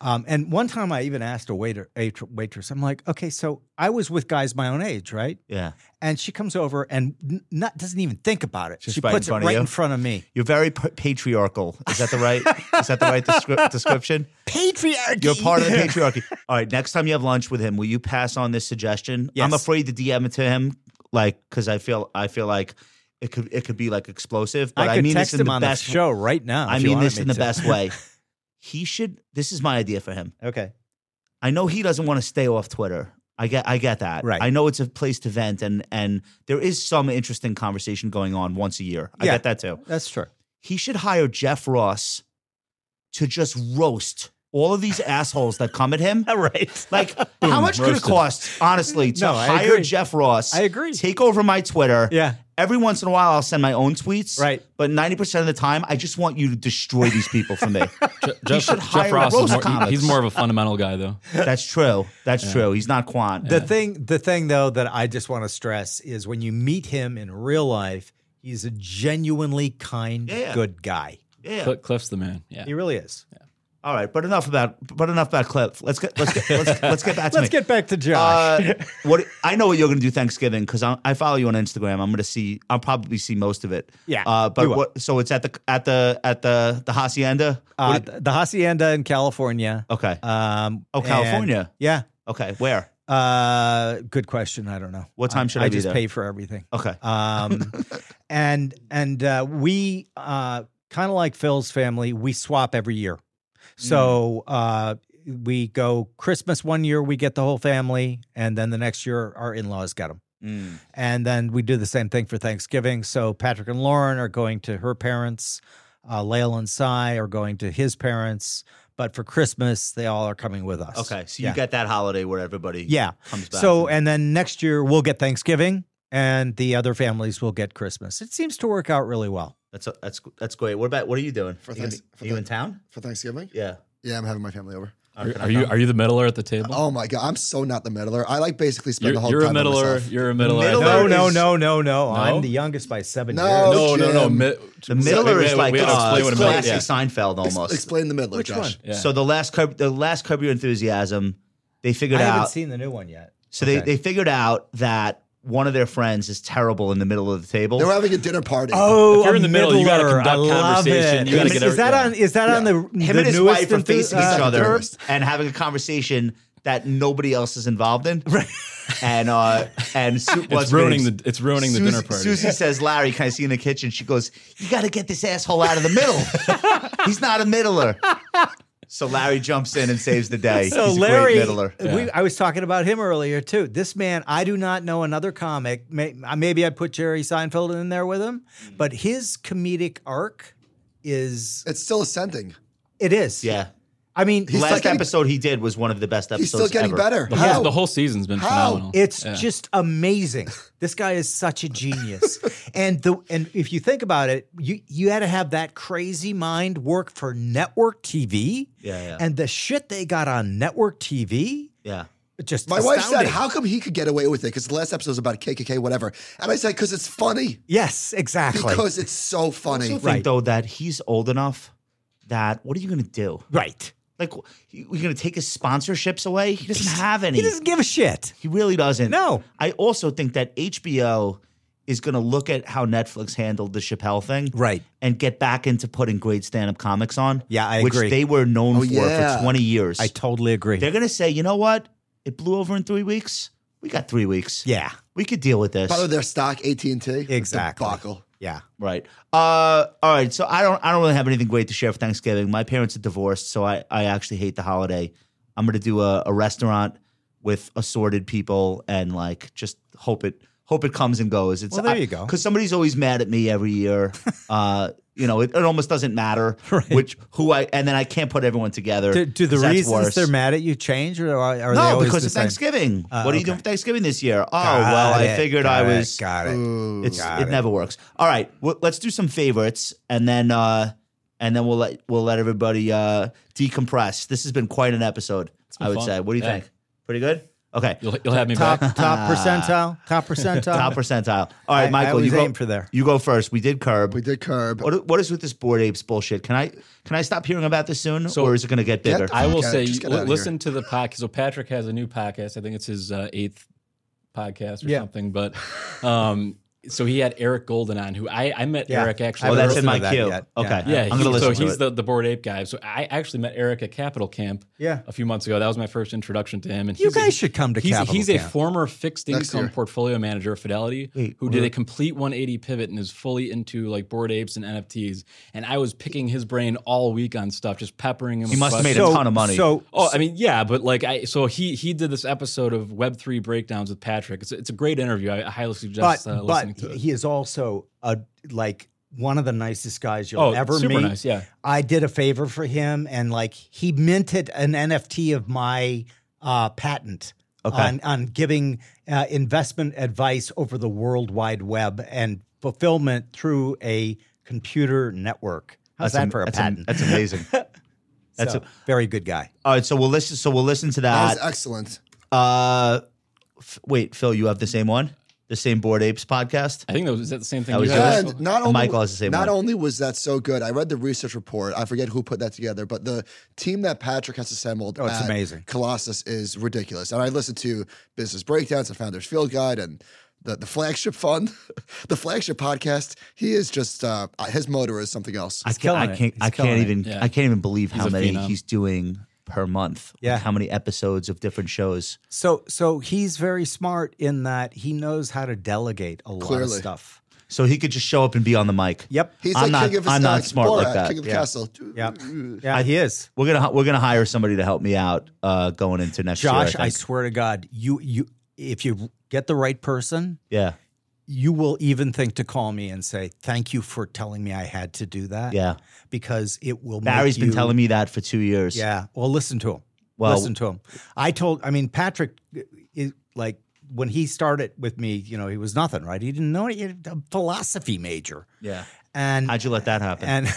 Speaker 8: Um, and one time I even asked a waiter, a tr- waitress, I'm like, okay, so I was with guys my own age, right?
Speaker 7: Yeah,
Speaker 8: And she comes over and n- not doesn't even think about it.
Speaker 7: Just
Speaker 8: she
Speaker 7: right in
Speaker 8: puts it
Speaker 7: front of
Speaker 8: right
Speaker 7: you?
Speaker 8: in front of me.
Speaker 7: you're very p- patriarchal. Is that the right? is that the right descri- description?
Speaker 8: Patriarchy.
Speaker 7: You're part of the patriarchy. All right, next time you have lunch with him, will you pass on this suggestion? I'm
Speaker 8: Yes.
Speaker 7: afraid to DM it to him, like because I feel I feel like it could it could be like explosive. But I,
Speaker 8: I could
Speaker 7: mean
Speaker 8: text
Speaker 7: this in
Speaker 8: him
Speaker 7: the
Speaker 8: on
Speaker 7: best
Speaker 8: the show right now.
Speaker 7: I
Speaker 8: if you
Speaker 7: mean
Speaker 8: wanted
Speaker 7: this
Speaker 8: me
Speaker 7: in the
Speaker 8: to.
Speaker 7: best way. He should. This is my idea for him.
Speaker 8: Okay.
Speaker 7: I know he doesn't want to stay off Twitter. I get I get that.
Speaker 8: Right.
Speaker 7: I know it's a place to vent and and there is some interesting conversation going on once a year. I
Speaker 8: Yeah.
Speaker 7: get that too.
Speaker 8: That's true.
Speaker 7: He should hire Jeff Ross to just roast all of these assholes that come at him.
Speaker 8: All right.
Speaker 7: Like how much could it
Speaker 2: roasted.
Speaker 7: cost, honestly, to
Speaker 8: No, I
Speaker 7: hire
Speaker 8: agree.
Speaker 7: Jeff Ross?
Speaker 8: I agree.
Speaker 7: Take over my Twitter.
Speaker 8: Yeah.
Speaker 7: Every once in a while I'll send my own tweets.
Speaker 8: Right.
Speaker 7: But 90% of the time, I just want you to destroy these people for me.
Speaker 2: Je- Jeff,
Speaker 7: should hire
Speaker 2: Jeff Ross
Speaker 7: roast
Speaker 2: is more,
Speaker 7: comics.
Speaker 2: he- he's more of a fundamental guy, though.
Speaker 7: That's true. That's true. He's not quant.
Speaker 8: The thing the thing though that I just want to stress is when you meet him in real life, he's a genuinely kind,
Speaker 7: Yeah.
Speaker 8: good guy.
Speaker 7: yeah.
Speaker 2: Cl- Cliff's the man. Yeah.
Speaker 8: He really is.
Speaker 7: All right, but enough about but enough about Cliff. Let's get let's get let's, let's get back to
Speaker 8: Let's
Speaker 7: me.
Speaker 8: get back to Josh.
Speaker 7: uh, what I know what you're going to do Thanksgiving because I follow you on Instagram. I'm going to see. I'll probably see most of it.
Speaker 8: Yeah,
Speaker 7: Uh,
Speaker 8: you
Speaker 7: but
Speaker 8: will.
Speaker 7: what? So it's at the at the at the the hacienda.
Speaker 8: Uh,
Speaker 7: What do
Speaker 8: th- the hacienda in California.
Speaker 7: you- okay.
Speaker 8: Um,
Speaker 7: Oh,
Speaker 8: and-
Speaker 7: California.
Speaker 8: yeah.
Speaker 7: okay. Where?
Speaker 8: Uh, good question. I don't know.
Speaker 7: What time should I be
Speaker 8: just
Speaker 7: there?
Speaker 8: pay for everything.
Speaker 7: Okay.
Speaker 8: Um, and and uh, we uh, kind of like Phil's family. We swap every year, so
Speaker 7: Mm.
Speaker 8: uh, we go Christmas one year, we get the whole family, and then the next year our in laws get them,
Speaker 7: Mm.
Speaker 8: and then we do the same thing for Thanksgiving. So Patrick and Lauren are going to her parents. Uh, Lael and Cy are going to his parents, but for Christmas they all are coming with us.
Speaker 7: Okay. So you
Speaker 8: Yeah.
Speaker 7: get that holiday where everybody
Speaker 8: yeah.
Speaker 7: comes back.
Speaker 8: So, and then next year we'll get Thanksgiving and the other families will get Christmas. It seems to work out really well.
Speaker 7: that's that's that's great. What about what are you doing?
Speaker 4: For
Speaker 7: you, gonna
Speaker 4: thanks-
Speaker 7: be-
Speaker 4: for
Speaker 7: you in
Speaker 4: thanks-
Speaker 7: town?
Speaker 4: for Thanksgiving.
Speaker 7: Yeah.
Speaker 4: Yeah, I'm having my family over.
Speaker 2: Are, are you are you the middler at the table?
Speaker 4: Oh my god, I'm so not the middler. I like basically spend
Speaker 2: you're,
Speaker 4: the whole
Speaker 2: you're a
Speaker 4: time by
Speaker 2: middler.
Speaker 4: myself.
Speaker 2: You're a middler. at the
Speaker 7: middler
Speaker 8: No,
Speaker 2: table.
Speaker 8: no,
Speaker 7: is-
Speaker 8: no, no, no. I'm
Speaker 2: No?
Speaker 8: the youngest by seven
Speaker 4: No.
Speaker 8: years.
Speaker 2: no, no, no.
Speaker 4: Jim.
Speaker 2: Mi-
Speaker 7: The middler
Speaker 2: wait,
Speaker 7: is
Speaker 2: wait,
Speaker 7: like
Speaker 2: we gotta
Speaker 7: uh,
Speaker 2: explain what a middler-
Speaker 7: classic
Speaker 2: yeah.
Speaker 7: Seinfeld
Speaker 4: Ex-
Speaker 7: almost.
Speaker 4: explain the middler,
Speaker 8: Which
Speaker 4: Josh.
Speaker 2: Yeah.
Speaker 7: So the last curb, the last Curb Your Enthusiasm, they
Speaker 8: I
Speaker 7: figured
Speaker 8: haven't
Speaker 7: out.
Speaker 8: seen the new one yet.
Speaker 7: so
Speaker 8: Okay.
Speaker 7: they, they figured out that one of their friends is terrible in the middle of the table.
Speaker 4: They were having a dinner party.
Speaker 8: Oh,
Speaker 2: If you're
Speaker 8: a
Speaker 2: in the middle, you gotta
Speaker 8: middler. I
Speaker 2: conduct
Speaker 8: love
Speaker 2: conversation.
Speaker 8: it.
Speaker 2: You gotta
Speaker 8: is,
Speaker 2: get
Speaker 8: is
Speaker 2: every-
Speaker 8: that
Speaker 2: yeah.
Speaker 8: on? Is that on the
Speaker 7: Him
Speaker 8: the
Speaker 7: and his
Speaker 8: newest
Speaker 7: wife are
Speaker 8: enthu-
Speaker 7: facing
Speaker 8: uh,
Speaker 7: each other
Speaker 4: Curb?
Speaker 7: and having a conversation that nobody else is involved in. Right. And uh, and Su-
Speaker 2: It's
Speaker 7: what's her
Speaker 2: ruining
Speaker 7: name's-
Speaker 2: the it's ruining the
Speaker 7: Susie-
Speaker 2: dinner party.
Speaker 7: Susie says, "Larry, can I see you in the kitchen?" She goes, "You got to get this asshole out of the middle. He's not a middler." So Larry jumps in and saves the day.
Speaker 8: So
Speaker 7: He's a
Speaker 8: Larry,
Speaker 7: great middler.
Speaker 8: we, I was talking about him earlier too. This man, I do not know another comic. May- uh, Maybe I put Jerry Seinfeld in there with him,
Speaker 2: Mm.
Speaker 8: but his comedic arc is
Speaker 4: It's still ascending.
Speaker 8: it is.
Speaker 7: Yeah.
Speaker 8: I mean,
Speaker 4: He's
Speaker 7: Last
Speaker 4: still getting-
Speaker 7: episode he did was one of the best
Speaker 4: He's
Speaker 7: episodes.
Speaker 4: still getting
Speaker 7: ever.
Speaker 4: better.
Speaker 2: The
Speaker 4: How?
Speaker 2: whole, the whole season's been
Speaker 4: How?
Speaker 2: phenomenal.
Speaker 8: It's
Speaker 2: Yeah.
Speaker 8: just amazing. This guy is such a genius. and the and if you think about it, you you had to have that crazy mind work for network TV.
Speaker 7: Yeah, yeah.
Speaker 8: And the shit they got on network TV,
Speaker 7: Yeah.
Speaker 8: just
Speaker 4: My wife said,
Speaker 8: astounding.
Speaker 4: "How come he could get away with it?" Because the last episode was about KKK, whatever. And I said, "Because it's funny.
Speaker 8: Yes, exactly.
Speaker 4: Because it's so
Speaker 7: I
Speaker 4: funny."
Speaker 7: also think
Speaker 8: Right.
Speaker 7: though that he's old enough that what are you going to do?
Speaker 8: right.
Speaker 7: Like, we're going to take his sponsorships away? He doesn't have any.
Speaker 8: He doesn't give a shit.
Speaker 7: He really doesn't.
Speaker 8: No.
Speaker 7: I also think that HBO is going to look at how Netflix handled the Chappelle thing.
Speaker 8: Right.
Speaker 7: And get back into putting great stand up comics on.
Speaker 8: Yeah, I
Speaker 7: Which
Speaker 8: agree. Oh,
Speaker 7: they were known for
Speaker 4: yeah.
Speaker 7: for 20 years.
Speaker 8: I totally agree.
Speaker 7: They're going to say, you know what? It blew over in three weeks. We got three weeks.
Speaker 8: yeah,
Speaker 7: We could deal with this.
Speaker 4: Probably their stock AT and T
Speaker 8: Exactly.
Speaker 4: debacle.
Speaker 8: yeah.
Speaker 7: Right. Uh, all right. So I don't. I don't really have anything great to share for Thanksgiving. My parents are divorced, so I, I actually hate the holiday. I'm gonna do a, a restaurant with assorted people and like just hope it hope it comes and goes. It's
Speaker 8: Well, there you go.
Speaker 7: Because somebody's always mad at me every year. uh, you know, it, it almost doesn't matter which who I and then I can't put everyone together.
Speaker 8: Do, do the
Speaker 7: 'cause that's
Speaker 8: reasons
Speaker 7: worse.
Speaker 8: they're mad at you change, or are, are they
Speaker 7: no,
Speaker 8: always
Speaker 7: because
Speaker 8: the
Speaker 7: of
Speaker 8: same?
Speaker 7: Thanksgiving.
Speaker 8: Uh,
Speaker 7: what are you
Speaker 8: okay.
Speaker 7: doing for Thanksgiving this year? Oh
Speaker 8: Got
Speaker 7: well, I
Speaker 8: it,
Speaker 7: figured I
Speaker 8: got it,
Speaker 7: was.
Speaker 8: got it.
Speaker 7: It's
Speaker 8: Got
Speaker 7: it,
Speaker 8: it.
Speaker 7: never works. All right, well, let's do some favorites, and then uh, and then we'll let we'll let everybody uh, decompress. This has been quite an episode,
Speaker 2: been
Speaker 7: I would
Speaker 2: fun.
Speaker 7: say. What do you
Speaker 2: Yeah.
Speaker 7: think? Pretty good. Okay, Ah,
Speaker 2: You'll, you'll have me
Speaker 8: Top
Speaker 2: back.
Speaker 8: top percentile, top percentile,
Speaker 7: top percentile. All right,
Speaker 8: I- I
Speaker 7: Michael,
Speaker 8: always
Speaker 7: you go
Speaker 8: aim for there.
Speaker 7: You go first. We did curb.
Speaker 4: We did curb.
Speaker 7: What what is with this board apes bullshit? Can I can I stop hearing about this soon,
Speaker 2: So-
Speaker 7: or is it going to get
Speaker 4: Get
Speaker 7: bigger?
Speaker 4: the
Speaker 2: I will
Speaker 4: fuck out-
Speaker 2: say,
Speaker 4: just get
Speaker 2: li-
Speaker 4: out of here.
Speaker 2: listen to the podcast. So Patrick has a new podcast. I think it's his uh, eighth podcast or
Speaker 8: Yeah.
Speaker 2: something. But um, so he had Eric Golden on, who I, I met
Speaker 8: Yeah.
Speaker 2: Eric actually.
Speaker 7: oh, that's in
Speaker 8: listened
Speaker 7: my
Speaker 8: to that
Speaker 7: queue.
Speaker 8: yet.
Speaker 7: Okay,
Speaker 8: Yeah.
Speaker 2: yeah,
Speaker 7: I'm
Speaker 2: he-
Speaker 7: going to listen
Speaker 2: so
Speaker 7: to
Speaker 2: he's
Speaker 7: it.
Speaker 2: the the board ape guy. So I actually met Eric at Capital Camp.
Speaker 8: Yeah.
Speaker 2: a few months ago. That was my first introduction to him. And
Speaker 8: You
Speaker 2: he's a-
Speaker 8: guys should come to
Speaker 2: he's,
Speaker 8: Capital
Speaker 2: he's a
Speaker 8: Camp.
Speaker 2: former fixed
Speaker 4: Next
Speaker 2: income
Speaker 4: year.
Speaker 2: portfolio manager at Fidelity
Speaker 7: Wait,
Speaker 2: who did a complete 180 pivot and is fully into like board apes and NFTs. And I was picking his brain all week on stuff, just peppering him.
Speaker 7: He
Speaker 2: with
Speaker 7: must have made
Speaker 2: questions.
Speaker 7: a ton of money.
Speaker 8: So
Speaker 2: Oh, I mean, yeah, but like I, so he he did this episode of Web three breakdowns with Patrick. It's, it's a great interview. I, I highly suggest
Speaker 8: but
Speaker 2: uh, listening
Speaker 8: but
Speaker 2: to it.
Speaker 8: he is also a like one of the nicest guys you'll
Speaker 2: oh,
Speaker 8: ever
Speaker 2: super
Speaker 8: meet.
Speaker 2: nice, yeah.
Speaker 8: I did a favor for him, and like he minted an NFT of my uh, patent
Speaker 7: Okay.
Speaker 8: on on giving uh, investment advice over the World Wide Web and fulfillment through a computer network. How's that
Speaker 7: am-
Speaker 8: for a
Speaker 7: that's am-
Speaker 8: patent?
Speaker 7: that's amazing.
Speaker 8: that's
Speaker 7: a-
Speaker 8: very good guy.
Speaker 7: All right, so we'll listen. So we'll listen to
Speaker 4: That
Speaker 7: that.
Speaker 4: was excellent.
Speaker 7: Uh, f- wait, Phil, you have the same one, the same Board Apes podcast.
Speaker 2: I think that was is that the same thing.
Speaker 7: That
Speaker 2: you
Speaker 7: was
Speaker 2: had?
Speaker 7: yours?
Speaker 4: And not only
Speaker 7: Michael has the same
Speaker 4: not
Speaker 7: one.
Speaker 4: only was that so good, I read the research report. I forget who put that together, but the team that Patrick has assembled
Speaker 8: Oh, it's
Speaker 4: at
Speaker 8: amazing.
Speaker 4: Colossus is ridiculous. And I listened to Business Breakdowns and Founders Field Guide and the, the flagship fund, the flagship podcast. He is just uh, his motor is something else.
Speaker 7: I can't.
Speaker 8: killing
Speaker 7: I
Speaker 8: it.
Speaker 7: can't.
Speaker 8: He's
Speaker 7: I
Speaker 8: killing
Speaker 7: can't
Speaker 8: it.
Speaker 7: even.
Speaker 2: Yeah.
Speaker 7: I can't even believe how
Speaker 2: a
Speaker 7: many
Speaker 2: phenom.
Speaker 7: he's doing per month. like
Speaker 8: Yeah.
Speaker 7: how many episodes of different shows?
Speaker 8: So so he's very smart in that he knows how to delegate a lot of
Speaker 4: Clearly.
Speaker 8: stuff.
Speaker 7: So he could just show up and be on the mic.
Speaker 8: Yep.
Speaker 4: He's
Speaker 7: I'm
Speaker 4: like
Speaker 7: not-
Speaker 4: king of his
Speaker 7: I'm not
Speaker 4: uh,
Speaker 7: smart like
Speaker 4: Borat,
Speaker 7: that.
Speaker 4: King of the
Speaker 8: Yeah.
Speaker 4: castle.
Speaker 8: Yep. Yeah, he is.
Speaker 7: We're gonna we're gonna hire somebody to help me out uh, going into next year.
Speaker 8: Josh, I,
Speaker 7: think.
Speaker 8: swear to God, you you if you get the right person,
Speaker 7: yeah,
Speaker 8: you will even think to call me and say thank you for telling me I had to do that.
Speaker 7: yeah.
Speaker 8: because it will.
Speaker 7: Barry's
Speaker 8: make
Speaker 7: been
Speaker 8: you-
Speaker 7: telling me that for two years.
Speaker 8: Yeah, well, listen to him.
Speaker 7: Well-
Speaker 8: listen to him. I told. I mean, Patrick, is, like when he started with me, you know, he was nothing, right? He didn't know it. He had a philosophy major,
Speaker 7: yeah.
Speaker 8: and
Speaker 7: How'd you let that happen?
Speaker 8: and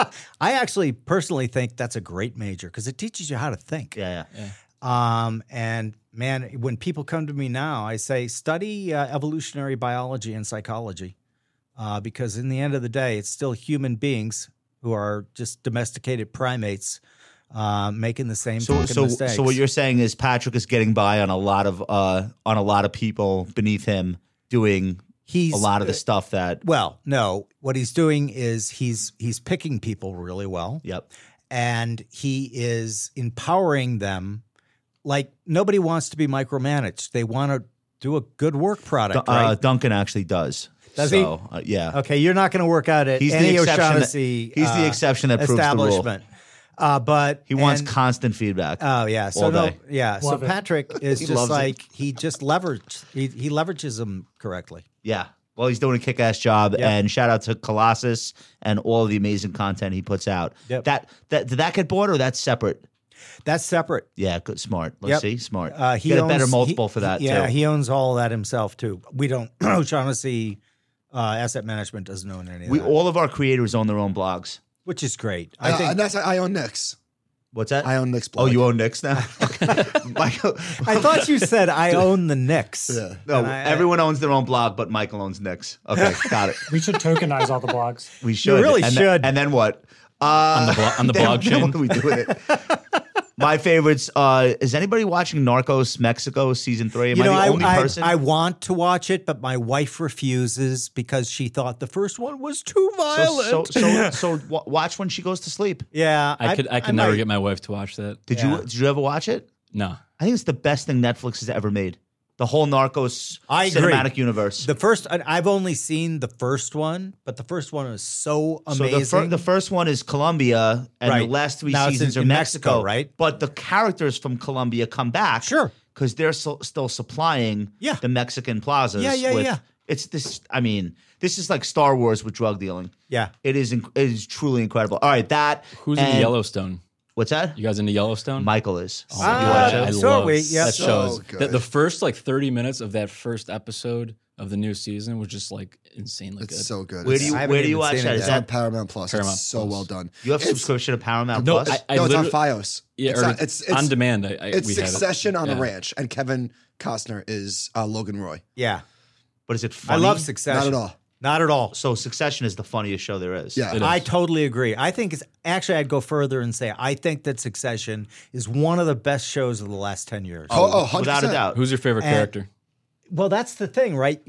Speaker 8: I actually personally think that's a great major because it teaches you how to think.
Speaker 7: yeah, yeah.
Speaker 8: Um, and man, when people come to me now, I say study uh, evolutionary biology and psychology, uh, because in the end of the day, it's still human beings who are just domesticated primates uh, making the same
Speaker 7: So,
Speaker 8: fucking
Speaker 7: so,
Speaker 8: mistakes.
Speaker 7: so what you're saying is Patrick is getting by on a lot of uh, on a lot of people beneath him doing
Speaker 8: he's
Speaker 7: a lot of the stuff that.
Speaker 8: well, no, what he's doing is he's he's picking people really well.
Speaker 7: Yep.
Speaker 8: and he is empowering them. Like nobody wants to be micromanaged. They want to do a good work product,
Speaker 7: Du-
Speaker 8: right?
Speaker 7: uh, Duncan actually does.
Speaker 8: Does he?
Speaker 7: so, he? Uh, yeah.
Speaker 8: Okay, you're not going to work out at
Speaker 7: He's the
Speaker 8: any
Speaker 7: exception that-
Speaker 8: O'Shaughnessy.
Speaker 7: he's the
Speaker 8: uh,
Speaker 7: exception that proves the rule.
Speaker 8: establishment. Uh, but
Speaker 7: He wants
Speaker 8: and-
Speaker 7: constant feedback.
Speaker 8: Oh yeah, so
Speaker 7: all
Speaker 8: no,
Speaker 7: day.
Speaker 8: yeah.
Speaker 9: Love
Speaker 8: so
Speaker 9: it.
Speaker 8: Patrick is
Speaker 7: He
Speaker 8: just
Speaker 7: loves it.
Speaker 8: like he just leveraged. He, he leverages them correctly.
Speaker 7: yeah. Well, he's doing a kick-ass job,
Speaker 8: Yeah.
Speaker 7: and shout out to Colossus and all the amazing content he puts out.
Speaker 8: Yep.
Speaker 7: That that did that get bought or that's separate?
Speaker 8: That's separate.
Speaker 7: Yeah, good, smart.
Speaker 8: Yep.
Speaker 7: Let's see, smart.
Speaker 8: Uh, he
Speaker 7: Get a
Speaker 8: owns-
Speaker 7: better
Speaker 8: he-
Speaker 7: multiple for that.
Speaker 8: Yeah,
Speaker 7: too.
Speaker 8: he owns all that himself too. We don't. O'Shaughnessy uh, Asset Management doesn't own any of
Speaker 7: we
Speaker 8: that,
Speaker 7: all of our creators own their own blogs.
Speaker 8: which is great. I
Speaker 4: I
Speaker 8: think
Speaker 4: Uh, and that's I own Nix.
Speaker 7: What's that?
Speaker 4: I own Nix.
Speaker 7: oh,
Speaker 4: Blog.
Speaker 7: you own Knicks now, Michael.
Speaker 8: I thought you said I own the Knicks.
Speaker 4: Yeah.
Speaker 7: No,
Speaker 8: I- I-
Speaker 7: everyone owns their own blog, but Michael owns Knicks. Okay, got it.
Speaker 9: We should tokenize all the blogs.
Speaker 7: We should.
Speaker 8: really
Speaker 7: and then-
Speaker 8: should.
Speaker 7: and then what? Uh,
Speaker 2: On the blo- on the
Speaker 7: then- then
Speaker 2: blockchain.
Speaker 7: what do we do with it? My favorites. Uh, is anybody watching Narcos Mexico season three? Am
Speaker 8: you
Speaker 7: I
Speaker 8: know,
Speaker 7: the
Speaker 8: I,
Speaker 7: only
Speaker 8: I,
Speaker 7: person?
Speaker 8: I want to watch it, but my wife refuses because she thought the first one was too
Speaker 7: so,
Speaker 8: violent.
Speaker 7: so, so, so wa- watch when she goes to sleep.
Speaker 8: yeah,
Speaker 2: I could I could never get my wife to watch that.
Speaker 7: Did you? Did you ever watch it?
Speaker 2: No.
Speaker 7: I think it's the best thing Netflix has ever made. The whole Narcos
Speaker 8: I agree.
Speaker 7: cinematic universe.
Speaker 8: The first, I- I've only seen the first one, but the first one was so amazing.
Speaker 7: So the, fir- the first one is Colombia, and
Speaker 8: Right.
Speaker 7: the last three
Speaker 8: Now it's
Speaker 7: seasons
Speaker 8: in-
Speaker 7: are
Speaker 8: in
Speaker 7: Mexico,
Speaker 8: Mexico, right?
Speaker 7: But the characters from Colombia come back,
Speaker 8: Sure.
Speaker 7: because they're so, still supplying
Speaker 8: Yeah.
Speaker 7: the Mexican plazas.
Speaker 8: Yeah, yeah,
Speaker 7: with,
Speaker 8: yeah.
Speaker 7: It's this. I mean, this is like Star Wars with drug dealing.
Speaker 8: yeah,
Speaker 7: It is. Inc- it is truly incredible. All right, that.
Speaker 2: Who's in
Speaker 7: and-
Speaker 2: Yellowstone?
Speaker 7: What's that?
Speaker 2: You guys into Yellowstone?
Speaker 7: Michael is.
Speaker 2: Oh my God, I
Speaker 8: so
Speaker 2: love
Speaker 8: are we. Yeah.
Speaker 2: that
Speaker 8: So
Speaker 2: shows. The,
Speaker 4: good.
Speaker 2: the first like 30 minutes of that first episode of the new season was just like insanely
Speaker 4: It's
Speaker 2: good.
Speaker 4: so good.
Speaker 7: Where
Speaker 4: It's-
Speaker 7: do you
Speaker 8: I haven't
Speaker 7: Where do you
Speaker 8: even
Speaker 7: watch
Speaker 8: seen it
Speaker 7: that? Is
Speaker 4: it's on
Speaker 7: that
Speaker 4: Paramount Plus.
Speaker 2: Paramount
Speaker 4: it's so
Speaker 2: Plus.
Speaker 4: well done.
Speaker 7: you have
Speaker 4: It's-
Speaker 7: subscription to Paramount
Speaker 2: No,
Speaker 7: Plus?
Speaker 2: I- I
Speaker 4: no, it's on
Speaker 2: literally-
Speaker 4: FiOS.
Speaker 2: yeah,
Speaker 4: it's,
Speaker 2: or
Speaker 4: on-
Speaker 2: it's,
Speaker 4: it's, it's-
Speaker 2: on demand. I, I,
Speaker 4: It's
Speaker 2: we have it.
Speaker 4: Succession on
Speaker 2: Yeah.
Speaker 4: a ranch, and Kevin Costner is uh, Logan Roy.
Speaker 8: yeah.
Speaker 7: but is it funny?
Speaker 8: I love Succession.
Speaker 4: Not at all.
Speaker 8: Not at all.
Speaker 7: So Succession is the funniest show there is.
Speaker 4: Yeah.
Speaker 2: It
Speaker 8: I
Speaker 2: is.
Speaker 8: totally agree. I think it's actually I'd go further and say I think that Succession is one of the best shows of the last 10 years.
Speaker 4: Oh, oh, 100%.
Speaker 7: without a doubt.
Speaker 2: Who's your favorite
Speaker 8: And-
Speaker 2: character?
Speaker 8: Well, that's the thing, right?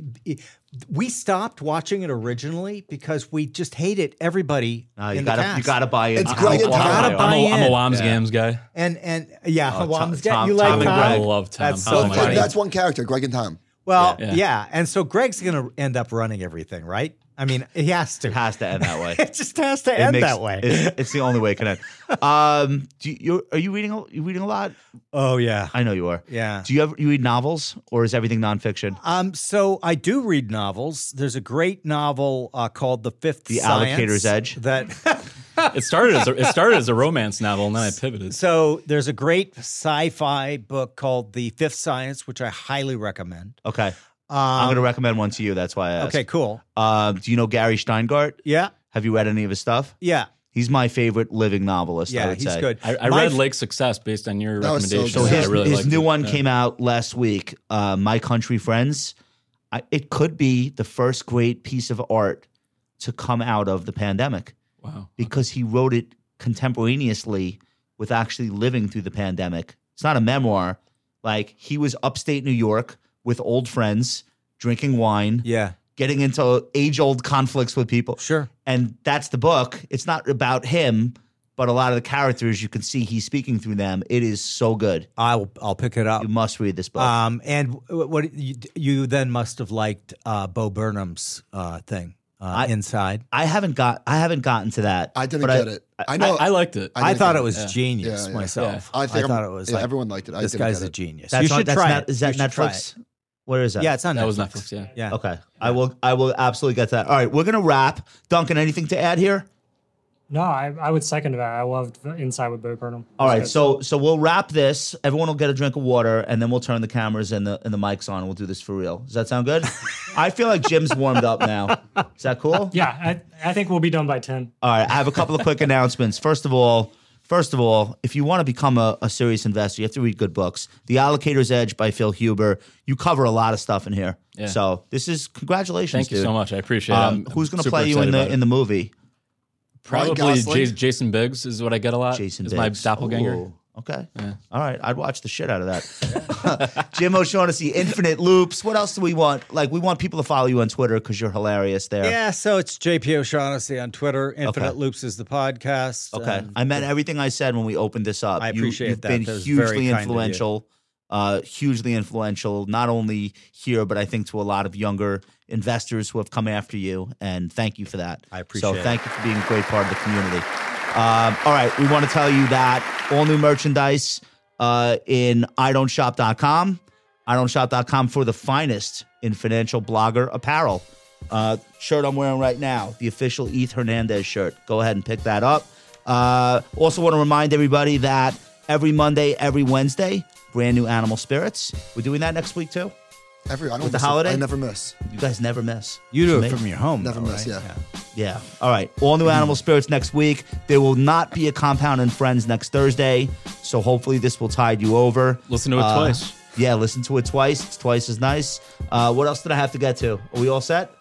Speaker 8: We stopped watching it originally because we just hated everybody
Speaker 7: No,
Speaker 8: in
Speaker 7: you
Speaker 8: the
Speaker 7: gotta
Speaker 8: cast.
Speaker 7: you gotta buy in.
Speaker 4: It's
Speaker 7: I'm-
Speaker 4: Greg
Speaker 7: I'm-
Speaker 4: and
Speaker 7: I'm-
Speaker 4: Tyler.
Speaker 2: I'm,
Speaker 8: gotta buy
Speaker 2: a, I'm a
Speaker 8: in.
Speaker 2: Wams Gams guy.
Speaker 8: and and yeah,
Speaker 7: Oh,
Speaker 8: Hawam's
Speaker 7: Tom-
Speaker 8: got- you
Speaker 7: Tom-
Speaker 8: like
Speaker 7: Tom and
Speaker 8: Tom?
Speaker 2: I love Tom.
Speaker 8: That's
Speaker 2: Tom
Speaker 8: so
Speaker 2: and
Speaker 4: That-
Speaker 8: funny.
Speaker 2: Greg.
Speaker 4: That's one character, Greg and Tom.
Speaker 8: Well,
Speaker 2: Yeah.
Speaker 8: yeah. and so Greg's gonna end up running everything, right? I mean, he has
Speaker 7: It
Speaker 8: to.
Speaker 7: has to end that way.
Speaker 8: It just has to
Speaker 7: It
Speaker 8: end
Speaker 7: makes-
Speaker 8: that way.
Speaker 7: It's, it's the only way it can end. Um, do you, you're, are you reading? A, you reading a lot?
Speaker 8: oh yeah,
Speaker 7: I know you are.
Speaker 8: yeah.
Speaker 7: Do you ever you read novels or is everything nonfiction?
Speaker 8: Um, so I do read novels. There's a great novel uh, called The Fifth
Speaker 7: The
Speaker 8: Science
Speaker 7: Allocator's Edge.
Speaker 8: That
Speaker 2: It started as a, it started as a romance novel, and then I pivoted.
Speaker 8: so there's a great sci-fi book called The Fifth Science, which I highly recommend.
Speaker 7: Okay,
Speaker 8: Um,
Speaker 7: I'm going to recommend one to you. That's why I asked.
Speaker 8: okay, cool.
Speaker 7: Um, do you know Gary Steingart?
Speaker 8: Yeah,
Speaker 7: Have you read any of his stuff?
Speaker 8: yeah,
Speaker 7: He's my favorite living novelist. I
Speaker 8: yeah.
Speaker 7: would
Speaker 8: He's
Speaker 7: say.
Speaker 8: good.
Speaker 2: I, I
Speaker 8: My
Speaker 2: read
Speaker 8: f-
Speaker 2: Lake Success based on your
Speaker 4: That was so
Speaker 2: recommendation.
Speaker 4: good.
Speaker 7: So
Speaker 4: Yeah,
Speaker 7: his
Speaker 2: I really
Speaker 7: his
Speaker 2: liked
Speaker 7: new
Speaker 2: it.
Speaker 7: one
Speaker 2: Yeah.
Speaker 7: came out last week. Uh, My Country Friends. I, it could be the first great piece of art to come out of the pandemic.
Speaker 2: Wow.
Speaker 7: because he wrote it contemporaneously with actually living through the pandemic. It's not a memoir. Like he was upstate New York with old friends, drinking wine,
Speaker 8: Yeah,
Speaker 7: getting into age old conflicts with people.
Speaker 8: sure.
Speaker 7: And that's the book. It's not about him, but a lot of the characters you can see he's speaking through them. It is so good.
Speaker 8: I'll I'll pick it up.
Speaker 7: You must read this book.
Speaker 8: Um, and w- w- what you, you then must have liked uh, Bo Burnham's uh, thing uh, inside.
Speaker 7: I haven't got I haven't gotten to that.
Speaker 4: I didn't
Speaker 7: but
Speaker 4: get it. I know.
Speaker 2: I
Speaker 4: I,
Speaker 2: liked it.
Speaker 4: I
Speaker 8: I,
Speaker 4: didn't
Speaker 8: thought
Speaker 4: get
Speaker 8: it was
Speaker 2: Yeah.
Speaker 8: genius
Speaker 4: Yeah, yeah.
Speaker 8: myself.
Speaker 4: I think
Speaker 8: I
Speaker 4: I'm-
Speaker 8: thought it was
Speaker 4: yeah,
Speaker 8: like
Speaker 4: everyone liked it. I
Speaker 8: this
Speaker 4: didn't
Speaker 8: guy's
Speaker 4: get
Speaker 8: a
Speaker 4: it.
Speaker 8: genius.
Speaker 7: That's
Speaker 8: you
Speaker 7: on-
Speaker 8: should
Speaker 7: that's
Speaker 8: try
Speaker 7: not-
Speaker 8: it.
Speaker 7: Is
Speaker 8: You
Speaker 7: that
Speaker 8: should try
Speaker 7: Netflix? Where is that?
Speaker 8: it. Yeah, it's on
Speaker 2: That was
Speaker 8: Netflix.
Speaker 2: Netflix. Yeah.
Speaker 8: Yeah.
Speaker 7: Okay. I will I will absolutely get that. All right, we're gonna wrap. Duncan, anything to add here?
Speaker 9: No, I, I would second that. I loved Inside with Bo Burnham.
Speaker 7: All right,
Speaker 9: That's
Speaker 7: so so we'll wrap this. Everyone will get a drink of water, and then we'll turn the cameras and the and the mics on, and we'll do this for real. Does that sound good? I feel like Jim's warmed up now. Is that cool?
Speaker 9: good. Yeah, I, I think we'll be done by 10.
Speaker 7: All right, I have a couple of quick announcements. First of all, first of all, if you want to become a, a serious investor, you have to read good books. The Allocator's Edge by Phil Huber. You cover a lot of stuff in here.
Speaker 2: Yeah.
Speaker 7: So this is congratulations.
Speaker 2: Thank you
Speaker 7: dude.
Speaker 2: so much. I appreciate it.
Speaker 7: Um,
Speaker 2: I'm-
Speaker 7: who's
Speaker 2: I'm
Speaker 7: going to
Speaker 2: super
Speaker 7: play you in
Speaker 2: excited
Speaker 7: the
Speaker 2: about it.
Speaker 7: in the movie?
Speaker 4: Ryan
Speaker 2: Probably
Speaker 4: Gosling?
Speaker 2: Jas- Jason Biggs is what I get a lot.
Speaker 7: Jason
Speaker 2: Uh, is
Speaker 7: Biggs.
Speaker 2: my doppelganger.
Speaker 7: Ooh, okay. All right. I'd watch the shit out of that. Jim O'Shaughnessy, Infinite Loops. What else do we want? Like, we want people to follow you on Twitter because you're hilarious there.
Speaker 8: Yeah, so it's JP O'Shaughnessy on Twitter. Infinite Loops is the podcast.
Speaker 7: Okay.
Speaker 8: Um,
Speaker 7: I meant everything I said when we opened this up.
Speaker 8: I appreciate
Speaker 7: you, you've
Speaker 8: that.
Speaker 7: been
Speaker 8: That was very
Speaker 7: hugely
Speaker 8: kind of you.
Speaker 7: influential. Uh, hugely influential, not only here, but I think to a lot of younger investors who have come after you. And thank you for that.
Speaker 8: I appreciate
Speaker 7: So
Speaker 8: it.
Speaker 7: thank you for being a great part of the community. Um, all right, we want to tell you that all new merchandise uh, in idon'tshop.com. Idon'tshop.com for the finest in financial blogger apparel. Uh, shirt I'm wearing right now, the official ETH Hernandez shirt. Go ahead and pick that up. Uh, also, want to remind everybody that every Monday, every Wednesday, brand new Animal Spirits. We're doing that next week too.
Speaker 4: Every, I don't
Speaker 7: With the
Speaker 4: miss it.
Speaker 7: holiday?
Speaker 4: I never miss.
Speaker 7: You guys never miss.
Speaker 8: you do it
Speaker 7: Amazing.
Speaker 8: from your home.
Speaker 4: Never
Speaker 8: though,
Speaker 4: miss,
Speaker 8: right?
Speaker 4: yeah.
Speaker 7: Yeah. All right. All new Animal Spirits next week. There will not be a Compound and Friends next Thursday. So hopefully this will tide you over.
Speaker 2: Listen to it
Speaker 7: Uh,
Speaker 2: twice.
Speaker 7: Yeah, listen to it twice. It's twice as nice. Uh, what else did I have to get to? Are we all set?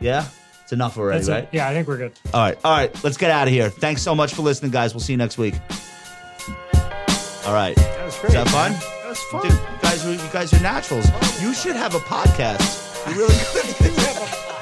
Speaker 7: Yeah? It's enough already,
Speaker 9: That's
Speaker 7: right?
Speaker 9: it. Yeah, I think we're good.
Speaker 7: All right. All right. Let's get out of here. Thanks so much for listening, guys. We'll see you next week. All right.
Speaker 11: That was
Speaker 7: Is
Speaker 11: great.
Speaker 7: that fun?
Speaker 11: That was
Speaker 7: Dude,
Speaker 11: fun.
Speaker 7: you guys, are, you guys are naturals. You should have a podcast. You really could.